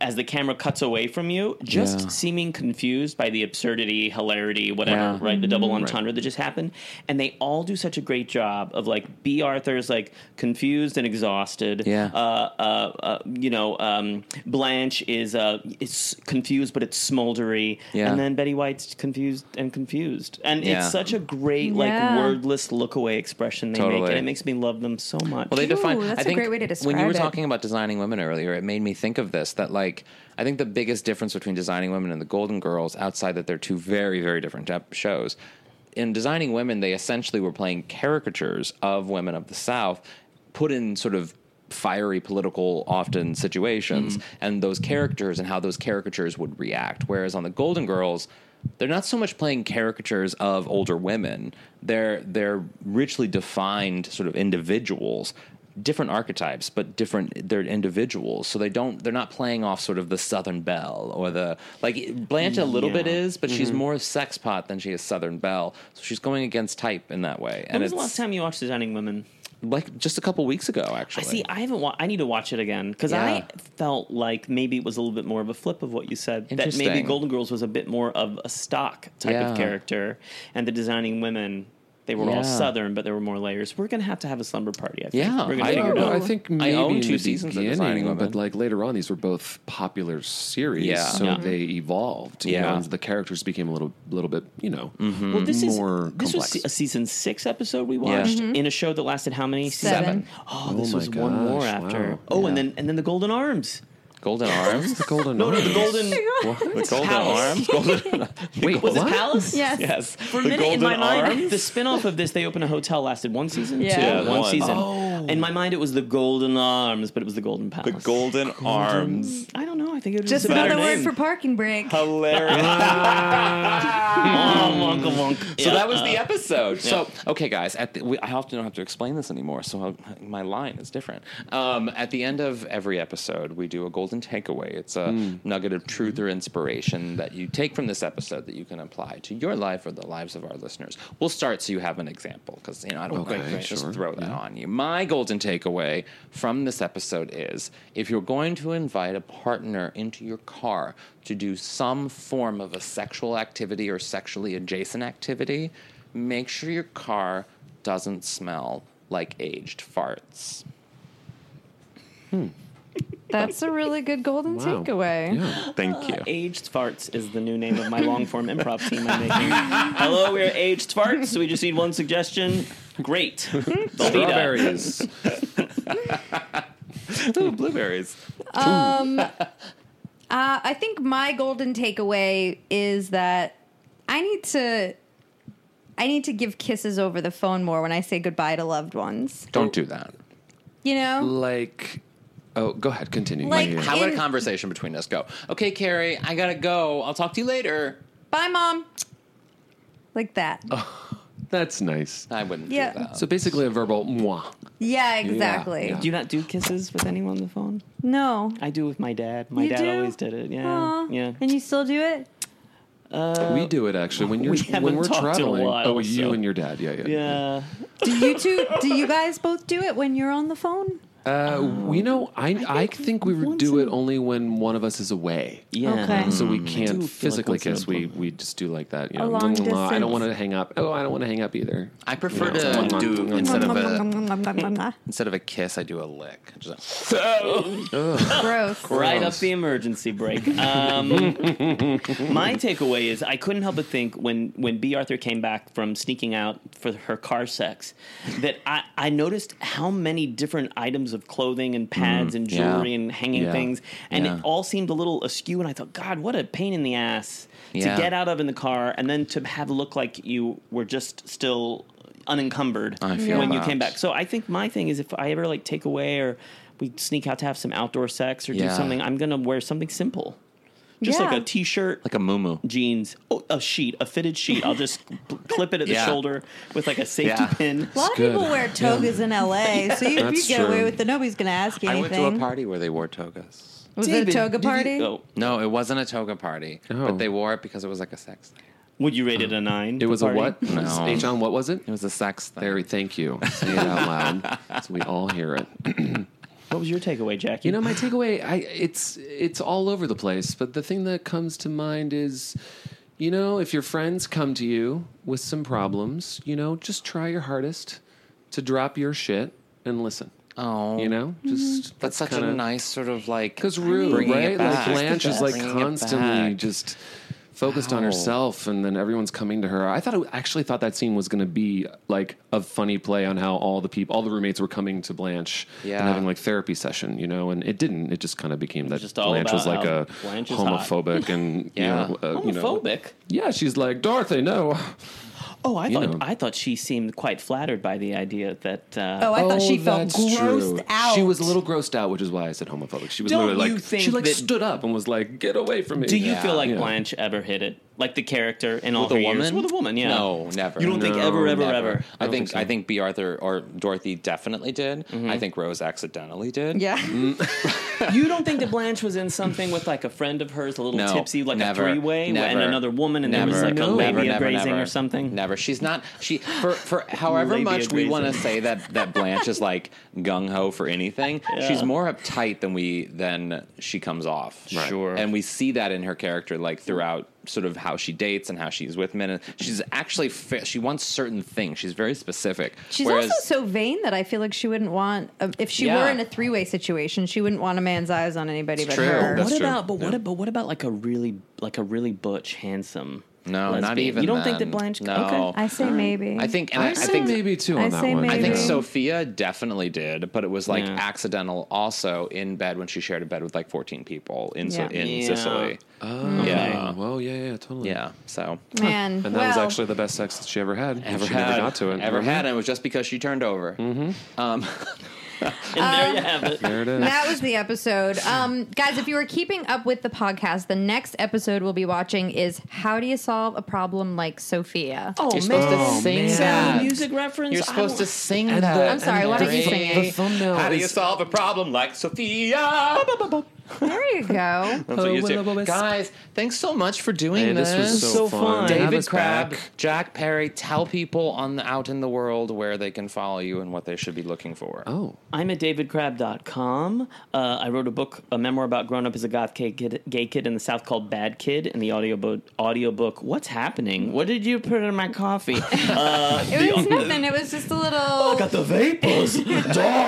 Speaker 5: as the camera cuts away from you, just
Speaker 4: Yeah.
Speaker 5: seeming confused by the absurdity, hilarity, whatever,
Speaker 4: Yeah.
Speaker 5: right? The double
Speaker 4: Mm-hmm.
Speaker 5: entendre that just happened. And they all do such a great job of like B. Arthur's like confused and exhausted.
Speaker 4: Yeah.
Speaker 5: Uh, uh, uh, you know, um, Blanche is uh, it's confused, but it's smoldery.
Speaker 4: Yeah.
Speaker 5: And then Betty White's confused and confused. And
Speaker 4: Yeah.
Speaker 5: it's such a great,
Speaker 3: Yeah.
Speaker 5: like, wordless lookaway expression they make.
Speaker 4: Totally.
Speaker 5: And it makes me love them so much.
Speaker 4: Well, they define.
Speaker 3: Ooh, that's
Speaker 4: I
Speaker 3: a
Speaker 4: think
Speaker 3: great way to
Speaker 4: when you
Speaker 3: describe
Speaker 4: were
Speaker 3: it.
Speaker 4: talking about designing women earlier, it made me think of this. That like, I think the biggest difference between designing women and the Golden Girls, outside that they're two very, very different ep- shows. In designing women, they essentially were playing caricatures of women of the South, put in sort of fiery political often situations, and those characters and how those caricatures would react. Whereas on the Golden Girls. They're not so much playing caricatures of older women. They're they're richly defined sort of individuals different archetypes but different they're individuals so they don't they're not playing off sort of the southern belle or the like blanche a little bit
Speaker 5: Yeah. Mm-hmm.
Speaker 4: is but she's more sex pot than she is southern belle so she's going against type in that way
Speaker 5: when
Speaker 4: and
Speaker 5: was
Speaker 4: it's
Speaker 5: the last time you watched Designing Women?
Speaker 4: like just a couple weeks ago actually
Speaker 5: I see. I haven't. Wa- I need to watch it again because
Speaker 4: Yeah.
Speaker 5: I felt like maybe it was a little bit more of a flip of what you said. That maybe
Speaker 4: Interesting.
Speaker 5: Golden Girls was a bit more of a stock type
Speaker 4: Yeah.
Speaker 5: of character, and the designing women they were
Speaker 4: Yeah.
Speaker 5: all southern, but there were more layers. We're gonna have to have a slumber party. I think.
Speaker 4: Yeah,
Speaker 5: we're gonna
Speaker 4: I-
Speaker 5: figure it
Speaker 6: Well,
Speaker 5: out.
Speaker 6: I think
Speaker 4: I
Speaker 6: maybe
Speaker 4: own
Speaker 6: in
Speaker 4: two
Speaker 6: the
Speaker 4: seasons of
Speaker 6: beginning,
Speaker 4: Designing Women.
Speaker 6: but like later on, these were both popular series,
Speaker 4: Yeah.
Speaker 6: so
Speaker 5: Yeah.
Speaker 6: they evolved. you
Speaker 4: Yeah. Mm-hmm.
Speaker 6: know, and the characters became a little, little bit, you know,
Speaker 5: Well, this
Speaker 6: more
Speaker 5: is this
Speaker 6: complex.
Speaker 5: was a season six episode we watched in a show that lasted how many
Speaker 3: Seven.
Speaker 5: Oh, this
Speaker 6: my
Speaker 5: was one more
Speaker 6: gosh,
Speaker 5: after.
Speaker 6: wow.
Speaker 5: Oh, and
Speaker 4: Yeah.
Speaker 5: then and then the Golden Arms.
Speaker 4: golden arms
Speaker 6: the golden.
Speaker 5: No, no, the
Speaker 6: Arms.
Speaker 5: golden.
Speaker 4: the golden
Speaker 5: House.
Speaker 4: arms golden
Speaker 6: Wait,
Speaker 5: Was
Speaker 6: what?
Speaker 5: it Palace?
Speaker 3: Yes.
Speaker 5: Yes. For a
Speaker 4: The
Speaker 5: minute in my
Speaker 4: Golden
Speaker 5: mind,
Speaker 4: Arms?
Speaker 5: the spin-off of this, they open a hotel, lasted one season?
Speaker 3: Yeah.
Speaker 5: Two.
Speaker 3: Yeah, Oh.
Speaker 5: one,
Speaker 4: one.
Speaker 5: season. In my mind, it was the Golden Arms, but it was the Golden Palace.
Speaker 4: the golden arms
Speaker 5: I don't know. I think it was
Speaker 3: Just
Speaker 5: a better
Speaker 3: another word
Speaker 5: name.
Speaker 3: for parking brake.
Speaker 4: hilarious
Speaker 5: Oh, wonka wonk. Uh,
Speaker 4: So that was the episode. So okay, guys, at the, we, I often don't have to explain this anymore. So I'll- my line is different. Um, at the end of every episode, we do a golden takeaway. It's a nugget of truth or inspiration that you take from this episode that you can apply to your life or the lives of our listeners. We'll start so you have an example because you know I don't
Speaker 6: Okay,
Speaker 4: want to just
Speaker 6: sure.
Speaker 4: throw that on you. My golden takeaway from this episode is if you're going to invite a partner into your car to do some form of a sexual activity or sexually adjacent activity, make sure your car doesn't smell like aged farts.
Speaker 3: That's a really good golden
Speaker 6: Wow.
Speaker 3: takeaway.
Speaker 6: Yeah.
Speaker 8: Thank you.
Speaker 5: Aged Farts is the new name of my long form improv team I'm making. Hello, we're Aged Farts. So we just need one suggestion. Great. They'll beat up.
Speaker 6: Strawberries.
Speaker 4: Ooh, blueberries.
Speaker 3: Uh, I think my golden takeaway is that I need to. I need to give kisses over the phone more when I say goodbye to loved ones.
Speaker 4: Don't do that.
Speaker 3: You know,
Speaker 6: like, oh, go ahead, continue.
Speaker 3: Like-
Speaker 6: Yeah, yeah.
Speaker 4: How would a
Speaker 3: In-
Speaker 4: conversation between us go? Okay, Carrie, I gotta go. I'll talk to you later.
Speaker 3: bye, mom. Like that.
Speaker 6: Oh. That's nice.
Speaker 4: I wouldn't
Speaker 3: Yeah.
Speaker 4: do that.
Speaker 6: So basically, a verbal mwah.
Speaker 3: Yeah, exactly.
Speaker 6: yeah.
Speaker 5: Do you not do kisses with anyone on the phone?
Speaker 3: No.
Speaker 5: I do with my dad. My
Speaker 3: You
Speaker 5: dad
Speaker 3: do?
Speaker 5: always did it. Yeah.
Speaker 3: Aw.
Speaker 5: Yeah.
Speaker 3: And you still do it?
Speaker 6: we do it actually when you're
Speaker 5: we haven't
Speaker 6: when we're
Speaker 5: talked in a
Speaker 6: traveling.
Speaker 5: while,
Speaker 6: oh, you
Speaker 5: so-
Speaker 6: and your dad. Yeah, yeah.
Speaker 5: Yeah.
Speaker 3: Do you two? do you guys both do it when you're on the phone?
Speaker 6: Uh, we know. I I think, we would
Speaker 5: once
Speaker 6: do
Speaker 5: in-
Speaker 6: it only when one of us is away.
Speaker 5: Yeah. Mm,
Speaker 3: Okay.
Speaker 6: So we
Speaker 5: I do
Speaker 6: can't
Speaker 5: feel like
Speaker 6: physically
Speaker 5: once in a
Speaker 6: kiss. We
Speaker 5: blue-
Speaker 6: we just do like that. You
Speaker 3: A
Speaker 6: know,
Speaker 3: long
Speaker 6: "Mwah, mwah, I don't
Speaker 3: distance.
Speaker 6: want to hang up. Oh, I don't want to hang up either.
Speaker 4: I prefer
Speaker 6: Yeah.
Speaker 4: to do instead of a
Speaker 6: uh,
Speaker 3: Gross.
Speaker 4: instead of a kiss, I do a lick. Just
Speaker 5: Right up the emergency break. Um, my takeaway is I couldn't help but think when when B. Arthur came back from sneaking out for her car sex that I, I noticed how many different items of clothing and pads and
Speaker 4: Mm-hmm. yeah.
Speaker 5: jewelry and hanging
Speaker 6: Yeah.
Speaker 5: things, and
Speaker 4: Yeah.
Speaker 5: it all seemed a little askew. And I thought, God, what a pain in the ass
Speaker 4: Yeah.
Speaker 5: to get out of in the car and then to have look like you were just still unencumbered
Speaker 4: I feel
Speaker 5: when you
Speaker 4: that.
Speaker 5: came back. So I think my thing is if I ever like take away or we sneak out to have some outdoor sex or do
Speaker 4: Yeah.
Speaker 5: something, I'm gonna wear something simple, just
Speaker 3: Yeah.
Speaker 5: like a t-shirt,
Speaker 4: like a moo
Speaker 5: jeans, oh, a sheet, a fitted sheet. I'll just cl- clip it at the
Speaker 4: Yeah.
Speaker 5: shoulder with like a safety
Speaker 4: Yeah.
Speaker 5: pin.
Speaker 2: A lot of
Speaker 6: good.
Speaker 2: people wear togas in LA, so you, you
Speaker 6: That's
Speaker 2: get
Speaker 6: true.
Speaker 2: away with it. Nobody's going to ask you
Speaker 4: I went
Speaker 2: anything.
Speaker 4: to a party where they wore togas.
Speaker 3: Was it a toga party?
Speaker 5: Oh,
Speaker 4: No, it wasn't a toga party,
Speaker 6: Oh.
Speaker 4: but they wore it because it was like a sex thing.
Speaker 5: would you rate it a nine?
Speaker 6: It was a what?
Speaker 4: No.
Speaker 6: Hey, John, what was it?
Speaker 4: It was a sex thing.
Speaker 6: There, we- thank you. Say it out loud so we all hear it.
Speaker 5: What was your takeaway, Jackie?
Speaker 6: You know, my takeaway, I it's it's all over the place, but the thing that comes to mind is, you know, if your friends come to you with some problems, you know, just try your hardest to drop your shit and listen.
Speaker 4: oh,
Speaker 6: You know, just
Speaker 4: That's such a nice sort of like
Speaker 6: because Rue,
Speaker 4: bringing
Speaker 6: right?
Speaker 4: it back.
Speaker 6: Like Blanche is like
Speaker 4: Bringing it
Speaker 6: constantly
Speaker 4: back.
Speaker 6: just focused on
Speaker 4: Wow.
Speaker 6: herself, and then everyone's coming to her. I thought, it, I actually thought that scene was going to be like a funny play on how all the people, all the roommates were coming to Blanche
Speaker 4: Yeah.
Speaker 6: and having like therapy session, you know, and it didn't. It just kind of became that
Speaker 5: just all
Speaker 6: Blanche was
Speaker 5: about
Speaker 6: like
Speaker 5: how
Speaker 6: a
Speaker 5: Blanche is hot.
Speaker 6: homophobic and
Speaker 4: Yeah.
Speaker 6: you know, uh, you know,
Speaker 5: homophobic.
Speaker 6: yeah, she's like Dorothy, no,
Speaker 5: Oh, I thought
Speaker 6: know.
Speaker 5: I thought she seemed quite flattered by the idea that. Uh,
Speaker 2: Oh, I thought she
Speaker 6: Oh,
Speaker 2: felt
Speaker 6: that's
Speaker 2: grossed
Speaker 6: true.
Speaker 2: out.
Speaker 6: She was a little grossed out, which is why I said homophobic. She was
Speaker 5: Don't
Speaker 6: literally like
Speaker 5: you think
Speaker 6: she like
Speaker 5: that-
Speaker 6: stood up and was like, "Get away from me."
Speaker 5: do you
Speaker 4: Yeah.
Speaker 5: feel like
Speaker 6: Yeah.
Speaker 5: Blanche ever hit it? Like the character in all
Speaker 4: with
Speaker 5: her
Speaker 4: a
Speaker 5: years
Speaker 4: woman?
Speaker 5: with a woman? Yeah.
Speaker 4: No, never.
Speaker 5: You don't think
Speaker 6: No,
Speaker 5: ever, ever,
Speaker 4: Never.
Speaker 5: ever?
Speaker 4: I, think, Mm-hmm.
Speaker 6: don't think so.
Speaker 4: I think B. Arthur or Dorothy definitely did. I think Rose accidentally did.
Speaker 3: Yeah.
Speaker 6: Mm,
Speaker 5: You don't think that Blanche was in something with like a friend of hers, a little
Speaker 4: No,
Speaker 5: tipsy, like
Speaker 4: never,
Speaker 5: a three-way, and
Speaker 4: never,
Speaker 5: another woman, and there was
Speaker 4: never,
Speaker 5: like a
Speaker 4: never,
Speaker 5: labia
Speaker 4: never,
Speaker 5: grazing
Speaker 4: never,
Speaker 5: or something.
Speaker 4: Never. She's not. She for for however
Speaker 5: Labia
Speaker 4: much we want to
Speaker 5: grazing.
Speaker 4: say that that Blanche is like gung ho for anything. She's more uptight than we than she comes off.
Speaker 5: Sure.
Speaker 4: And we see that in her character, like throughout sort of how she dates and how she's with men. And she's actually fa- she wants certain things. She's very specific.
Speaker 3: She's also so vain that I feel like she wouldn't want a, if she
Speaker 4: Yeah.
Speaker 3: were in a three way situation, she wouldn't want a man's eyes on anybody but
Speaker 4: true.
Speaker 3: her.
Speaker 4: That's
Speaker 5: what
Speaker 4: true.
Speaker 5: about? But what? But what about like a really, like a really butch, handsome?
Speaker 4: No, not
Speaker 5: lesbian?
Speaker 4: even
Speaker 5: You don't think
Speaker 4: then.
Speaker 5: that Blanche?
Speaker 4: No.
Speaker 5: Okay.
Speaker 3: I say maybe.
Speaker 4: I think and
Speaker 6: I,
Speaker 4: I, I
Speaker 6: say
Speaker 4: think
Speaker 6: maybe too on
Speaker 3: I
Speaker 6: that
Speaker 3: say
Speaker 6: one.
Speaker 4: I think
Speaker 3: Maybe.
Speaker 4: Sophia definitely did, but it was like
Speaker 5: Yeah.
Speaker 4: accidental. Also in bed when she shared a bed with like fourteen people in Si-
Speaker 3: Yeah.
Speaker 4: in
Speaker 5: Yeah.
Speaker 4: Sicily.
Speaker 6: Oh,
Speaker 4: Yeah.
Speaker 6: Well, yeah, yeah, totally.
Speaker 4: Yeah, so
Speaker 3: Man,
Speaker 6: And that
Speaker 3: well,
Speaker 6: was actually the best sex that she ever had.
Speaker 4: ever
Speaker 6: she
Speaker 4: had
Speaker 6: never got to it. Mm-hmm.
Speaker 4: Ever had it was just because she turned over.
Speaker 5: And there you have it.
Speaker 6: There it is.
Speaker 3: That was the episode. Um, guys, if you were keeping up with the podcast, the next episode we'll be watching is How Do You Solve a Problem Like Sophia?
Speaker 5: Oh,
Speaker 4: You're supposed to sing that.
Speaker 5: music reference.
Speaker 4: You're
Speaker 5: I
Speaker 4: supposed to
Speaker 5: don't-
Speaker 4: sing
Speaker 6: And
Speaker 4: that.
Speaker 6: the-
Speaker 3: I'm sorry,
Speaker 6: and
Speaker 3: why
Speaker 6: the-
Speaker 3: don't you sing
Speaker 6: The
Speaker 3: it?
Speaker 6: thumbnail
Speaker 4: How do you
Speaker 6: is-
Speaker 4: solve a problem like Sophia?
Speaker 3: There you you go.
Speaker 4: That's what you do. Guys, thanks so much for doing
Speaker 6: Hey,
Speaker 4: this.
Speaker 6: this was so,
Speaker 5: so
Speaker 6: fun.
Speaker 5: fun. Have
Speaker 4: David
Speaker 5: us
Speaker 4: Crab,
Speaker 5: back.
Speaker 4: Jack Perry, tell people on the, out in the world where they can follow you and what they should be looking for.
Speaker 6: Oh,
Speaker 5: I'm at davidcrab.com. Uh, I wrote a book, a memoir about growing up as a goth gay kid, gay kid in the South called Bad Kid, and the audiobook, audiobook What's Happening? What did you put in my coffee? Uh,
Speaker 3: It was nothing. It was just a little.
Speaker 5: got the vapors.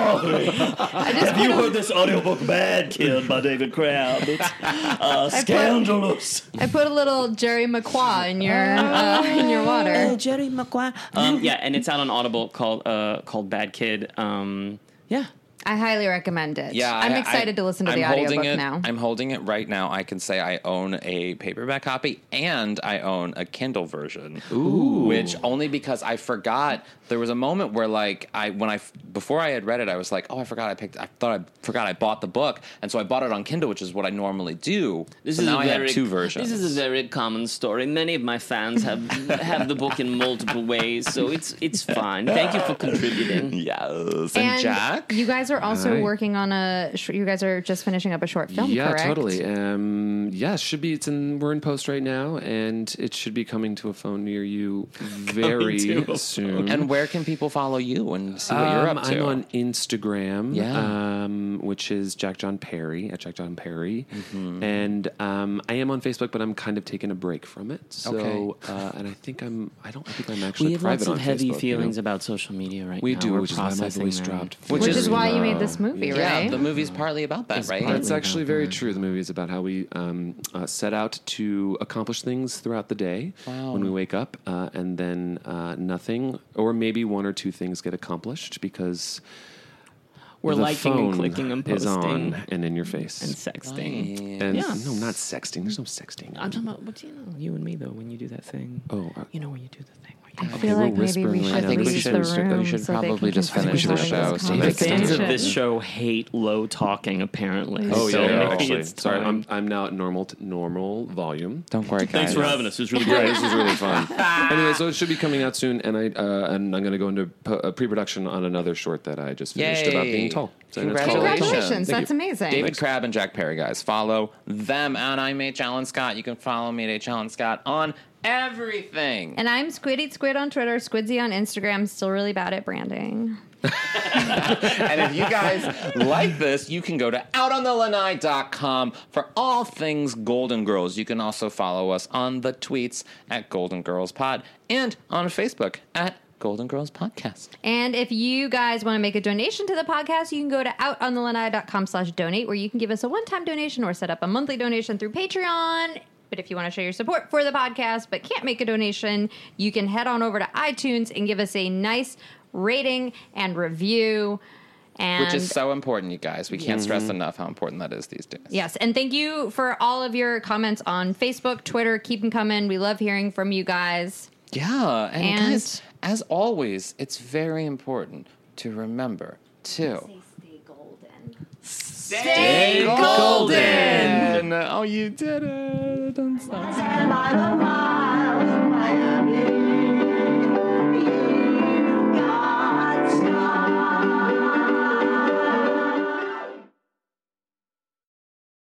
Speaker 3: I just
Speaker 5: You
Speaker 3: kinda-
Speaker 5: heard this audiobook Bad Kid by David Crab. It's uh, scandalous.
Speaker 3: I put a little Jerry McQua in your uh, in your water.
Speaker 5: Jerry McGuire. Um, yeah, and it's out on Audible called uh, called Bad Kid. Um, yeah.
Speaker 3: I highly recommend it.
Speaker 4: Yeah,
Speaker 3: I'm
Speaker 4: I-
Speaker 3: excited
Speaker 4: I-
Speaker 3: to listen to
Speaker 4: I'm
Speaker 3: the
Speaker 4: holding
Speaker 3: audiobook
Speaker 4: it-
Speaker 3: now.
Speaker 4: I'm holding it right now. I can say I own a paperback copy and I own a Kindle version. Ooh, which only because I forgot there was a moment where like I when I f- before I had read it I was like, "Oh, I forgot I picked I thought I forgot I bought the book." And so I bought it on Kindle, which is what I normally do.
Speaker 5: This
Speaker 4: so
Speaker 5: is
Speaker 4: now
Speaker 5: a
Speaker 4: I
Speaker 5: very,
Speaker 4: have two versions.
Speaker 5: This is a very common story. Many of my fans have have the book in multiple ways, so it's it's fine. Thank you for contributing.
Speaker 4: yes. And, Jack?
Speaker 3: you guys are also
Speaker 6: Hi.
Speaker 3: working on a. Sh- you guys are just finishing up a short film,
Speaker 6: yeah,
Speaker 3: correct?
Speaker 6: totally. Um, yeah, should be. It's in. We're in post right now, and it should be coming to a phone near you very soon.
Speaker 4: and where can people follow you and see what you're
Speaker 6: Um,
Speaker 4: up to?
Speaker 6: I'm on Instagram,
Speaker 4: Yeah.
Speaker 6: um, which is Jack John Perry at Jack John Perry,
Speaker 5: Mm-hmm.
Speaker 6: and um, I am on Facebook, but I'm kind of taking a break from it. So,
Speaker 4: Okay.
Speaker 6: uh, and I think I'm. I don't. I think I'm actually
Speaker 5: We have
Speaker 6: private
Speaker 5: lots of
Speaker 6: on
Speaker 5: heavy
Speaker 6: Facebook, you know?
Speaker 5: feelings about social media right
Speaker 6: We
Speaker 5: now.
Speaker 6: do,
Speaker 5: We're
Speaker 6: which is why my
Speaker 5: processing
Speaker 6: voice
Speaker 5: them.
Speaker 6: dropped.
Speaker 4: Which
Speaker 3: Which
Speaker 4: is
Speaker 3: is why you made this movie,
Speaker 4: yeah,
Speaker 3: right?
Speaker 4: the movie's partly about that, right?
Speaker 5: partly-
Speaker 6: That's actually very true. The movie is about how we um, uh, set out to accomplish things throughout the day
Speaker 4: Wow.
Speaker 6: when we wake up, uh, and then uh, nothing, or maybe one or two things get accomplished because
Speaker 5: We're
Speaker 6: the
Speaker 5: liking
Speaker 6: phone
Speaker 5: and clicking and
Speaker 6: is
Speaker 5: posting
Speaker 6: on and in your face.
Speaker 5: and sexting.
Speaker 6: And-
Speaker 5: Yeah.
Speaker 6: no, not sexting. There's no sexting.
Speaker 5: I'm talking about what you know, you and me though, when you do that thing.
Speaker 6: Oh, uh,
Speaker 5: you know when you do the thing. Where
Speaker 3: I
Speaker 5: you
Speaker 3: feel
Speaker 5: have-
Speaker 6: we're
Speaker 3: like maybe
Speaker 6: whispering
Speaker 3: we
Speaker 6: right
Speaker 3: should
Speaker 6: now. I think
Speaker 3: leave
Speaker 6: we should-
Speaker 3: the
Speaker 6: we should-
Speaker 3: room.
Speaker 4: we should
Speaker 3: so they can
Speaker 4: probably just
Speaker 3: continue
Speaker 4: finish the
Speaker 3: having
Speaker 4: show
Speaker 3: this
Speaker 4: so they
Speaker 5: the
Speaker 4: can-
Speaker 5: fans of
Speaker 3: conversation.
Speaker 5: this show hate low talking, apparently.
Speaker 4: Oh,
Speaker 5: so
Speaker 4: yeah,
Speaker 5: maybe
Speaker 4: actually.
Speaker 5: it's
Speaker 6: Sorry,
Speaker 5: time.
Speaker 6: I'm, I'm now at normal t- normal volume.
Speaker 4: Don't worry, guys.
Speaker 5: Thanks for having us. It was really
Speaker 6: Yeah,
Speaker 5: great.
Speaker 6: this is really fun. anyway, so it should be coming out soon, and I uh, and I'm going to go into po- uh, pre-production on another short that I just finished about
Speaker 4: Yay.
Speaker 6: being tall. So it's
Speaker 4: Congratulations.
Speaker 6: called Tall.
Speaker 3: Congratulations,
Speaker 6: Thank
Speaker 3: that's
Speaker 6: you.
Speaker 3: amazing.
Speaker 4: David Crabb and Jack Perry, guys. Follow them. And I'm H. Allen Scott. You can follow me at H. Allen Scott on everything.
Speaker 3: And I'm Squid Eat Squid on Twitter, Squidsy on Instagram. Still really bad at branding.
Speaker 4: and if you guys like this, you can go to outonthelanai.com for all things Golden Girls. You can also follow us on the tweets at Golden Girls Pod and on Facebook at Golden Girls Podcast.
Speaker 3: And if you guys want to make a donation to the podcast, you can go to outonthelanai.com slash donate, where you can give us a one-time donation or set up a monthly donation through Patreon. But if you want to show your support for the podcast but can't make a donation, you can head on over to iTunes and give us a nice rating and review. And
Speaker 4: Which is so important, you guys. We can't stress enough how important that is these days.
Speaker 3: Yes, and thank you for all of your comments on Facebook, Twitter. Keep them coming. We love hearing from you guys.
Speaker 4: Yeah, and,
Speaker 3: And-
Speaker 4: guys, as always, it's very important to remember to
Speaker 3: Stay golden.
Speaker 4: stay golden.
Speaker 6: Oh, you did it!
Speaker 1: Miles, Miami.